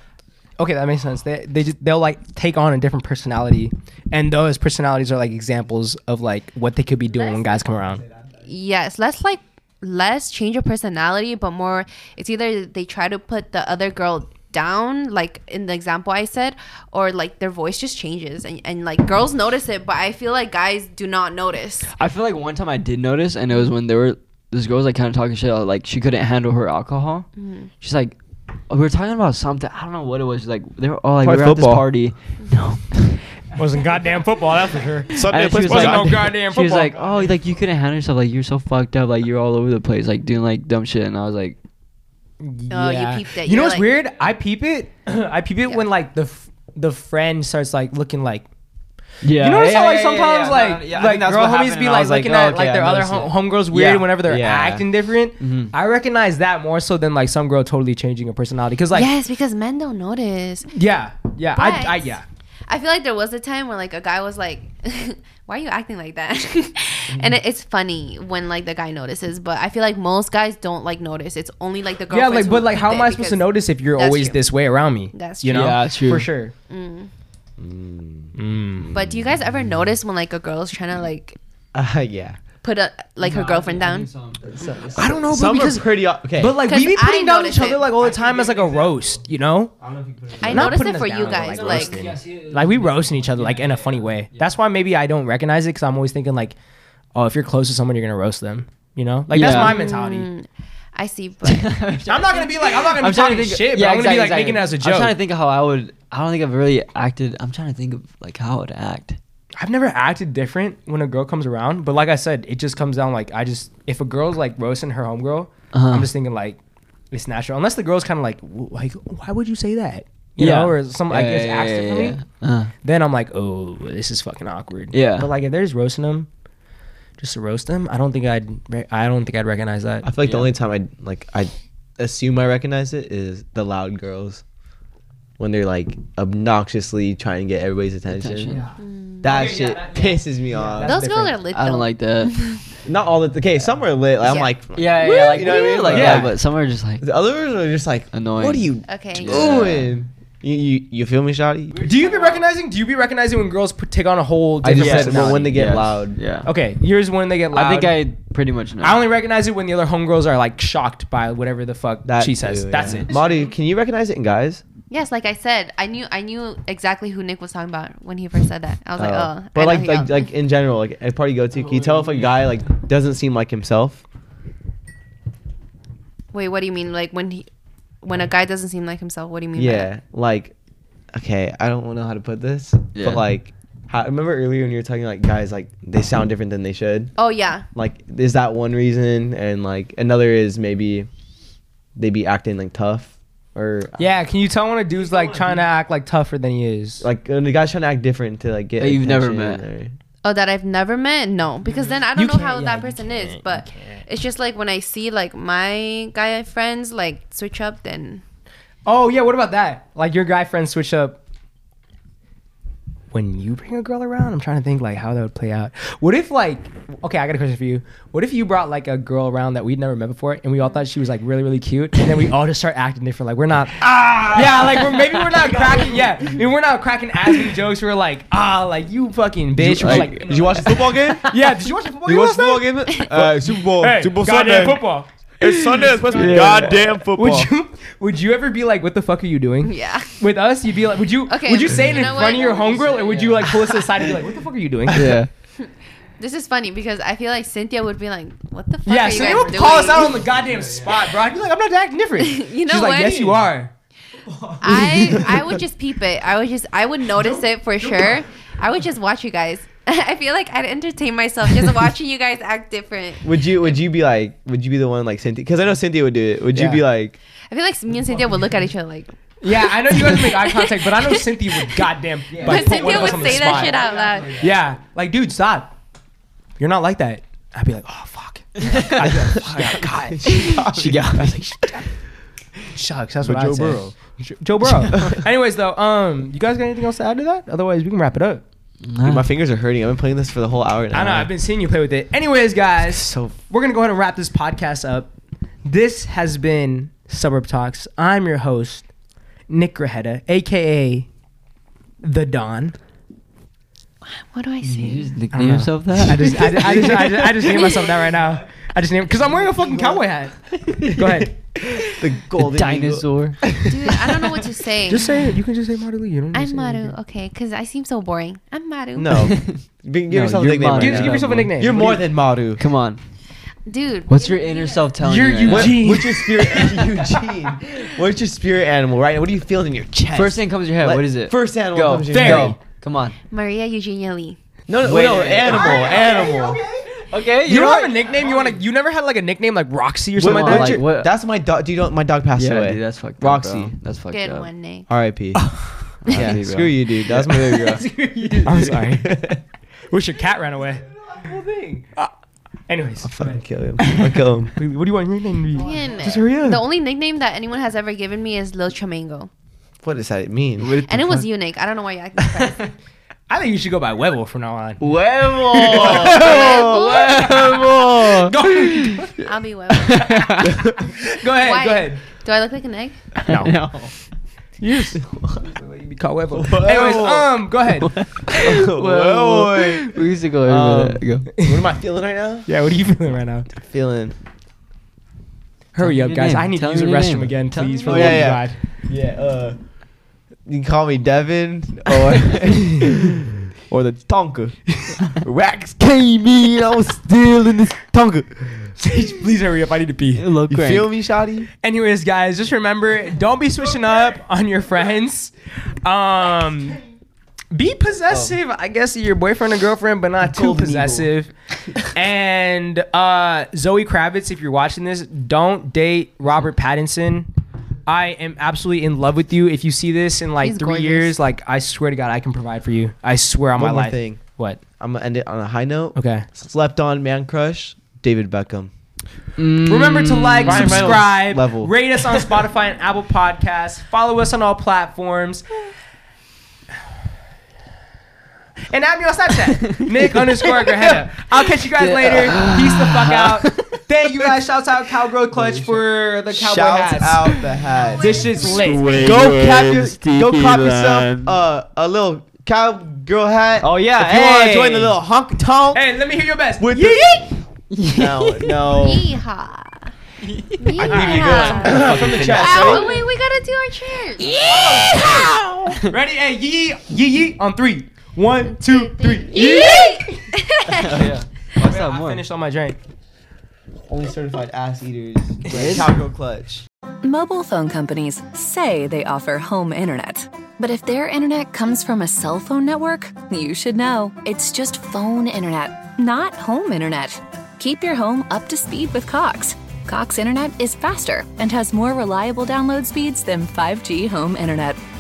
Speaker 2: okay, that makes sense. They they just, they'll like take on a different personality, and those personalities are like examples of like what they could be doing when guys come around.
Speaker 1: yes let's like less change your personality but more it's either they try to put the other girl down like in the example i said or like their voice just changes and, and like girls notice it but i feel like guys do not notice
Speaker 6: I feel like one time I did notice, and it was when there were this girl was like kind of talking shit. Like she couldn't handle her alcohol. She's like, oh, we were talking about something. I don't know what it was. Like they were all like, we
Speaker 3: Probably
Speaker 6: were at this
Speaker 3: football.
Speaker 6: party. No,
Speaker 2: Wasn't goddamn football, that's for <laughs> sure.
Speaker 3: Sunday
Speaker 6: And she
Speaker 3: plays
Speaker 6: was
Speaker 3: ball.
Speaker 6: like-
Speaker 2: no
Speaker 3: <laughs>
Speaker 2: goddamn
Speaker 6: she was
Speaker 2: football.
Speaker 6: like, oh, like you couldn't handle yourself. Like you're so fucked up. Like you're all over the place. Like doing like dumb shit. And I was like,
Speaker 1: Oh, you peeped it.
Speaker 2: You know
Speaker 1: You're
Speaker 2: what's
Speaker 1: like-
Speaker 2: weird? I peep it. <clears throat> I peep it
Speaker 1: Yeah.
Speaker 2: when like the f- the friend starts like looking like
Speaker 6: yeah.
Speaker 2: you know
Speaker 6: yeah,
Speaker 2: how like
Speaker 4: yeah,
Speaker 2: sometimes
Speaker 4: yeah, yeah.
Speaker 2: like
Speaker 4: No, yeah, I
Speaker 2: like
Speaker 4: think that's
Speaker 2: girl
Speaker 4: what happened,
Speaker 2: homies be
Speaker 4: and I
Speaker 2: like
Speaker 4: was like,
Speaker 2: looking
Speaker 4: oh,
Speaker 2: at
Speaker 4: okay,
Speaker 2: like
Speaker 4: I
Speaker 2: their other
Speaker 4: noticed
Speaker 2: hom-
Speaker 4: it. Mm-hmm.
Speaker 2: homegirls weird
Speaker 3: Yeah,
Speaker 2: whenever they're
Speaker 3: yeah.
Speaker 2: acting different. I recognize that more so than like some girl totally changing her personality because like
Speaker 1: yes because men don't notice
Speaker 2: yeah yeah I,
Speaker 1: But-
Speaker 2: I yeah
Speaker 1: I feel like there was a time when like a guy was like, <laughs> "Why are you acting like that?" <laughs> and it, it's funny when like the guy notices, but I feel like most guys don't like notice. It's only like the girl.
Speaker 2: yeah like but like how am I supposed to notice if you're
Speaker 1: that's
Speaker 2: always
Speaker 1: true.
Speaker 2: this way around me?
Speaker 1: That's
Speaker 2: You
Speaker 6: true.
Speaker 2: know
Speaker 6: Yeah, that's true.
Speaker 2: for sure.
Speaker 4: Mm.
Speaker 2: Mm.
Speaker 1: But do you guys ever notice when like a girl's trying to like
Speaker 3: Uh, <laughs> yeah.
Speaker 1: put a like her girlfriend down?
Speaker 2: I don't know, but
Speaker 3: Some
Speaker 2: because
Speaker 3: are pretty. o- Okay.
Speaker 2: but like we
Speaker 1: 'Cause
Speaker 2: be
Speaker 1: I
Speaker 2: putting down
Speaker 1: notice
Speaker 2: each other
Speaker 1: it.
Speaker 2: like all the time as like a roast, you know.
Speaker 1: I
Speaker 2: Not
Speaker 1: noticed
Speaker 2: putting
Speaker 1: it
Speaker 2: us
Speaker 1: for
Speaker 2: down,
Speaker 1: you
Speaker 2: but,
Speaker 1: guys. Like,
Speaker 2: roasting. like we roasting each other like in a funny way. That's why maybe I don't recognize it because I'm always thinking like, oh, if you're close to someone, you're gonna roast them. You know, like that's
Speaker 6: Yeah. Mm.
Speaker 2: my mentality.
Speaker 1: I see,
Speaker 2: <laughs>
Speaker 1: but
Speaker 2: <laughs>
Speaker 6: <laughs>
Speaker 2: I'm not gonna be like I'm not gonna
Speaker 6: I'm trying
Speaker 2: be talking
Speaker 6: to think.
Speaker 2: shit, but
Speaker 6: yeah,
Speaker 2: I'm gonna be
Speaker 6: exactly,
Speaker 2: like
Speaker 6: exactly.
Speaker 2: making it as a
Speaker 6: I'm
Speaker 2: joke.
Speaker 6: trying to think of how I would. I don't think I've really acted. I'm trying to think of like how I would act.
Speaker 2: I've never acted different when a girl comes around, but like I said, it just comes down like I just if a girl's like roasting her homegirl,
Speaker 6: Uh-huh.
Speaker 2: I'm just thinking like it's natural. Unless the girl's kind of like, "W- like why would you say that? You
Speaker 6: Yeah.
Speaker 2: know, or some I
Speaker 6: Yeah,
Speaker 2: guess
Speaker 6: yeah,
Speaker 2: acts
Speaker 6: yeah, yeah,
Speaker 2: differently.
Speaker 6: yeah. Uh.
Speaker 2: Then I'm like, oh, this is fucking awkward.
Speaker 6: Yeah.
Speaker 2: But like if they're just roasting them, just to roast them, I don't think I'd re- I don't think I'd recognize that.
Speaker 3: I feel like the
Speaker 6: Yeah.
Speaker 3: only time I like I assume I recognize it is the loud girls when they're like obnoxiously trying to get everybody's attention.
Speaker 6: Attention.
Speaker 3: That shit pisses me off.
Speaker 2: that's-
Speaker 1: those girls
Speaker 2: different.
Speaker 1: are lit.
Speaker 6: Uh, I don't
Speaker 1: though.
Speaker 6: like that.
Speaker 3: Not all the okay. Some are lit. Like, I'm
Speaker 1: Yeah.
Speaker 3: like
Speaker 6: Yeah, yeah, yeah, like
Speaker 3: You know what I mean?
Speaker 6: Like,
Speaker 3: Yeah.
Speaker 6: yeah, but some are just like
Speaker 3: the others are just like
Speaker 6: Annoying.
Speaker 3: What are you
Speaker 1: Okay.
Speaker 3: doing? You, you, you feel me, Shotty?
Speaker 2: Do you be recognizing? Do you be recognizing when girls put, take on a whole
Speaker 3: I
Speaker 2: different
Speaker 3: just said
Speaker 2: personality?
Speaker 3: when they get
Speaker 6: Yes.
Speaker 3: loud.
Speaker 6: Yeah.
Speaker 2: Okay, yours when they get loud.
Speaker 6: I think I pretty much know.
Speaker 2: I only recognize it when the other homegirls are like shocked by whatever the fuck
Speaker 3: That
Speaker 2: she says.
Speaker 3: too,
Speaker 2: That's
Speaker 3: yeah.
Speaker 2: it.
Speaker 3: Marty, can you recognize it in guys?
Speaker 1: Yes, like I said, I knew I knew exactly who Nick was talking about when he first said that. I was like,
Speaker 3: Oh.
Speaker 1: oh, I
Speaker 3: but
Speaker 1: know
Speaker 3: like
Speaker 1: he
Speaker 3: like
Speaker 1: yelled.
Speaker 3: like in general, like a party you go to, can you tell if a guy like doesn't seem like himself?
Speaker 1: Wait, what do you mean? Like when he, when a guy doesn't seem like himself, what do you mean? by that?
Speaker 3: Yeah, like okay, I don't know how to put this,
Speaker 6: Yeah.
Speaker 3: but like, how, remember earlier when you were talking like guys like they sound different than they should.
Speaker 1: Oh yeah.
Speaker 3: Like, is that one reason? And like another is maybe they be acting like tough or
Speaker 2: Yeah, can you tell when a dude's like trying to act like tougher than he is?
Speaker 3: like when the guy's trying to act different to like get.
Speaker 6: That you've never
Speaker 3: attention
Speaker 6: met.
Speaker 3: or-
Speaker 1: Oh, that I've never met. No, because then I don't
Speaker 2: You
Speaker 1: know
Speaker 2: can't-
Speaker 1: how
Speaker 2: yeah,
Speaker 1: that
Speaker 2: you
Speaker 1: person is.
Speaker 2: can't,
Speaker 1: But
Speaker 2: you can't.
Speaker 1: it's just like when I see like my guy friends like switch up, then
Speaker 2: oh yeah, what about that? Like your guy friends switch up. When you bring a girl around, I'm trying to think like how that would play out. What if like okay, I got a question for you. What if you brought like a girl around that we'd never met before, and we all thought she was like really really cute, and then we all just start acting different? Like we're not <laughs> yeah, like we're, maybe we're not cracking. Yeah, I mean, we're not cracking ass weak jokes. We're like, ah, like you fucking bitch. We're like,
Speaker 3: did you watch the football game?
Speaker 2: <laughs> yeah, did you watch the football
Speaker 3: You
Speaker 2: game
Speaker 3: watch the
Speaker 2: last
Speaker 3: football
Speaker 2: night? <laughs>
Speaker 3: game? Uh, Super Bowl.
Speaker 2: Hey,
Speaker 3: Super Bowl
Speaker 2: goddamn
Speaker 3: Sunday.
Speaker 2: football.
Speaker 8: It's Sunday. It's supposed to be
Speaker 3: Yeah.
Speaker 8: goddamn football.
Speaker 2: Would you would you ever be like, what the fuck are you doing?
Speaker 1: yeah. <laughs>
Speaker 2: With us, you'd be like, would you
Speaker 1: Okay,
Speaker 2: would you say it
Speaker 1: you
Speaker 2: in
Speaker 1: know
Speaker 2: front of
Speaker 1: what?
Speaker 2: your homegirl, or would you like pull us
Speaker 1: <laughs>
Speaker 2: aside and be like, what the fuck are you doing?
Speaker 6: yeah.
Speaker 1: This is funny because I feel like Cynthia would be like, "What the fuck?"
Speaker 2: Yeah,
Speaker 1: are you
Speaker 2: so they
Speaker 1: guys
Speaker 2: would
Speaker 1: doing?
Speaker 2: call us out on the goddamn spot, bro. I'd be like, I'm not acting
Speaker 1: <laughs>
Speaker 2: different.
Speaker 1: You know
Speaker 2: She's like,
Speaker 1: what?
Speaker 2: yes, you are.
Speaker 1: <laughs> I I would just peep it. I would just I would notice it for sure. I would just watch you guys. <laughs> I feel like I'd entertain myself just watching you guys act different.
Speaker 3: <laughs> Would you would you be like would you be the one like Cynthia? Because I know Cynthia would do it. Would
Speaker 2: Yeah.
Speaker 3: you be like
Speaker 2: <laughs>
Speaker 1: I feel like me and Cynthia would look at each other like,
Speaker 2: Yeah, I know you guys make eye contact, but I know Cynthia
Speaker 1: <laughs>
Speaker 2: would goddamn. Yeah.
Speaker 1: but Cynthia would say that shit out loud.
Speaker 2: Yeah, like, dude, stop. You're not like that. I'd be like, oh fuck. <laughs> I'd be like, fuck, I got <laughs> it.
Speaker 6: She got
Speaker 2: I was
Speaker 3: <laughs>
Speaker 2: like, shucks. That's what
Speaker 3: Joe
Speaker 2: I said.
Speaker 3: Burrow.
Speaker 2: Joe Burrow. <laughs> Anyways, though, um, you guys got anything else to add to that? Otherwise, we can wrap it up.
Speaker 3: Dude, my fingers are hurting. I've been playing this for the whole hour now.
Speaker 2: I know. I've been seeing you play with it. Anyways, guys,
Speaker 3: So-
Speaker 2: we're gonna go ahead and wrap this podcast up. This has been Suburb Talks. I'm your host, Nick Grajeda, aka the Don.
Speaker 1: What do I say?
Speaker 6: You just
Speaker 2: I don't
Speaker 6: nickname
Speaker 2: know.
Speaker 6: yourself that? <laughs>
Speaker 2: I just, I, just, I, just, I, just, I just named myself that right now. I just named because I'm wearing a fucking cowboy hat.
Speaker 3: <laughs>
Speaker 2: Go ahead.
Speaker 3: the golden eagle.
Speaker 6: dinosaur.
Speaker 1: Dude, I don't know what
Speaker 3: <laughs>
Speaker 1: to say.
Speaker 2: Just say it. You can just say Marty Lee. You don't. need to
Speaker 1: I'm
Speaker 2: say
Speaker 1: Maru,
Speaker 2: anything.
Speaker 1: okay, because I seem so boring. I'm Maru.
Speaker 3: No, Be- <laughs> give
Speaker 6: No,
Speaker 3: yourself a
Speaker 6: you're
Speaker 3: nickname.
Speaker 6: Maru.
Speaker 3: Right
Speaker 2: Give,
Speaker 3: now.
Speaker 2: give yourself a nickname.
Speaker 3: You're
Speaker 2: What do
Speaker 3: more
Speaker 2: you-
Speaker 3: than Maru.
Speaker 6: Come on.
Speaker 1: <laughs> Dude.
Speaker 6: What's your inner self telling
Speaker 2: You're
Speaker 6: you? right now?
Speaker 3: What,
Speaker 2: Eugene.
Speaker 3: what's your spirit, Eugene? What's your spirit animal right now? What are you feeling in your chest?
Speaker 6: First thing comes to your head.
Speaker 3: Let-
Speaker 6: what is it?
Speaker 3: First animal
Speaker 6: Go.
Speaker 3: comes to your
Speaker 2: Fairy.
Speaker 3: head.
Speaker 6: Go. Come on.
Speaker 1: Maria Eugenia Lee.
Speaker 3: No, no,
Speaker 6: Wait
Speaker 3: no
Speaker 6: a minute. <laughs>
Speaker 3: animal, animal.
Speaker 6: Okay.
Speaker 2: You don't have a nickname. You want to? You never had like a nickname like Roxy or
Speaker 3: Wait,
Speaker 2: something
Speaker 6: Come on,
Speaker 2: like that.
Speaker 3: what's
Speaker 6: like,
Speaker 2: <laughs>
Speaker 3: your-
Speaker 6: what-
Speaker 3: That's my dog. Do you know my dog passed
Speaker 6: Yeah,
Speaker 3: away?
Speaker 6: dude, that's fucked
Speaker 3: Roxy.
Speaker 6: up. bro. That's fucked
Speaker 1: Good
Speaker 6: up.
Speaker 1: one, Nick.
Speaker 3: R.I.P.
Speaker 6: R.I.P.,
Speaker 3: yeah,
Speaker 6: bro.
Speaker 3: screw you, dude. That's my baby girl.
Speaker 2: <laughs>
Speaker 6: <laughs>
Speaker 2: I'm sorry. Wish your cat ran away. Uh, Anyways,
Speaker 3: <laughs> I'll fucking kill him. I'll kill him.
Speaker 2: Wait, what do you want your name to be?
Speaker 1: Man,
Speaker 2: Just hurry up.
Speaker 1: The only nickname that anyone has ever given me is Lil Chamango.
Speaker 3: What does that mean?
Speaker 1: And it was unique. I don't know why
Speaker 2: <laughs>
Speaker 1: you acting surprised.
Speaker 2: I think you should go by Webble from now on. Oh, <laughs> Go, go
Speaker 3: <laughs> Animal.
Speaker 2: ahead.
Speaker 1: I'll be Webble.
Speaker 2: Go
Speaker 1: Why?
Speaker 2: ahead.
Speaker 1: Do I look like an egg?
Speaker 2: No.
Speaker 6: <laughs> No.
Speaker 4: <laughs>
Speaker 2: Yes. you be called Webble. Anyways, um, go ahead.
Speaker 3: Whoa.
Speaker 6: We used to go over
Speaker 3: Um,
Speaker 6: that. Go.
Speaker 3: What am I feeling right now?
Speaker 2: yeah, what are you feeling right now?
Speaker 3: Feeling.
Speaker 2: Hurry
Speaker 6: me
Speaker 2: up,
Speaker 6: your
Speaker 2: guys.
Speaker 6: name.
Speaker 2: I need
Speaker 6: Tell
Speaker 2: to use the
Speaker 6: me your
Speaker 2: restroom
Speaker 6: name.
Speaker 2: again,
Speaker 6: Tell
Speaker 2: please.
Speaker 6: me
Speaker 2: For
Speaker 3: your
Speaker 2: the love
Speaker 3: name.
Speaker 2: of God.
Speaker 3: Yeah. Uh, you can call me Devin <laughs> or or the Tonka. Wax came in. I was still in this Tonka.
Speaker 2: <laughs> please hurry up. I need to pee.
Speaker 3: You feel me, Shotty?
Speaker 2: Anyways, guys, just remember, don't be switching up on your friends. Um, be possessive, Oh. I guess, of your boyfriend and girlfriend, but not too
Speaker 3: Golden eagle.
Speaker 2: <laughs> possessive. and uh, Zoe Kravitz, if you're watching this, don't date Robert Pattinson. I am absolutely in love with you. If you see this in like
Speaker 1: He's
Speaker 2: three
Speaker 1: gorgeous.
Speaker 2: years, like I swear to God, I can provide for you. I swear on
Speaker 3: One
Speaker 2: my
Speaker 3: more
Speaker 2: life.
Speaker 3: thing.
Speaker 2: What?
Speaker 3: I'm gonna end it on a high note.
Speaker 2: Okay.
Speaker 3: Slept on man crush. David Beckham.
Speaker 2: Remember to like,
Speaker 6: Mm.
Speaker 3: Ryan Reynolds
Speaker 2: subscribe,
Speaker 3: level.
Speaker 2: rate us on
Speaker 3: <laughs>
Speaker 2: Spotify and Apple Podcasts. Follow us on all platforms.
Speaker 3: <laughs> <laughs>
Speaker 2: And add me on Snapchat, Nick underscore Grajeda. I'll catch you guys later. Peace the fuck out. Thank you guys. Shouts out Cowgirl Clutch for the cowboy
Speaker 3: Shout
Speaker 2: hats.
Speaker 3: out the hat.
Speaker 2: This shit's lit.
Speaker 3: Go cap your, go clap yourself uh, a little cowgirl hat.
Speaker 2: Oh, yeah,
Speaker 3: If you want
Speaker 2: hey.
Speaker 3: to join the little honk tonk.
Speaker 2: Hey, let me hear your best.
Speaker 3: With <laughs> No, no.
Speaker 1: Yeehaw. Yeehaw.
Speaker 2: From the chest.
Speaker 1: Ow,
Speaker 2: right?
Speaker 1: wait, we gotta do our cheers.
Speaker 2: Ready? Hey, yee yee yee on three. One, two, three.
Speaker 6: yeah. What's that
Speaker 2: I
Speaker 6: more?
Speaker 2: finished on my drink.
Speaker 3: Only certified ass eaters. like Cowgirl clutch.
Speaker 9: Mobile phone companies say they offer home internet. But if their internet comes from a cell phone network, you should know. It's just phone internet, not home internet. Keep your home up to speed with Cox. Cox internet is faster and has more reliable download speeds than 5G home internet.